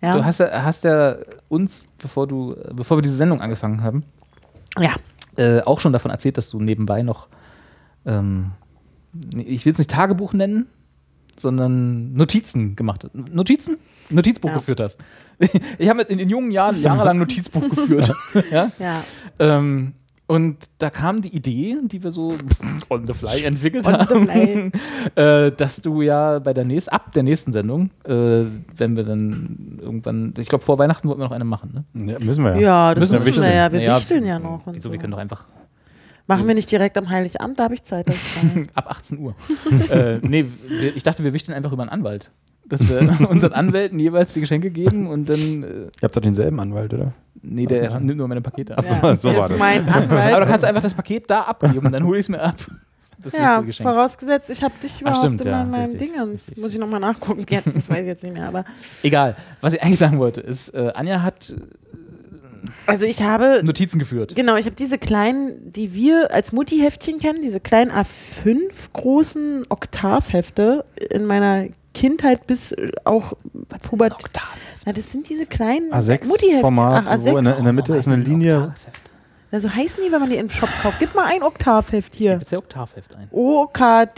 B: Ja,
A: Du hast ja, hast ja uns, bevor du, bevor wir diese Sendung angefangen haben,
B: ja.
A: äh, auch schon davon erzählt, dass du nebenbei noch, ähm, nee, ich will es nicht Tagebuch nennen, sondern Notizen gemacht hast. Notizen? Notizbuch
B: Ja.
A: geführt hast. Ich habe in den jungen Jahren jahrelang Notizbuch geführt. ja?
B: ja.
A: ähm, und da kam die Idee, die wir so on the fly entwickelt
B: On the
A: haben,
B: fly.
A: äh, dass du ja bei der nächsten, ab der nächsten Sendung, äh, wenn wir dann irgendwann, ich glaube vor Weihnachten wollten wir noch eine machen, ne?
C: Ja, müssen wir ja.
B: ja, das
C: Müssen wir
B: müssen wir
C: wichteln.
B: ja. Wir
A: Naja,
B: wichteln ja noch. Und
A: Wieso, wir können doch einfach
B: Machen wir nicht direkt am Heiligabend, da habe ich Zeit. Das ist fein.
A: ab 18 Uhr. äh, nee, wir, ich dachte, wir wichteln einfach über einen Anwalt. Dass wir unseren Anwälten jeweils die Geschenke geben und dann. Äh,
C: Ihr habt doch denselben Anwalt, oder?
A: nee, der nimmt nur meine Pakete ab.
C: Ach so, so
B: Der
C: war
B: ist
C: das.
B: mein Anwalt.
A: Aber da kannst du einfach das Paket da abgeben und dann hole ich es mir ab. Das
B: Ja,
A: richtige Geschenk.
B: vorausgesetzt, ich habe dich überhaupt
A: stimmt,
B: in
A: ja,
B: meinem- meinem
A: richtig,
B: Ding. Das
A: richtig.
B: muss ich nochmal nachgucken jetzt, das weiß ich jetzt nicht mehr. Aber
A: Egal. Was ich eigentlich sagen wollte, ist, äh, Anja hat
B: also ich habe,
A: Notizen geführt.
B: genau, ich habe diese kleinen, die wir als Mutti-Heftchen kennen, diese kleinen A5 großen Oktavhefte in meiner Kindheit bis äh, auch Hubert. Na, das sind diese kleinen
C: A6-Format,
B: Ach,
C: wo in der, in
B: A6.
C: der Mitte ist
A: Oh
C: eine Linie.
B: Na, so heißen die, wenn man die im Shop kauft. Gib mal ein Oktavheft hier.
A: Jetzt der Oktavheft ein.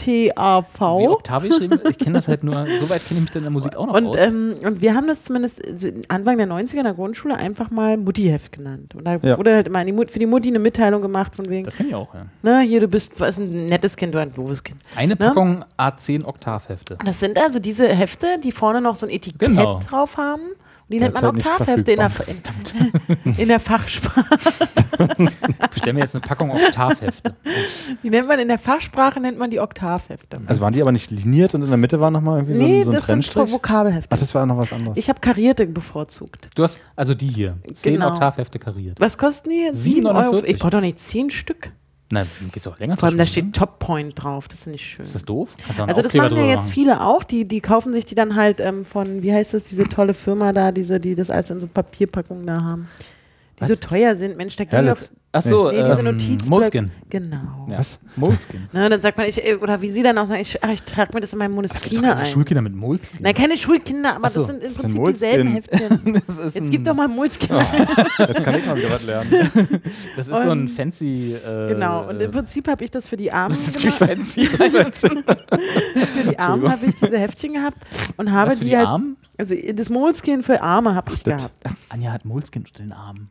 A: Wie
B: O-K-T-A-V.
A: Oktave geschrieben? Ich kenne das halt nur, soweit kenne ich mich dann in der Musik auch noch
B: Und,
A: aus.
B: ähm, und wir haben das zumindest äh, so Anfang der 90er in der Grundschule einfach mal Muttiheft genannt. Und da
C: Ja.
B: wurde halt immer eine Mut- für die Mutti eine Mitteilung gemacht, von wegen,
A: das kenne ich auch, ja.
B: ne, hier, du bist was ein nettes Kind oder ein doofes Kind.
A: Eine
B: Ne?
A: Packung A10 Oktavhefte.
B: Das sind also diese Hefte, die vorne noch so ein Etikett
A: Genau.
B: drauf haben. Und die
C: Der
B: nennt man
C: ist halt nicht
B: Oktavhefte in der, in, in der Fachsprache.
A: Bestell mir jetzt eine Packung Oktavhefte.
B: Die nennt man in der Fachsprache nennt man die Oktavhefte.
C: Also waren die aber nicht liniert und in der Mitte war nochmal irgendwie so
B: nee,
C: ein, so ein
B: das sind
C: Trennstrich?
B: Vokabelhefte.
C: Ach, das war noch was anderes.
B: Ich habe karierte bevorzugt.
A: Du hast also die hier. Zehn
B: Genau.
A: Oktavhefte kariert.
B: Was kosten die? Sieben Euro.
A: 7,49.
B: Ich brauche doch nicht zehn Stück.
A: Nein, geht's auch länger
B: Vor allem, da
A: zwischen, ne?
B: steht Top Point drauf. Das ist nicht schön.
A: Ist das doof? Kannst du auch einen
B: Also das
A: Aufkleber
B: machen ja
A: drüber
B: jetzt
A: machen.
B: viele auch, die, die kaufen sich die dann halt ähm, von, wie heißt das, diese tolle Firma da, diese, die das alles in so Papierpackungen da haben. Die so teuer sind, Mensch, da gehen doch
C: Herrlich.
A: Ach so,
B: nee, diese
A: ähm,
B: Notizblöcke.
A: Moleskin.
B: Genau.
A: Ja. Moleskin.
B: Ne, dann sagt man, ich, äh, oder wie sie dann auch sagen, ich, ach, ich trage mir das in meinem Moneskine ein.
A: Schulkinder mit Moleskin.
B: Nein, keine Schulkinder, aber
A: Ach so,
B: das sind im
C: das sind
B: Prinzip dieselben Heftchen.
A: das ist,
B: Jetzt
A: ein,
B: gib doch mal Moleskine.
C: Jetzt kann ich mal wieder was lernen.
A: das ist so ein fancy. Äh,
B: Genau. Und im Prinzip habe ich das für die Armen
A: das ist
B: gemacht.
A: natürlich fancy. für
B: Für die Armen habe ich diese Heftchen gehabt und habe
A: Was für
B: die,
A: die
B: halt.
A: Armen?
B: Also das Moleskine für Arme habe ich gehabt.
A: Anja hat Moleskin unter den Armen.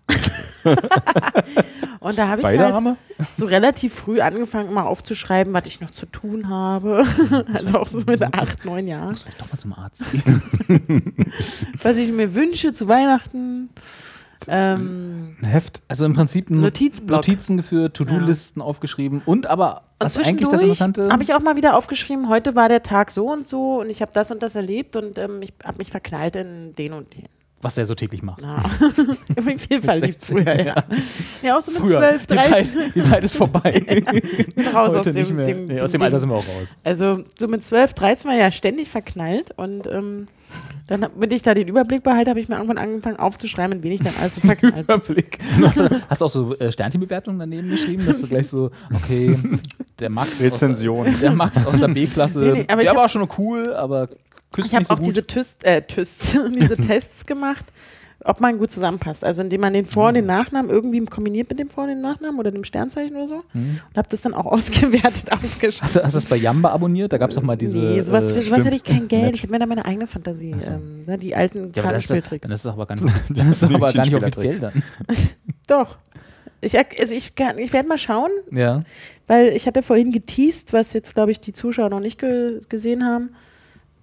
B: Und da habe ich
C: Beide
B: halt
C: Arme?
B: so relativ früh angefangen, mal aufzuschreiben, was ich noch zu tun habe. Also auch so mit acht, neun Jahren.
A: Muss ich doch mal zum Arzt gehen.
B: Was ich mir wünsche zu Weihnachten. Ähm,
C: Ein Heft.
A: Also im Prinzip ein
B: Notizblock.
A: Notizen geführt, To-Do-Listen aufgeschrieben und aber
B: und
A: was eigentlich das
B: zwischendurch
A: Interessante.
B: habe ich auch mal wieder aufgeschrieben, heute war der Tag so und so und ich habe das und das erlebt und ähm, ich habe mich verknallt in den und den.
A: was du ja so täglich machst.
B: Ja. ich bin viel verliebt
A: 16,
B: früher, ja. Ja, auch so mit
A: Früher.
B: zwölf,
A: die,
B: dreizehn
A: Zeit, die Zeit ist vorbei.
B: raus aus
A: Heute nicht
B: dem,
A: mehr.
B: dem,
A: nee, aus dem Alter sind wir auch raus.
B: Also so mit 12, 13 war ich ja ständig verknallt und ähm, Dann, hab- wenn ich da den Überblick behalte, habe ich mir irgendwann angefangen aufzuschreiben, mit wen ich dann alles so verknallt bin.
A: Überblick. Hast du, hast du auch so äh, Sternteambewertungen daneben geschrieben, dass du gleich so, okay, der Max.
C: Rezension.
A: Aus der, der Max aus der B-Klasse.
B: Nee, nee, aber
A: der
B: ich
A: war schon cool, aber küsst
B: Ich habe
A: nicht so
B: auch
A: gut.
B: diese, Tüst, äh, Tüst, diese Tests gemacht, ob man gut zusammenpasst. Also indem man den Vor- und den
A: Hm.
B: Nachnamen irgendwie kombiniert mit dem Vor- und dem Nachnamen oder dem Sternzeichen oder so.
A: Hm.
B: Und habe das dann auch ausgewertet, ausgeschaut.
A: Hast du, hast du das bei Jamba abonniert? Da gab es doch mal diese. äh,
B: nee, sowas, für sowas
A: stimmt.
B: hätte ich kein Geld. Ich habe mir da meine eigene Fantasie, ähm, ne, die alten
A: Ja, aber das ist, doch-
B: Kartenspieltricks.
A: dann ist das aber gar nicht, dann ist das aber gar nicht offiziell dann.
B: Doch. Ich, erk- also ich, kann- ich werde mal schauen,
A: Ja.
B: weil ich hatte vorhin geteased, was jetzt, glaube ich, die Zuschauer noch nicht ge gesehen haben,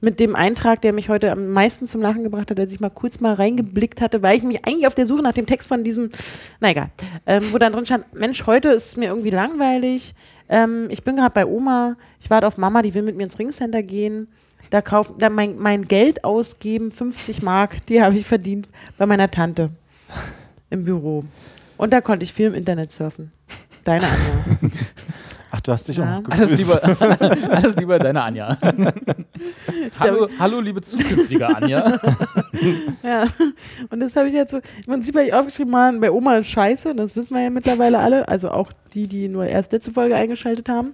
B: mit dem Eintrag, der mich heute am meisten zum Lachen gebracht hat, als ich mal kurz mal reingeblickt hatte, weil ich mich eigentlich auf der Suche nach dem Text von diesem, na egal, ähm, wo dann drin stand, Mensch, heute ist es mir irgendwie langweilig, ähm, ich bin gerade bei Oma, ich warte auf Mama, die will mit mir ins Ringcenter gehen. Da kaufen, da mein, mein Geld ausgeben, 50 Mark, die habe ich verdient bei meiner Tante im Büro. Und da konnte ich viel im Internet surfen. Deine Antwort.
C: Ach, du hast dich
B: Ja.
C: auch noch
A: Alles
C: gegrüßt.
A: lieber, alles lieber deine Anja. hallo, hallo, liebe zukünftige Anja.
B: Ja, und das habe ich jetzt so, im Prinzip habe ich aufgeschrieben, Mann, bei Oma ist scheiße, das wissen wir ja mittlerweile alle, also auch die, die nur erst letzte Folge eingeschaltet haben.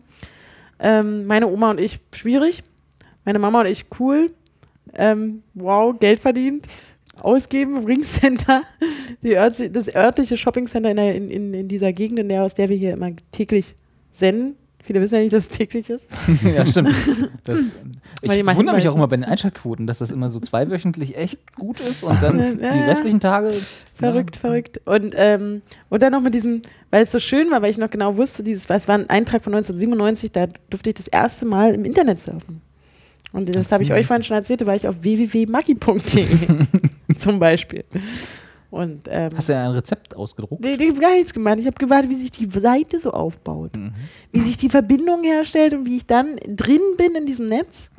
B: Ähm, meine Oma und ich schwierig, meine Mama und ich cool, ähm, wow, Geld verdient, ausgeben, Ringcenter, die örtli- das örtliche Shoppingcenter in, der, in, in, in dieser Gegend, in der, aus der wir hier immer täglich senden. Viele wissen ja nicht, dass es täglich ist.
A: ja, stimmt. Das, ich
B: Weil die mal
A: wundere mich auch
B: hinweisen.
A: immer bei den Einschaltquoten, dass das immer so zweiwöchentlich echt gut ist und dann
B: Ja,
A: die
B: ja.
A: restlichen Tage. ne?
B: Verrückt, verrückt. Und, ähm, und dann noch mit diesem, weil es so schön war, weil ich noch genau wusste, dieses, weil es war ein Eintrag von 1997, da durfte ich das erste Mal im Internet surfen. Und das habe ich euch vorhin schon erzählt, da war ich auf www.maki.de zum Beispiel. Und ähm,
A: Hast du ja ein Rezept ausgedruckt?
B: Nee, ich habe gar nichts gemacht. Ich habe gewartet, wie sich die Seite so aufbaut.
A: Mhm.
B: Wie sich die Verbindung herstellt und wie ich dann drin bin in diesem Netz.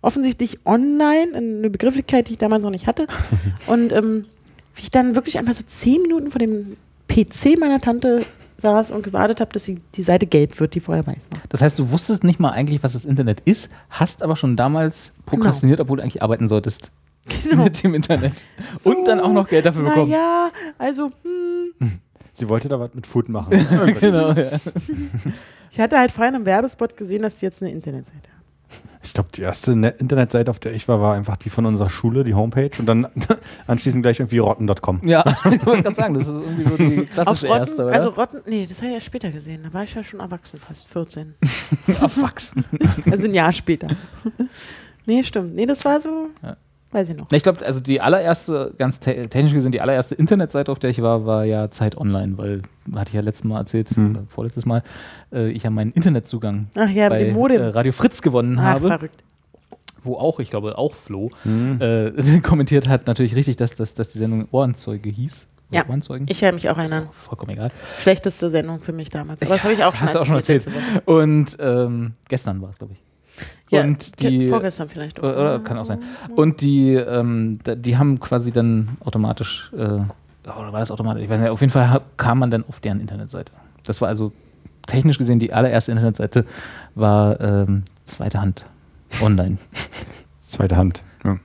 B: Offensichtlich online, eine Begrifflichkeit, die ich damals noch nicht hatte. Und ähm, wie ich dann wirklich einfach so zehn Minuten vor dem PC meiner Tante saß und gewartet habe, dass sie die Seite gelb wird, die vorher weiß war.
A: Das heißt, du wusstest nicht mal eigentlich, was das Internet ist, hast aber schon damals
B: Genau.
A: prokrastiniert, obwohl du eigentlich arbeiten solltest mit dem Internet. Genau. und dann auch noch Geld dafür bekommen.
B: Naja, also, hm.
C: Sie wollte da was mit Food machen.
A: Genau, ja.
B: Ich hatte halt vorhin im Werbespot gesehen, dass die jetzt eine Internetseite haben.
C: Ich glaube, die erste Net Internetseite, auf der ich war, war einfach die von unserer Schule, die Homepage. Und dann anschließend gleich irgendwie rotten.com.
A: Ja, ich wollte gerade sagen, das ist irgendwie so die klassische
B: Rotten,
A: erste, oder?
B: also Rotten, nee, das habe ich ja später gesehen. Da war ich ja schon erwachsen fast, 14.
A: erwachsen.
B: Also ein Jahr später. nee, stimmt. Nee, das war so, weiß ich noch.
A: Na, Ich glaube, also die allererste, ganz te technisch gesehen, die allererste Internetseite, auf der ich war, war ja Zeit Online, weil, hatte ich ja letztes Mal erzählt, oder vorletztes Mal, äh, ich ja meinen Internetzugang
B: Ach ja, mit
A: bei
B: dem Modem.
A: äh, Radio Fritz gewonnen
B: Ach,
A: habe,
B: Ah, verrückt.
A: wo auch, ich glaube, auch Flo äh, kommentiert hat, natürlich richtig, dass, dass, dass die Sendung Ohrenzeuge hieß. Oder
B: Ja,
A: Ohrenzeugen?
B: ich kann mich auch erinnern.
A: Vollkommen egal.
B: Schlechteste Sendung für mich damals. Aber das habe ich auch schon
A: Hast du auch schon erzählt. Und ähm, gestern war es, glaube ich.
B: Ja,
A: Und
B: ja,
A: die, Mhm.
B: vorgestern vielleicht.
A: Oder, oder kann auch sein. Und die, ähm, da- die haben quasi dann automatisch, äh, oder war das automatisch? Ich weiß nicht, auf jeden Fall ha- kam man dann auf deren Internetseite. Das war also technisch gesehen die allererste Internetseite, war ähm, zweite Hand online.
C: Zweite Hand. Ja.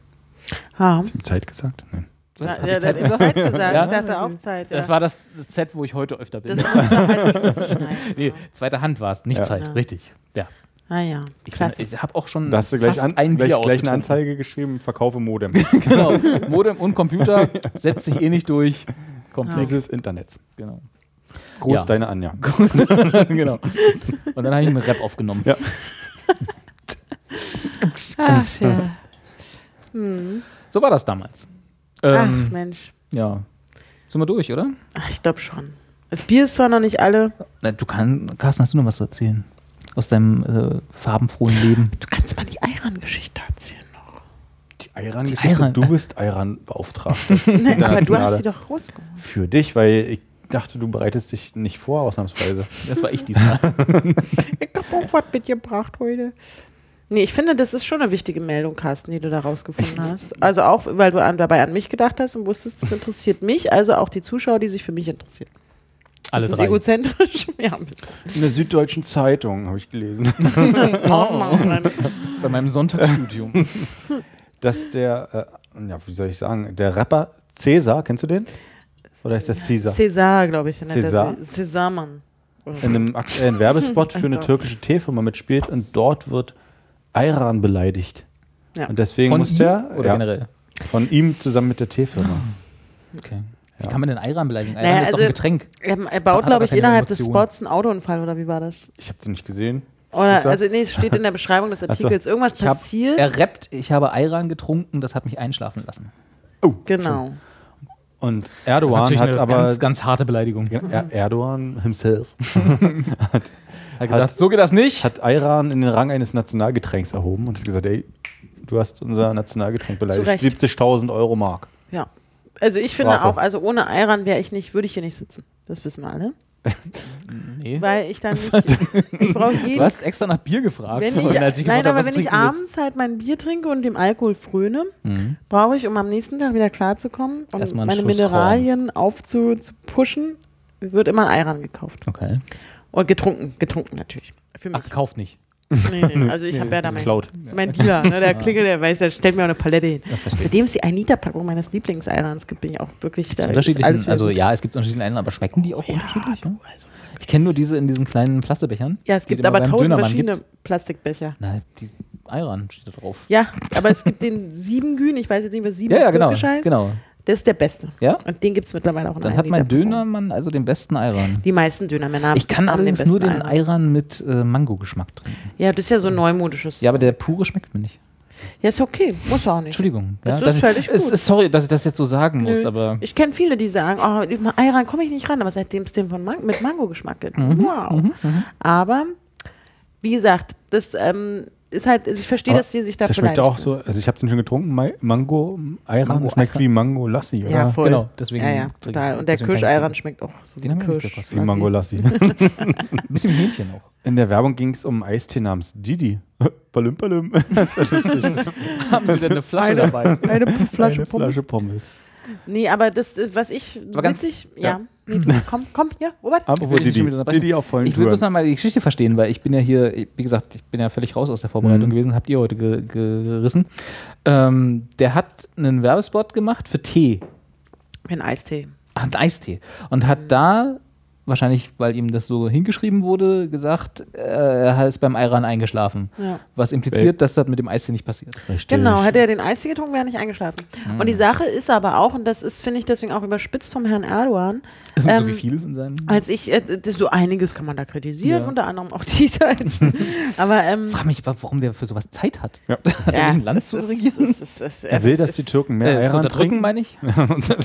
B: Ah.
C: Hast du ihm Zeit gesagt? Nein.
B: Ja,
A: hab
B: ja,
A: ich Zeit
B: Zeit gesagt.
A: Ja?
B: Ich dachte auch Zeit. Ja.
A: Das war das Z, wo ich heute öfter bin.
B: das musste halt ein bisschen schneiden.
A: nee, zweite Hand war es, nicht Zeit,
B: Ja.
A: richtig. Ja.
B: Ah ja,
A: Ich, bin-
B: klasse.
A: ich habe auch schon
C: Da hast du gleich,
A: fast
C: an,
A: ein
C: gleich,
A: Bier
C: gleich eine
A: ausgetrunken.
C: Anzeige geschrieben, verkaufe Modem.
A: Genau. Modem und Computer setzt sich eh nicht durch. Komplex.
C: Dieses Internets.
A: Genau.
C: Groß
A: Ja.
C: deine Anja.
A: genau. Und dann habe ich einen Rap aufgenommen.
C: Ja.
B: Ach,
A: Ähm.
B: ja.
A: So war das damals.
B: Ach
A: Ähm,
B: Mensch.
A: ja. Sind wir durch, oder?
B: Ach, ich glaube schon. Das Bier ist zwar noch nicht alle.
A: Na, du kannst, Carsten, hast du noch was zu erzählen? Aus deinem äh, farbenfrohen Leben.
B: Du kannst mal die Eiran-Geschichte erzählen.
C: Die Eiran-Geschichte.
A: Ayran.
C: Du bist Eiran-Beauftragter.
B: Nein, aber du
C: Internationale.
B: hast sie doch rausgeholt.
C: Für dich, weil ich dachte, du bereitest dich nicht vor, ausnahmsweise.
A: Das war ich diesmal.
B: Ich hab auch was mitgebracht heute. Nee, ich finde, das ist schon eine wichtige Meldung, Carsten, die du da rausgefunden hast. Also auch, weil du an, dabei an mich gedacht hast und wusstest, das interessiert mich, also auch die Zuschauer, die sich für mich interessieren.
A: Alle
B: ist das
A: drei.
B: egozentrisch? ja, ein bisschen.
C: In der Süddeutschen Zeitung habe ich gelesen,
B: Oh Mann.
A: Bei meinem Sonntagsstudium.
C: dass der äh, ja, wie soll ich sagen, der Rapper Cäsar, kennst du den? Oder ist das Caesar?
B: Cäsar, glaube ich.
C: Cäsar?
B: Cäsar, Mann.
C: In einem aktuellen Werbespot für eine türkische Teefirma mitspielt und dort wird Ayran beleidigt.
B: Ja.
C: Und deswegen
A: Von
C: muss
A: ihm
C: der
A: oder
C: ja,
A: generell?
C: von ihm zusammen mit der Teefirma.
A: Okay. Wie kann man denn Ayran beleidigen? Ayran
B: Naja,
A: ist doch
B: also-
A: ein Getränk.
B: Er, er
A: aber
B: baut, glaube ich,
A: keine
B: innerhalb des
A: Emotionen.
B: Spots einen Autounfall, oder wie war das?
C: Ich habe den nicht gesehen.
B: Oder,
C: Ist er?
B: also, nee, es steht in der Beschreibung des
C: so.
B: Artikels. Irgendwas
A: Ich hab,
B: passiert.
A: er rappt, ich habe Ayran getrunken, das hat mich einschlafen lassen.
B: genau.
C: Und
A: Das
C: Erdogan
A: natürlich
C: hat
A: eine
C: aber
A: ganz, ganz harte Beleidigung. Er
C: er Erdogan himself
A: hat gesagt, so geht das nicht.
C: hat Ayran in den Rang eines Nationalgetränks erhoben und hat gesagt, ey, du hast unser Nationalgetränk beleidigt.
B: Recht.
C: 70.000 Euro Mark.
B: Ja. Also ich finde
C: Bravo.
B: auch, also ohne Ayran wäre ich nicht, würde ich hier nicht sitzen. Das wissen wir alle.
A: Nee.
B: Weil ich dann nicht. ich brauche jeden.
A: Du hast extra nach Bier gefragt.
B: Wenn
A: vorhin,
B: ich,
A: als ich
B: nein,
A: gefragt habe,
B: aber
A: was
B: wenn ich
A: trinken willst.
B: abends halt mein Bier trinke und dem Alkohol fröne, brauche ich, um am nächsten Tag wieder klarzukommen und
A: Mhm. Erstmal einen
B: meine
A: Schuss
B: Mineralien aufzupushen, wird immer ein Ayran gekauft.
A: Okay.
B: Und getrunken, getrunken natürlich. Für mich.
A: Ach, kauf nicht.
B: nee, nee. Also ich habe ja da mein,
C: Geklaut.
B: mein Dealer, ne, der Klingel, der weiß, der stellt mir auch eine Palette hin. Bei dem es die 1-Liter-Packung meines Lieblings-Eirans gibt, bin ich auch wirklich da. ist alles
A: Unterschiedlichen,
B: wieder
A: also
B: gut.
A: ja, es gibt unterschiedliche Einlagen, aber schmecken die
B: Oh
A: auch unterschiedlich? Ne? Ich kenne nur diese in diesen kleinen Plastebechern.
B: ja, es
A: die
B: gibt
A: immer
B: aber
A: beim
B: tausend
A: Dönermann
B: verschiedene
A: Gibt.
B: Plastikbecher.
A: Na, die Ayran steht da drauf.
B: Ja, aber es gibt den Siebengün, ich weiß jetzt nicht, was Sieben
A: Ja, ja,
B: auf
A: genau.
B: Türkisch heißt.
A: genau.
B: Das ist der beste.
A: Ja?
B: Und den gibt es mittlerweile auch in
A: Dann
B: allen
A: hat mein
B: Literpackungen.
A: Dönermann also den besten Ayran.
B: Die meisten Dönermänner
A: Ich kann
B: haben den
A: allerdings
B: besten
A: nur den
B: Ayran.
A: Ayran mit äh, Mango-Geschmack trinken.
B: Ja, das ist ja so ein neumodisches.
A: Ja, aber der pure schmeckt mir nicht.
B: Ja, ist okay, muss auch nicht.
A: Entschuldigung. ja,
B: Das ist
A: dass ich-
B: völlig
A: es-
B: gut.
A: es- Sorry, dass ich das jetzt so sagen muss,
B: Nö.
A: aber
B: Ich kenne viele, die sagen, oh, mit dem Ayran komme ich nicht ran, aber seitdem es den von Man mit Mango-Geschmack gibt.
A: Mhm.
B: Wow. Aber, wie gesagt, das ähm, ist halt, also ich verstehe,
C: Aber
B: dass die sich da
C: Der schmeckt
B: vielleicht.
C: auch so, also ich habe den schon getrunken, Ma- Mango, Ayran
A: Mango,
C: schmeckt
A: Ayran.
C: wie Mango Lassi, oder?
B: Ja, voll.
A: genau, deswegen
B: Ja, ja,
A: trinke ich-
B: total. Und der
A: deswegen kann ich
B: Kirscheiran
A: den-
B: schmeckt auch so
A: den
B: wie
A: haben wir nicht
B: Kirsch.
A: gekostet.
C: Wie Mango Lassi.
A: ein bisschen wie Hähnchen auch.
C: In der Werbung ging es um einen Eistee namens Didi. Balüm, balüm.
A: Haben Sie denn eine Flasche dabei?
B: Eine Flasche
C: Eine
B: Pommes.
C: Flasche Pommes.
B: Nee, aber das, äh, was ich
A: Aber ganz-
B: witzig,
C: ja.
B: ja. Nee, du, komm, komm, ja, Robert.
C: Apropos
A: will dich nicht schon
C: Didi.
A: wieder unterbrechen.
C: Didi auf vollen
A: Ich will bloß
C: Touren.
A: noch mal die Geschichte verstehen, weil ich bin ja hier, wie gesagt, ich bin ja völlig raus aus der Vorbereitung
C: Mhm.
A: gewesen, habt ihr heute ge gerissen. Ähm, der hat einen Werbespot gemacht für Tee,
B: Ein Eistee.
A: ach, einen Eistee, und hat da, wahrscheinlich weil ihm das so hingeschrieben wurde, gesagt, äh, er ist beim Ayran eingeschlafen.
B: Ja.
A: Was impliziert, dass das mit dem Eistee nicht passiert.
C: Richtig.
B: Genau, hätte er den Eistee getrunken, wäre er nicht eingeschlafen.
A: Mhm.
B: Und die Sache ist aber auch, und das ist, finde ich, deswegen auch überspitzt vom Herrn Erdogan, ähm,
A: so wie vieles in seinem.
B: als ich, äh, das- so einiges kann man da kritisieren,
A: Ja.
B: unter anderem auch die Seite. aber ähm,
A: Frag mich, warum der für sowas Zeit hat.
C: Ja.
A: Hat er nicht ein Land
B: es
A: zu
B: ist-
A: regieren?
B: es ist- es ist-
C: Er will,
B: es
C: dass die
B: ist-
C: Türken mehr
A: Äh, zu
C: Ayran
A: unterdrücken,
C: trinken
A: meine ich.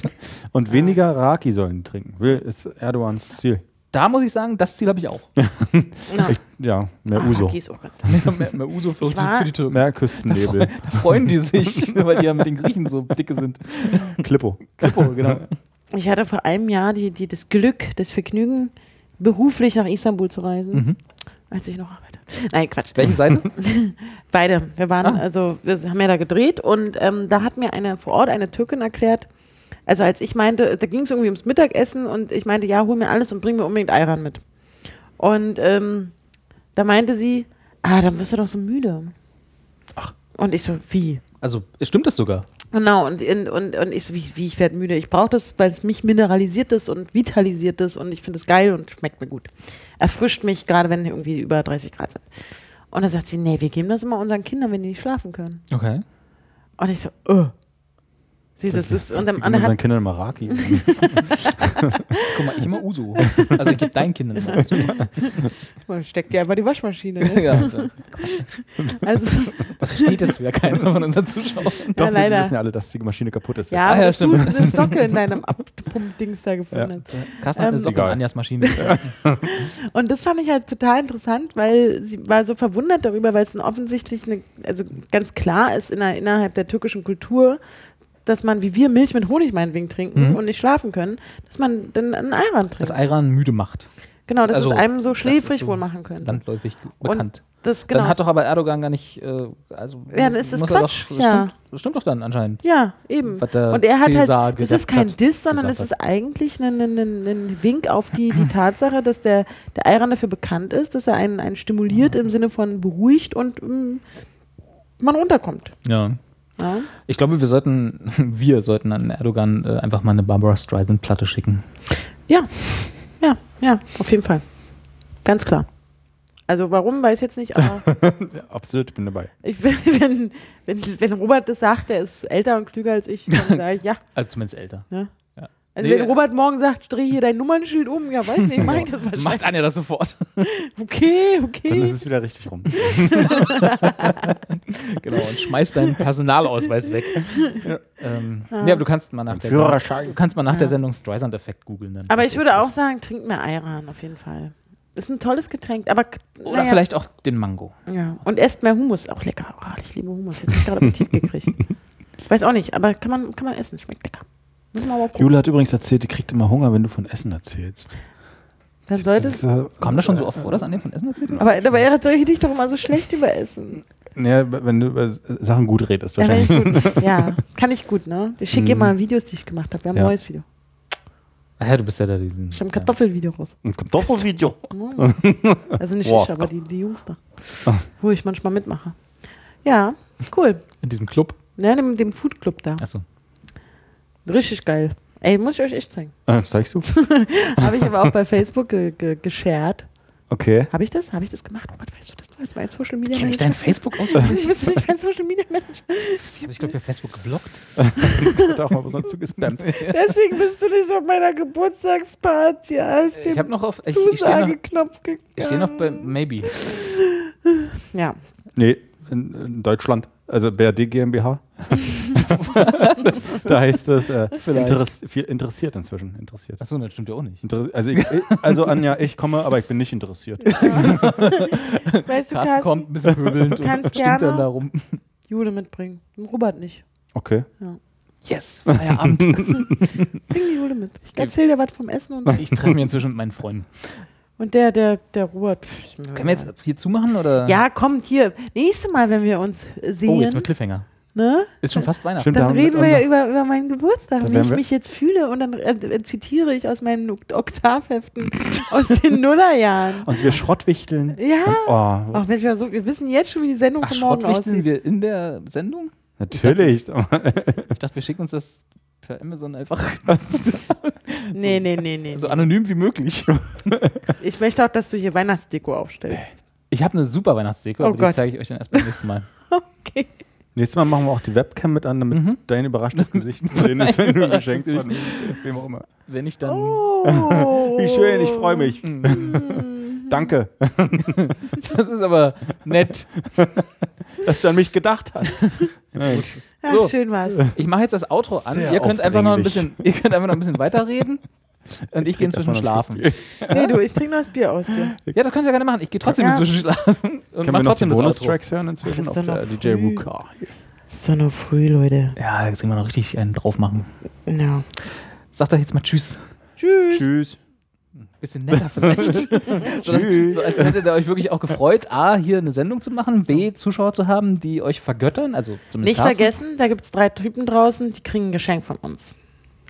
C: und weniger Raki sollen trinken. Will ist Erdogans Ziel.
A: Da muss ich sagen, das Ziel habe ich auch.
B: Na,
C: Ja, mehr
B: ah,
C: Uso.
B: Haki ist auch ganz lecker.
A: mehr, mehr Uso für,
B: Ich war-
A: die Türken.
C: Mehr Küstennebel.
A: Da freuen die sich, weil die ja mit den Griechen so dicke sind.
B: Ähm,
C: Klippo.
A: Klippo, genau.
B: Ich hatte vor einem Jahr die, die, das Glück, das Vergnügen, beruflich nach Istanbul zu reisen,
C: Mhm.
B: als ich noch arbeite. Nein, Quatsch.
A: Welche Seite?
B: Beide. Wir waren,
A: Ah.
B: also wir haben ja da gedreht und ähm, da hat mir eine vor Ort eine Türkin erklärt, also als ich meinte, da ging es irgendwie ums Mittagessen und ich meinte, ja, hol mir alles und bring mir unbedingt Ayran mit. Und ähm, da meinte sie, ah, dann wirst du doch so müde. Ach. Und ich so, wie?
A: Also stimmt das sogar.
B: Genau, und, und, und, und ich so, wie, wie ich werde müde. Ich brauche das, weil es mich mineralisiert ist und vitalisiert ist und ich finde es geil und schmeckt mir gut. Erfrischt mich, gerade wenn irgendwie über 30 Grad sind. Und dann sagt sie, nee, wir geben das immer unseren Kindern, wenn die nicht schlafen können.
A: Okay.
B: Und ich so, oh. Sie, das ist, und
C: Wir
B: dann, und
C: geben
B: dann
C: unseren
B: hat,
C: Kindern mal Raki.
A: Guck mal, ich immer Uso. Also ich gebe deinen Kindern immer Uso.
B: man steckt ja einfach die Waschmaschine. Ne?
A: Ja, da
B: Also,
A: versteht jetzt wieder keiner von unseren Zuschauern.
C: Doch, wir
B: ja, leider.
C: wissen ja alle, dass die Maschine kaputt ist.
B: ja,
A: Ah, ja,
B: aber dass du
A: stimmt.
B: eine Socke in deinem Abpump-Dings da
C: Ja.
B: gefunden hast.
A: Carsten hat eine
B: Ähm,
A: Socke in
C: Egal.
A: Anjas Maschine.
B: Und das fand ich halt total interessant, weil sie war so verwundert darüber, weil es ein offensichtlich, eine, also ganz klar ist in der, innerhalb der türkischen Kultur, dass man wie wir Milch mit Honig meinetwegen trinken
A: Mhm.
B: und nicht schlafen können, dass man dann einen Eiran trinkt.
A: Dass Ayran müde macht.
B: genau, dass
A: also,
B: es einem so
A: das
B: schläfrig
A: ist so
B: wohl machen könnte.
A: Landläufig bekannt.
B: das genau.
A: Dann hat doch aber Erdogan gar nicht, äh, also
B: Ja, dann ist das
A: muss er
B: Quatsch,
A: Doch,
B: ja.
A: stimmt, das stimmt doch dann anscheinend.
B: ja, eben.
A: was der
B: Und er hat
A: Cäsar
B: halt, es ist
A: gerappt
B: kein
A: hat,
B: Diss, sondern es
A: gesagt
B: ist eigentlich ein, ein, ein, ein Wink auf die, die Tatsache, dass der, der Eiran dafür bekannt ist, dass er einen,
A: Mhm.
B: einen stimuliert im Sinne von beruhigt und mm, man runterkommt.
A: Ja.
B: Ja?
A: Ich glaube, wir sollten, wir sollten an Erdogan äh, einfach mal eine Barbara Streisand-Platte schicken.
B: Ja, ja, ja, auf jeden Fall. Ganz klar. Also warum, weiß ich jetzt nicht, aber
C: Absolut, ich bin dabei.
B: ich, wenn, wenn, wenn Robert das sagt, der ist älter und klüger als ich, dann sage ich ja.
A: Also zumindest älter.
B: Also
A: Nee, äh,
B: wenn Robert morgen sagt, dreh hier dein Nummernschild um, ja weiß nicht, mach ich das wahrscheinlich.
A: Macht Anja das sofort.
B: Okay,
C: Dann ist
B: okay.
C: es wieder richtig rum.
A: genau, und schmeißt deinen Personalausweis weg. Ähm,
B: Ah.
A: Nee, aber du kannst mal nach der Sendung, du kannst mal nach der Sendung Streisand-Effekt googeln. Dann
B: Aber ich würde auch
A: findest
B: sagen, trink mehr Ayran auf jeden Fall. Ist ein tolles Getränk, aber k-
A: du's. Oder
B: naja.
A: vielleicht auch den Mango.
B: Ja. Und esst mehr Hummus, auch lecker. Oh, ich liebe Hummus, jetzt habe ich gerade Appetit gekriegt. Ich weiß auch nicht, aber kann man, kann man essen, schmeckt lecker. Müssen wir mal gucken.
C: Jule hat übrigens erzählt, die kriegt immer Hunger, wenn du von Essen erzählst.
B: Dann sollte
C: Das ist, äh,
A: Kam das schon so oft vor, dass Anja von Essen erzählt?
B: aber dabei er hat dich doch immer so schlecht über Essen.
C: naja, wenn du über Sachen gut redest,
B: Ja,
C: wahrscheinlich.
B: kann ich gut. ja, kann ich gut, ne? Ich schicke dir mal Videos, die ich gemacht habe. Wir haben ein
C: Ja.
B: neues Video.
A: Ach ja, du bist ja da. diesen-
B: Ich habe ein Kartoffelvideo raus.
C: Ein Kartoffelvideo.
B: Also nicht
C: Boah.
B: ich, aber die, die Jungs da. Wo ich manchmal mitmache. Ja, cool.
A: ja, in diesem Club.
B: Ne, dem, dem Food Club da.
A: Achso.
B: Richtig geil. Ey, muss ich euch echt zeigen.
C: Äh, zeigst du?
B: Habe ich aber auch bei Facebook ge ge geshared.
C: Okay.
B: Habe ich das? Habe ich das gemacht? Robert, weißt du das? Als mein Social Media
A: Kenn ich dein Facebook auswendig?
B: Ich bist du nicht mein Social Media Manager.
A: Ich habe ich glaube bei Facebook geblockt.
C: Ich hatte auch mal was dazu gespammt.
B: Deswegen bist du nicht auf meiner Geburtstagsparty auf
A: Ich habe
B: den
A: noch auf ich, ich stehe noch,
B: Zusageknopf gegangen.
A: ich steh noch bei Maybe.
B: Ja.
C: Nee, in, in Deutschland. Also BRD GmbH. da heißt es äh, Interess viel interessiert inzwischen. Interessiert.
A: Achso, das stimmt ja auch nicht.
C: Inter also, ich, ich- also Anja, ich komme, aber ich bin nicht interessiert.
B: Weißt du,
A: Carsten
B: Carsten,
A: kommt ein bisschen pöbelnd und
B: kannst
A: stimmt dann
B: gerne-
A: da rum.
B: Jule mitbringen. Und Robert nicht.
C: Okay.
A: Yes, Feierabend.
B: Bring die Jule mit. Ich erzähl dir was vom Essen und,
A: ich treffe mich inzwischen mit meinen Freunden.
B: und der, der, der Robert. Pff, ist mir
A: Können wir
B: egal.
A: jetzt hier zumachen oder?
B: Ja, kommt hier. Nächstes Mal, wenn wir uns sehen,
A: Oh, jetzt mit Cliffhanger.
B: ne,
A: Ist schon fast Weihnachten.
C: Stimmt, da
B: dann
C: haben
B: reden wir
C: unser-
B: ja über, über meinen Geburtstag,
C: Dann
B: wie
C: werden
B: ich
C: wir-
B: mich jetzt fühle und dann äh, äh, zitiere ich aus meinen Ok- Oktavheften aus den Nullerjahren.
C: Und wir Schrottwichteln.
B: Ja.
C: Und, oh,
B: Auch wenn wir so, wir wissen jetzt schon, wie die Sendung
A: Ach,
B: von morgen
A: Schrottwichteln
B: aussieht.
A: wir in der Sendung?
C: natürlich.
A: Ich dachte, wir schicken uns das per Amazon einfach
B: Nee, nee, nee, nee.
C: Also
A: so anonym wie möglich.
B: Ich möchte auch, dass du hier Weihnachtsdeko aufstellst.
A: Ich habe eine super Weihnachtsdeko,
B: Oh
A: aber die
B: Gott.
A: zeige ich euch dann erst beim nächsten Mal.
B: Okay.
C: Nächstes Mal machen wir auch die Webcam mit an, damit
A: Mhm.
C: dein überraschtes Gesicht zu sehen ist, wenn du geschenkt von wem auch immer.
A: Wenn ich dann.
B: Oh.
C: Wie schön, ich freue mich.
A: Mhm.
C: Danke,
A: Das ist aber nett.
C: dass du an mich gedacht hast.
B: Ach,
A: So.
B: schön war's.
A: Ich mache jetzt das Outro an.
C: Sehr
A: Ihr könnt, einfach noch ein bisschen,
C: aufdringlich.
A: ihr könnt einfach noch ein bisschen weiterreden. Und ich gehe inzwischen schlafen.
B: Nee, du, ich trinke noch das Bier aus hier.
A: Ja, das könnt ihr gerne machen. Ich gehe trotzdem
B: Ja.
A: inzwischen schlafen. Und
C: Können
A: mach
C: wir noch die
A: trotzdem das Outro.
C: Bonustracks hören inzwischen
B: Ach,
C: auf
B: ist doch
C: der
B: noch
C: DJ
B: früh.
C: Ruka?
B: Ist doch noch früh, Leute.
A: Ja, jetzt können wir noch richtig einen drauf machen.
B: Ja.
A: Sag doch jetzt mal Tschüss.
B: Tschüss.
C: Tschüss.
A: Bisschen netter vielleicht. so, dass, so als hättet ihr euch wirklich auch gefreut, A, hier eine Sendung zu machen, B, Zuschauer zu haben, die euch vergöttern. Also zumindest
B: Nicht
A: Carsten.
B: vergessen, da gibt es drei Typen draußen, die kriegen ein Geschenk von uns.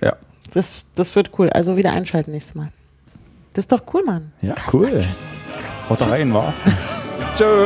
C: Ja.
B: Das, das wird cool. Also wieder einschalten nächstes Mal. Das ist doch cool, Mann.
C: Ja,
B: Krass,
C: cool.
B: Tschüss.
C: Haut rein, wa?
A: Tschö.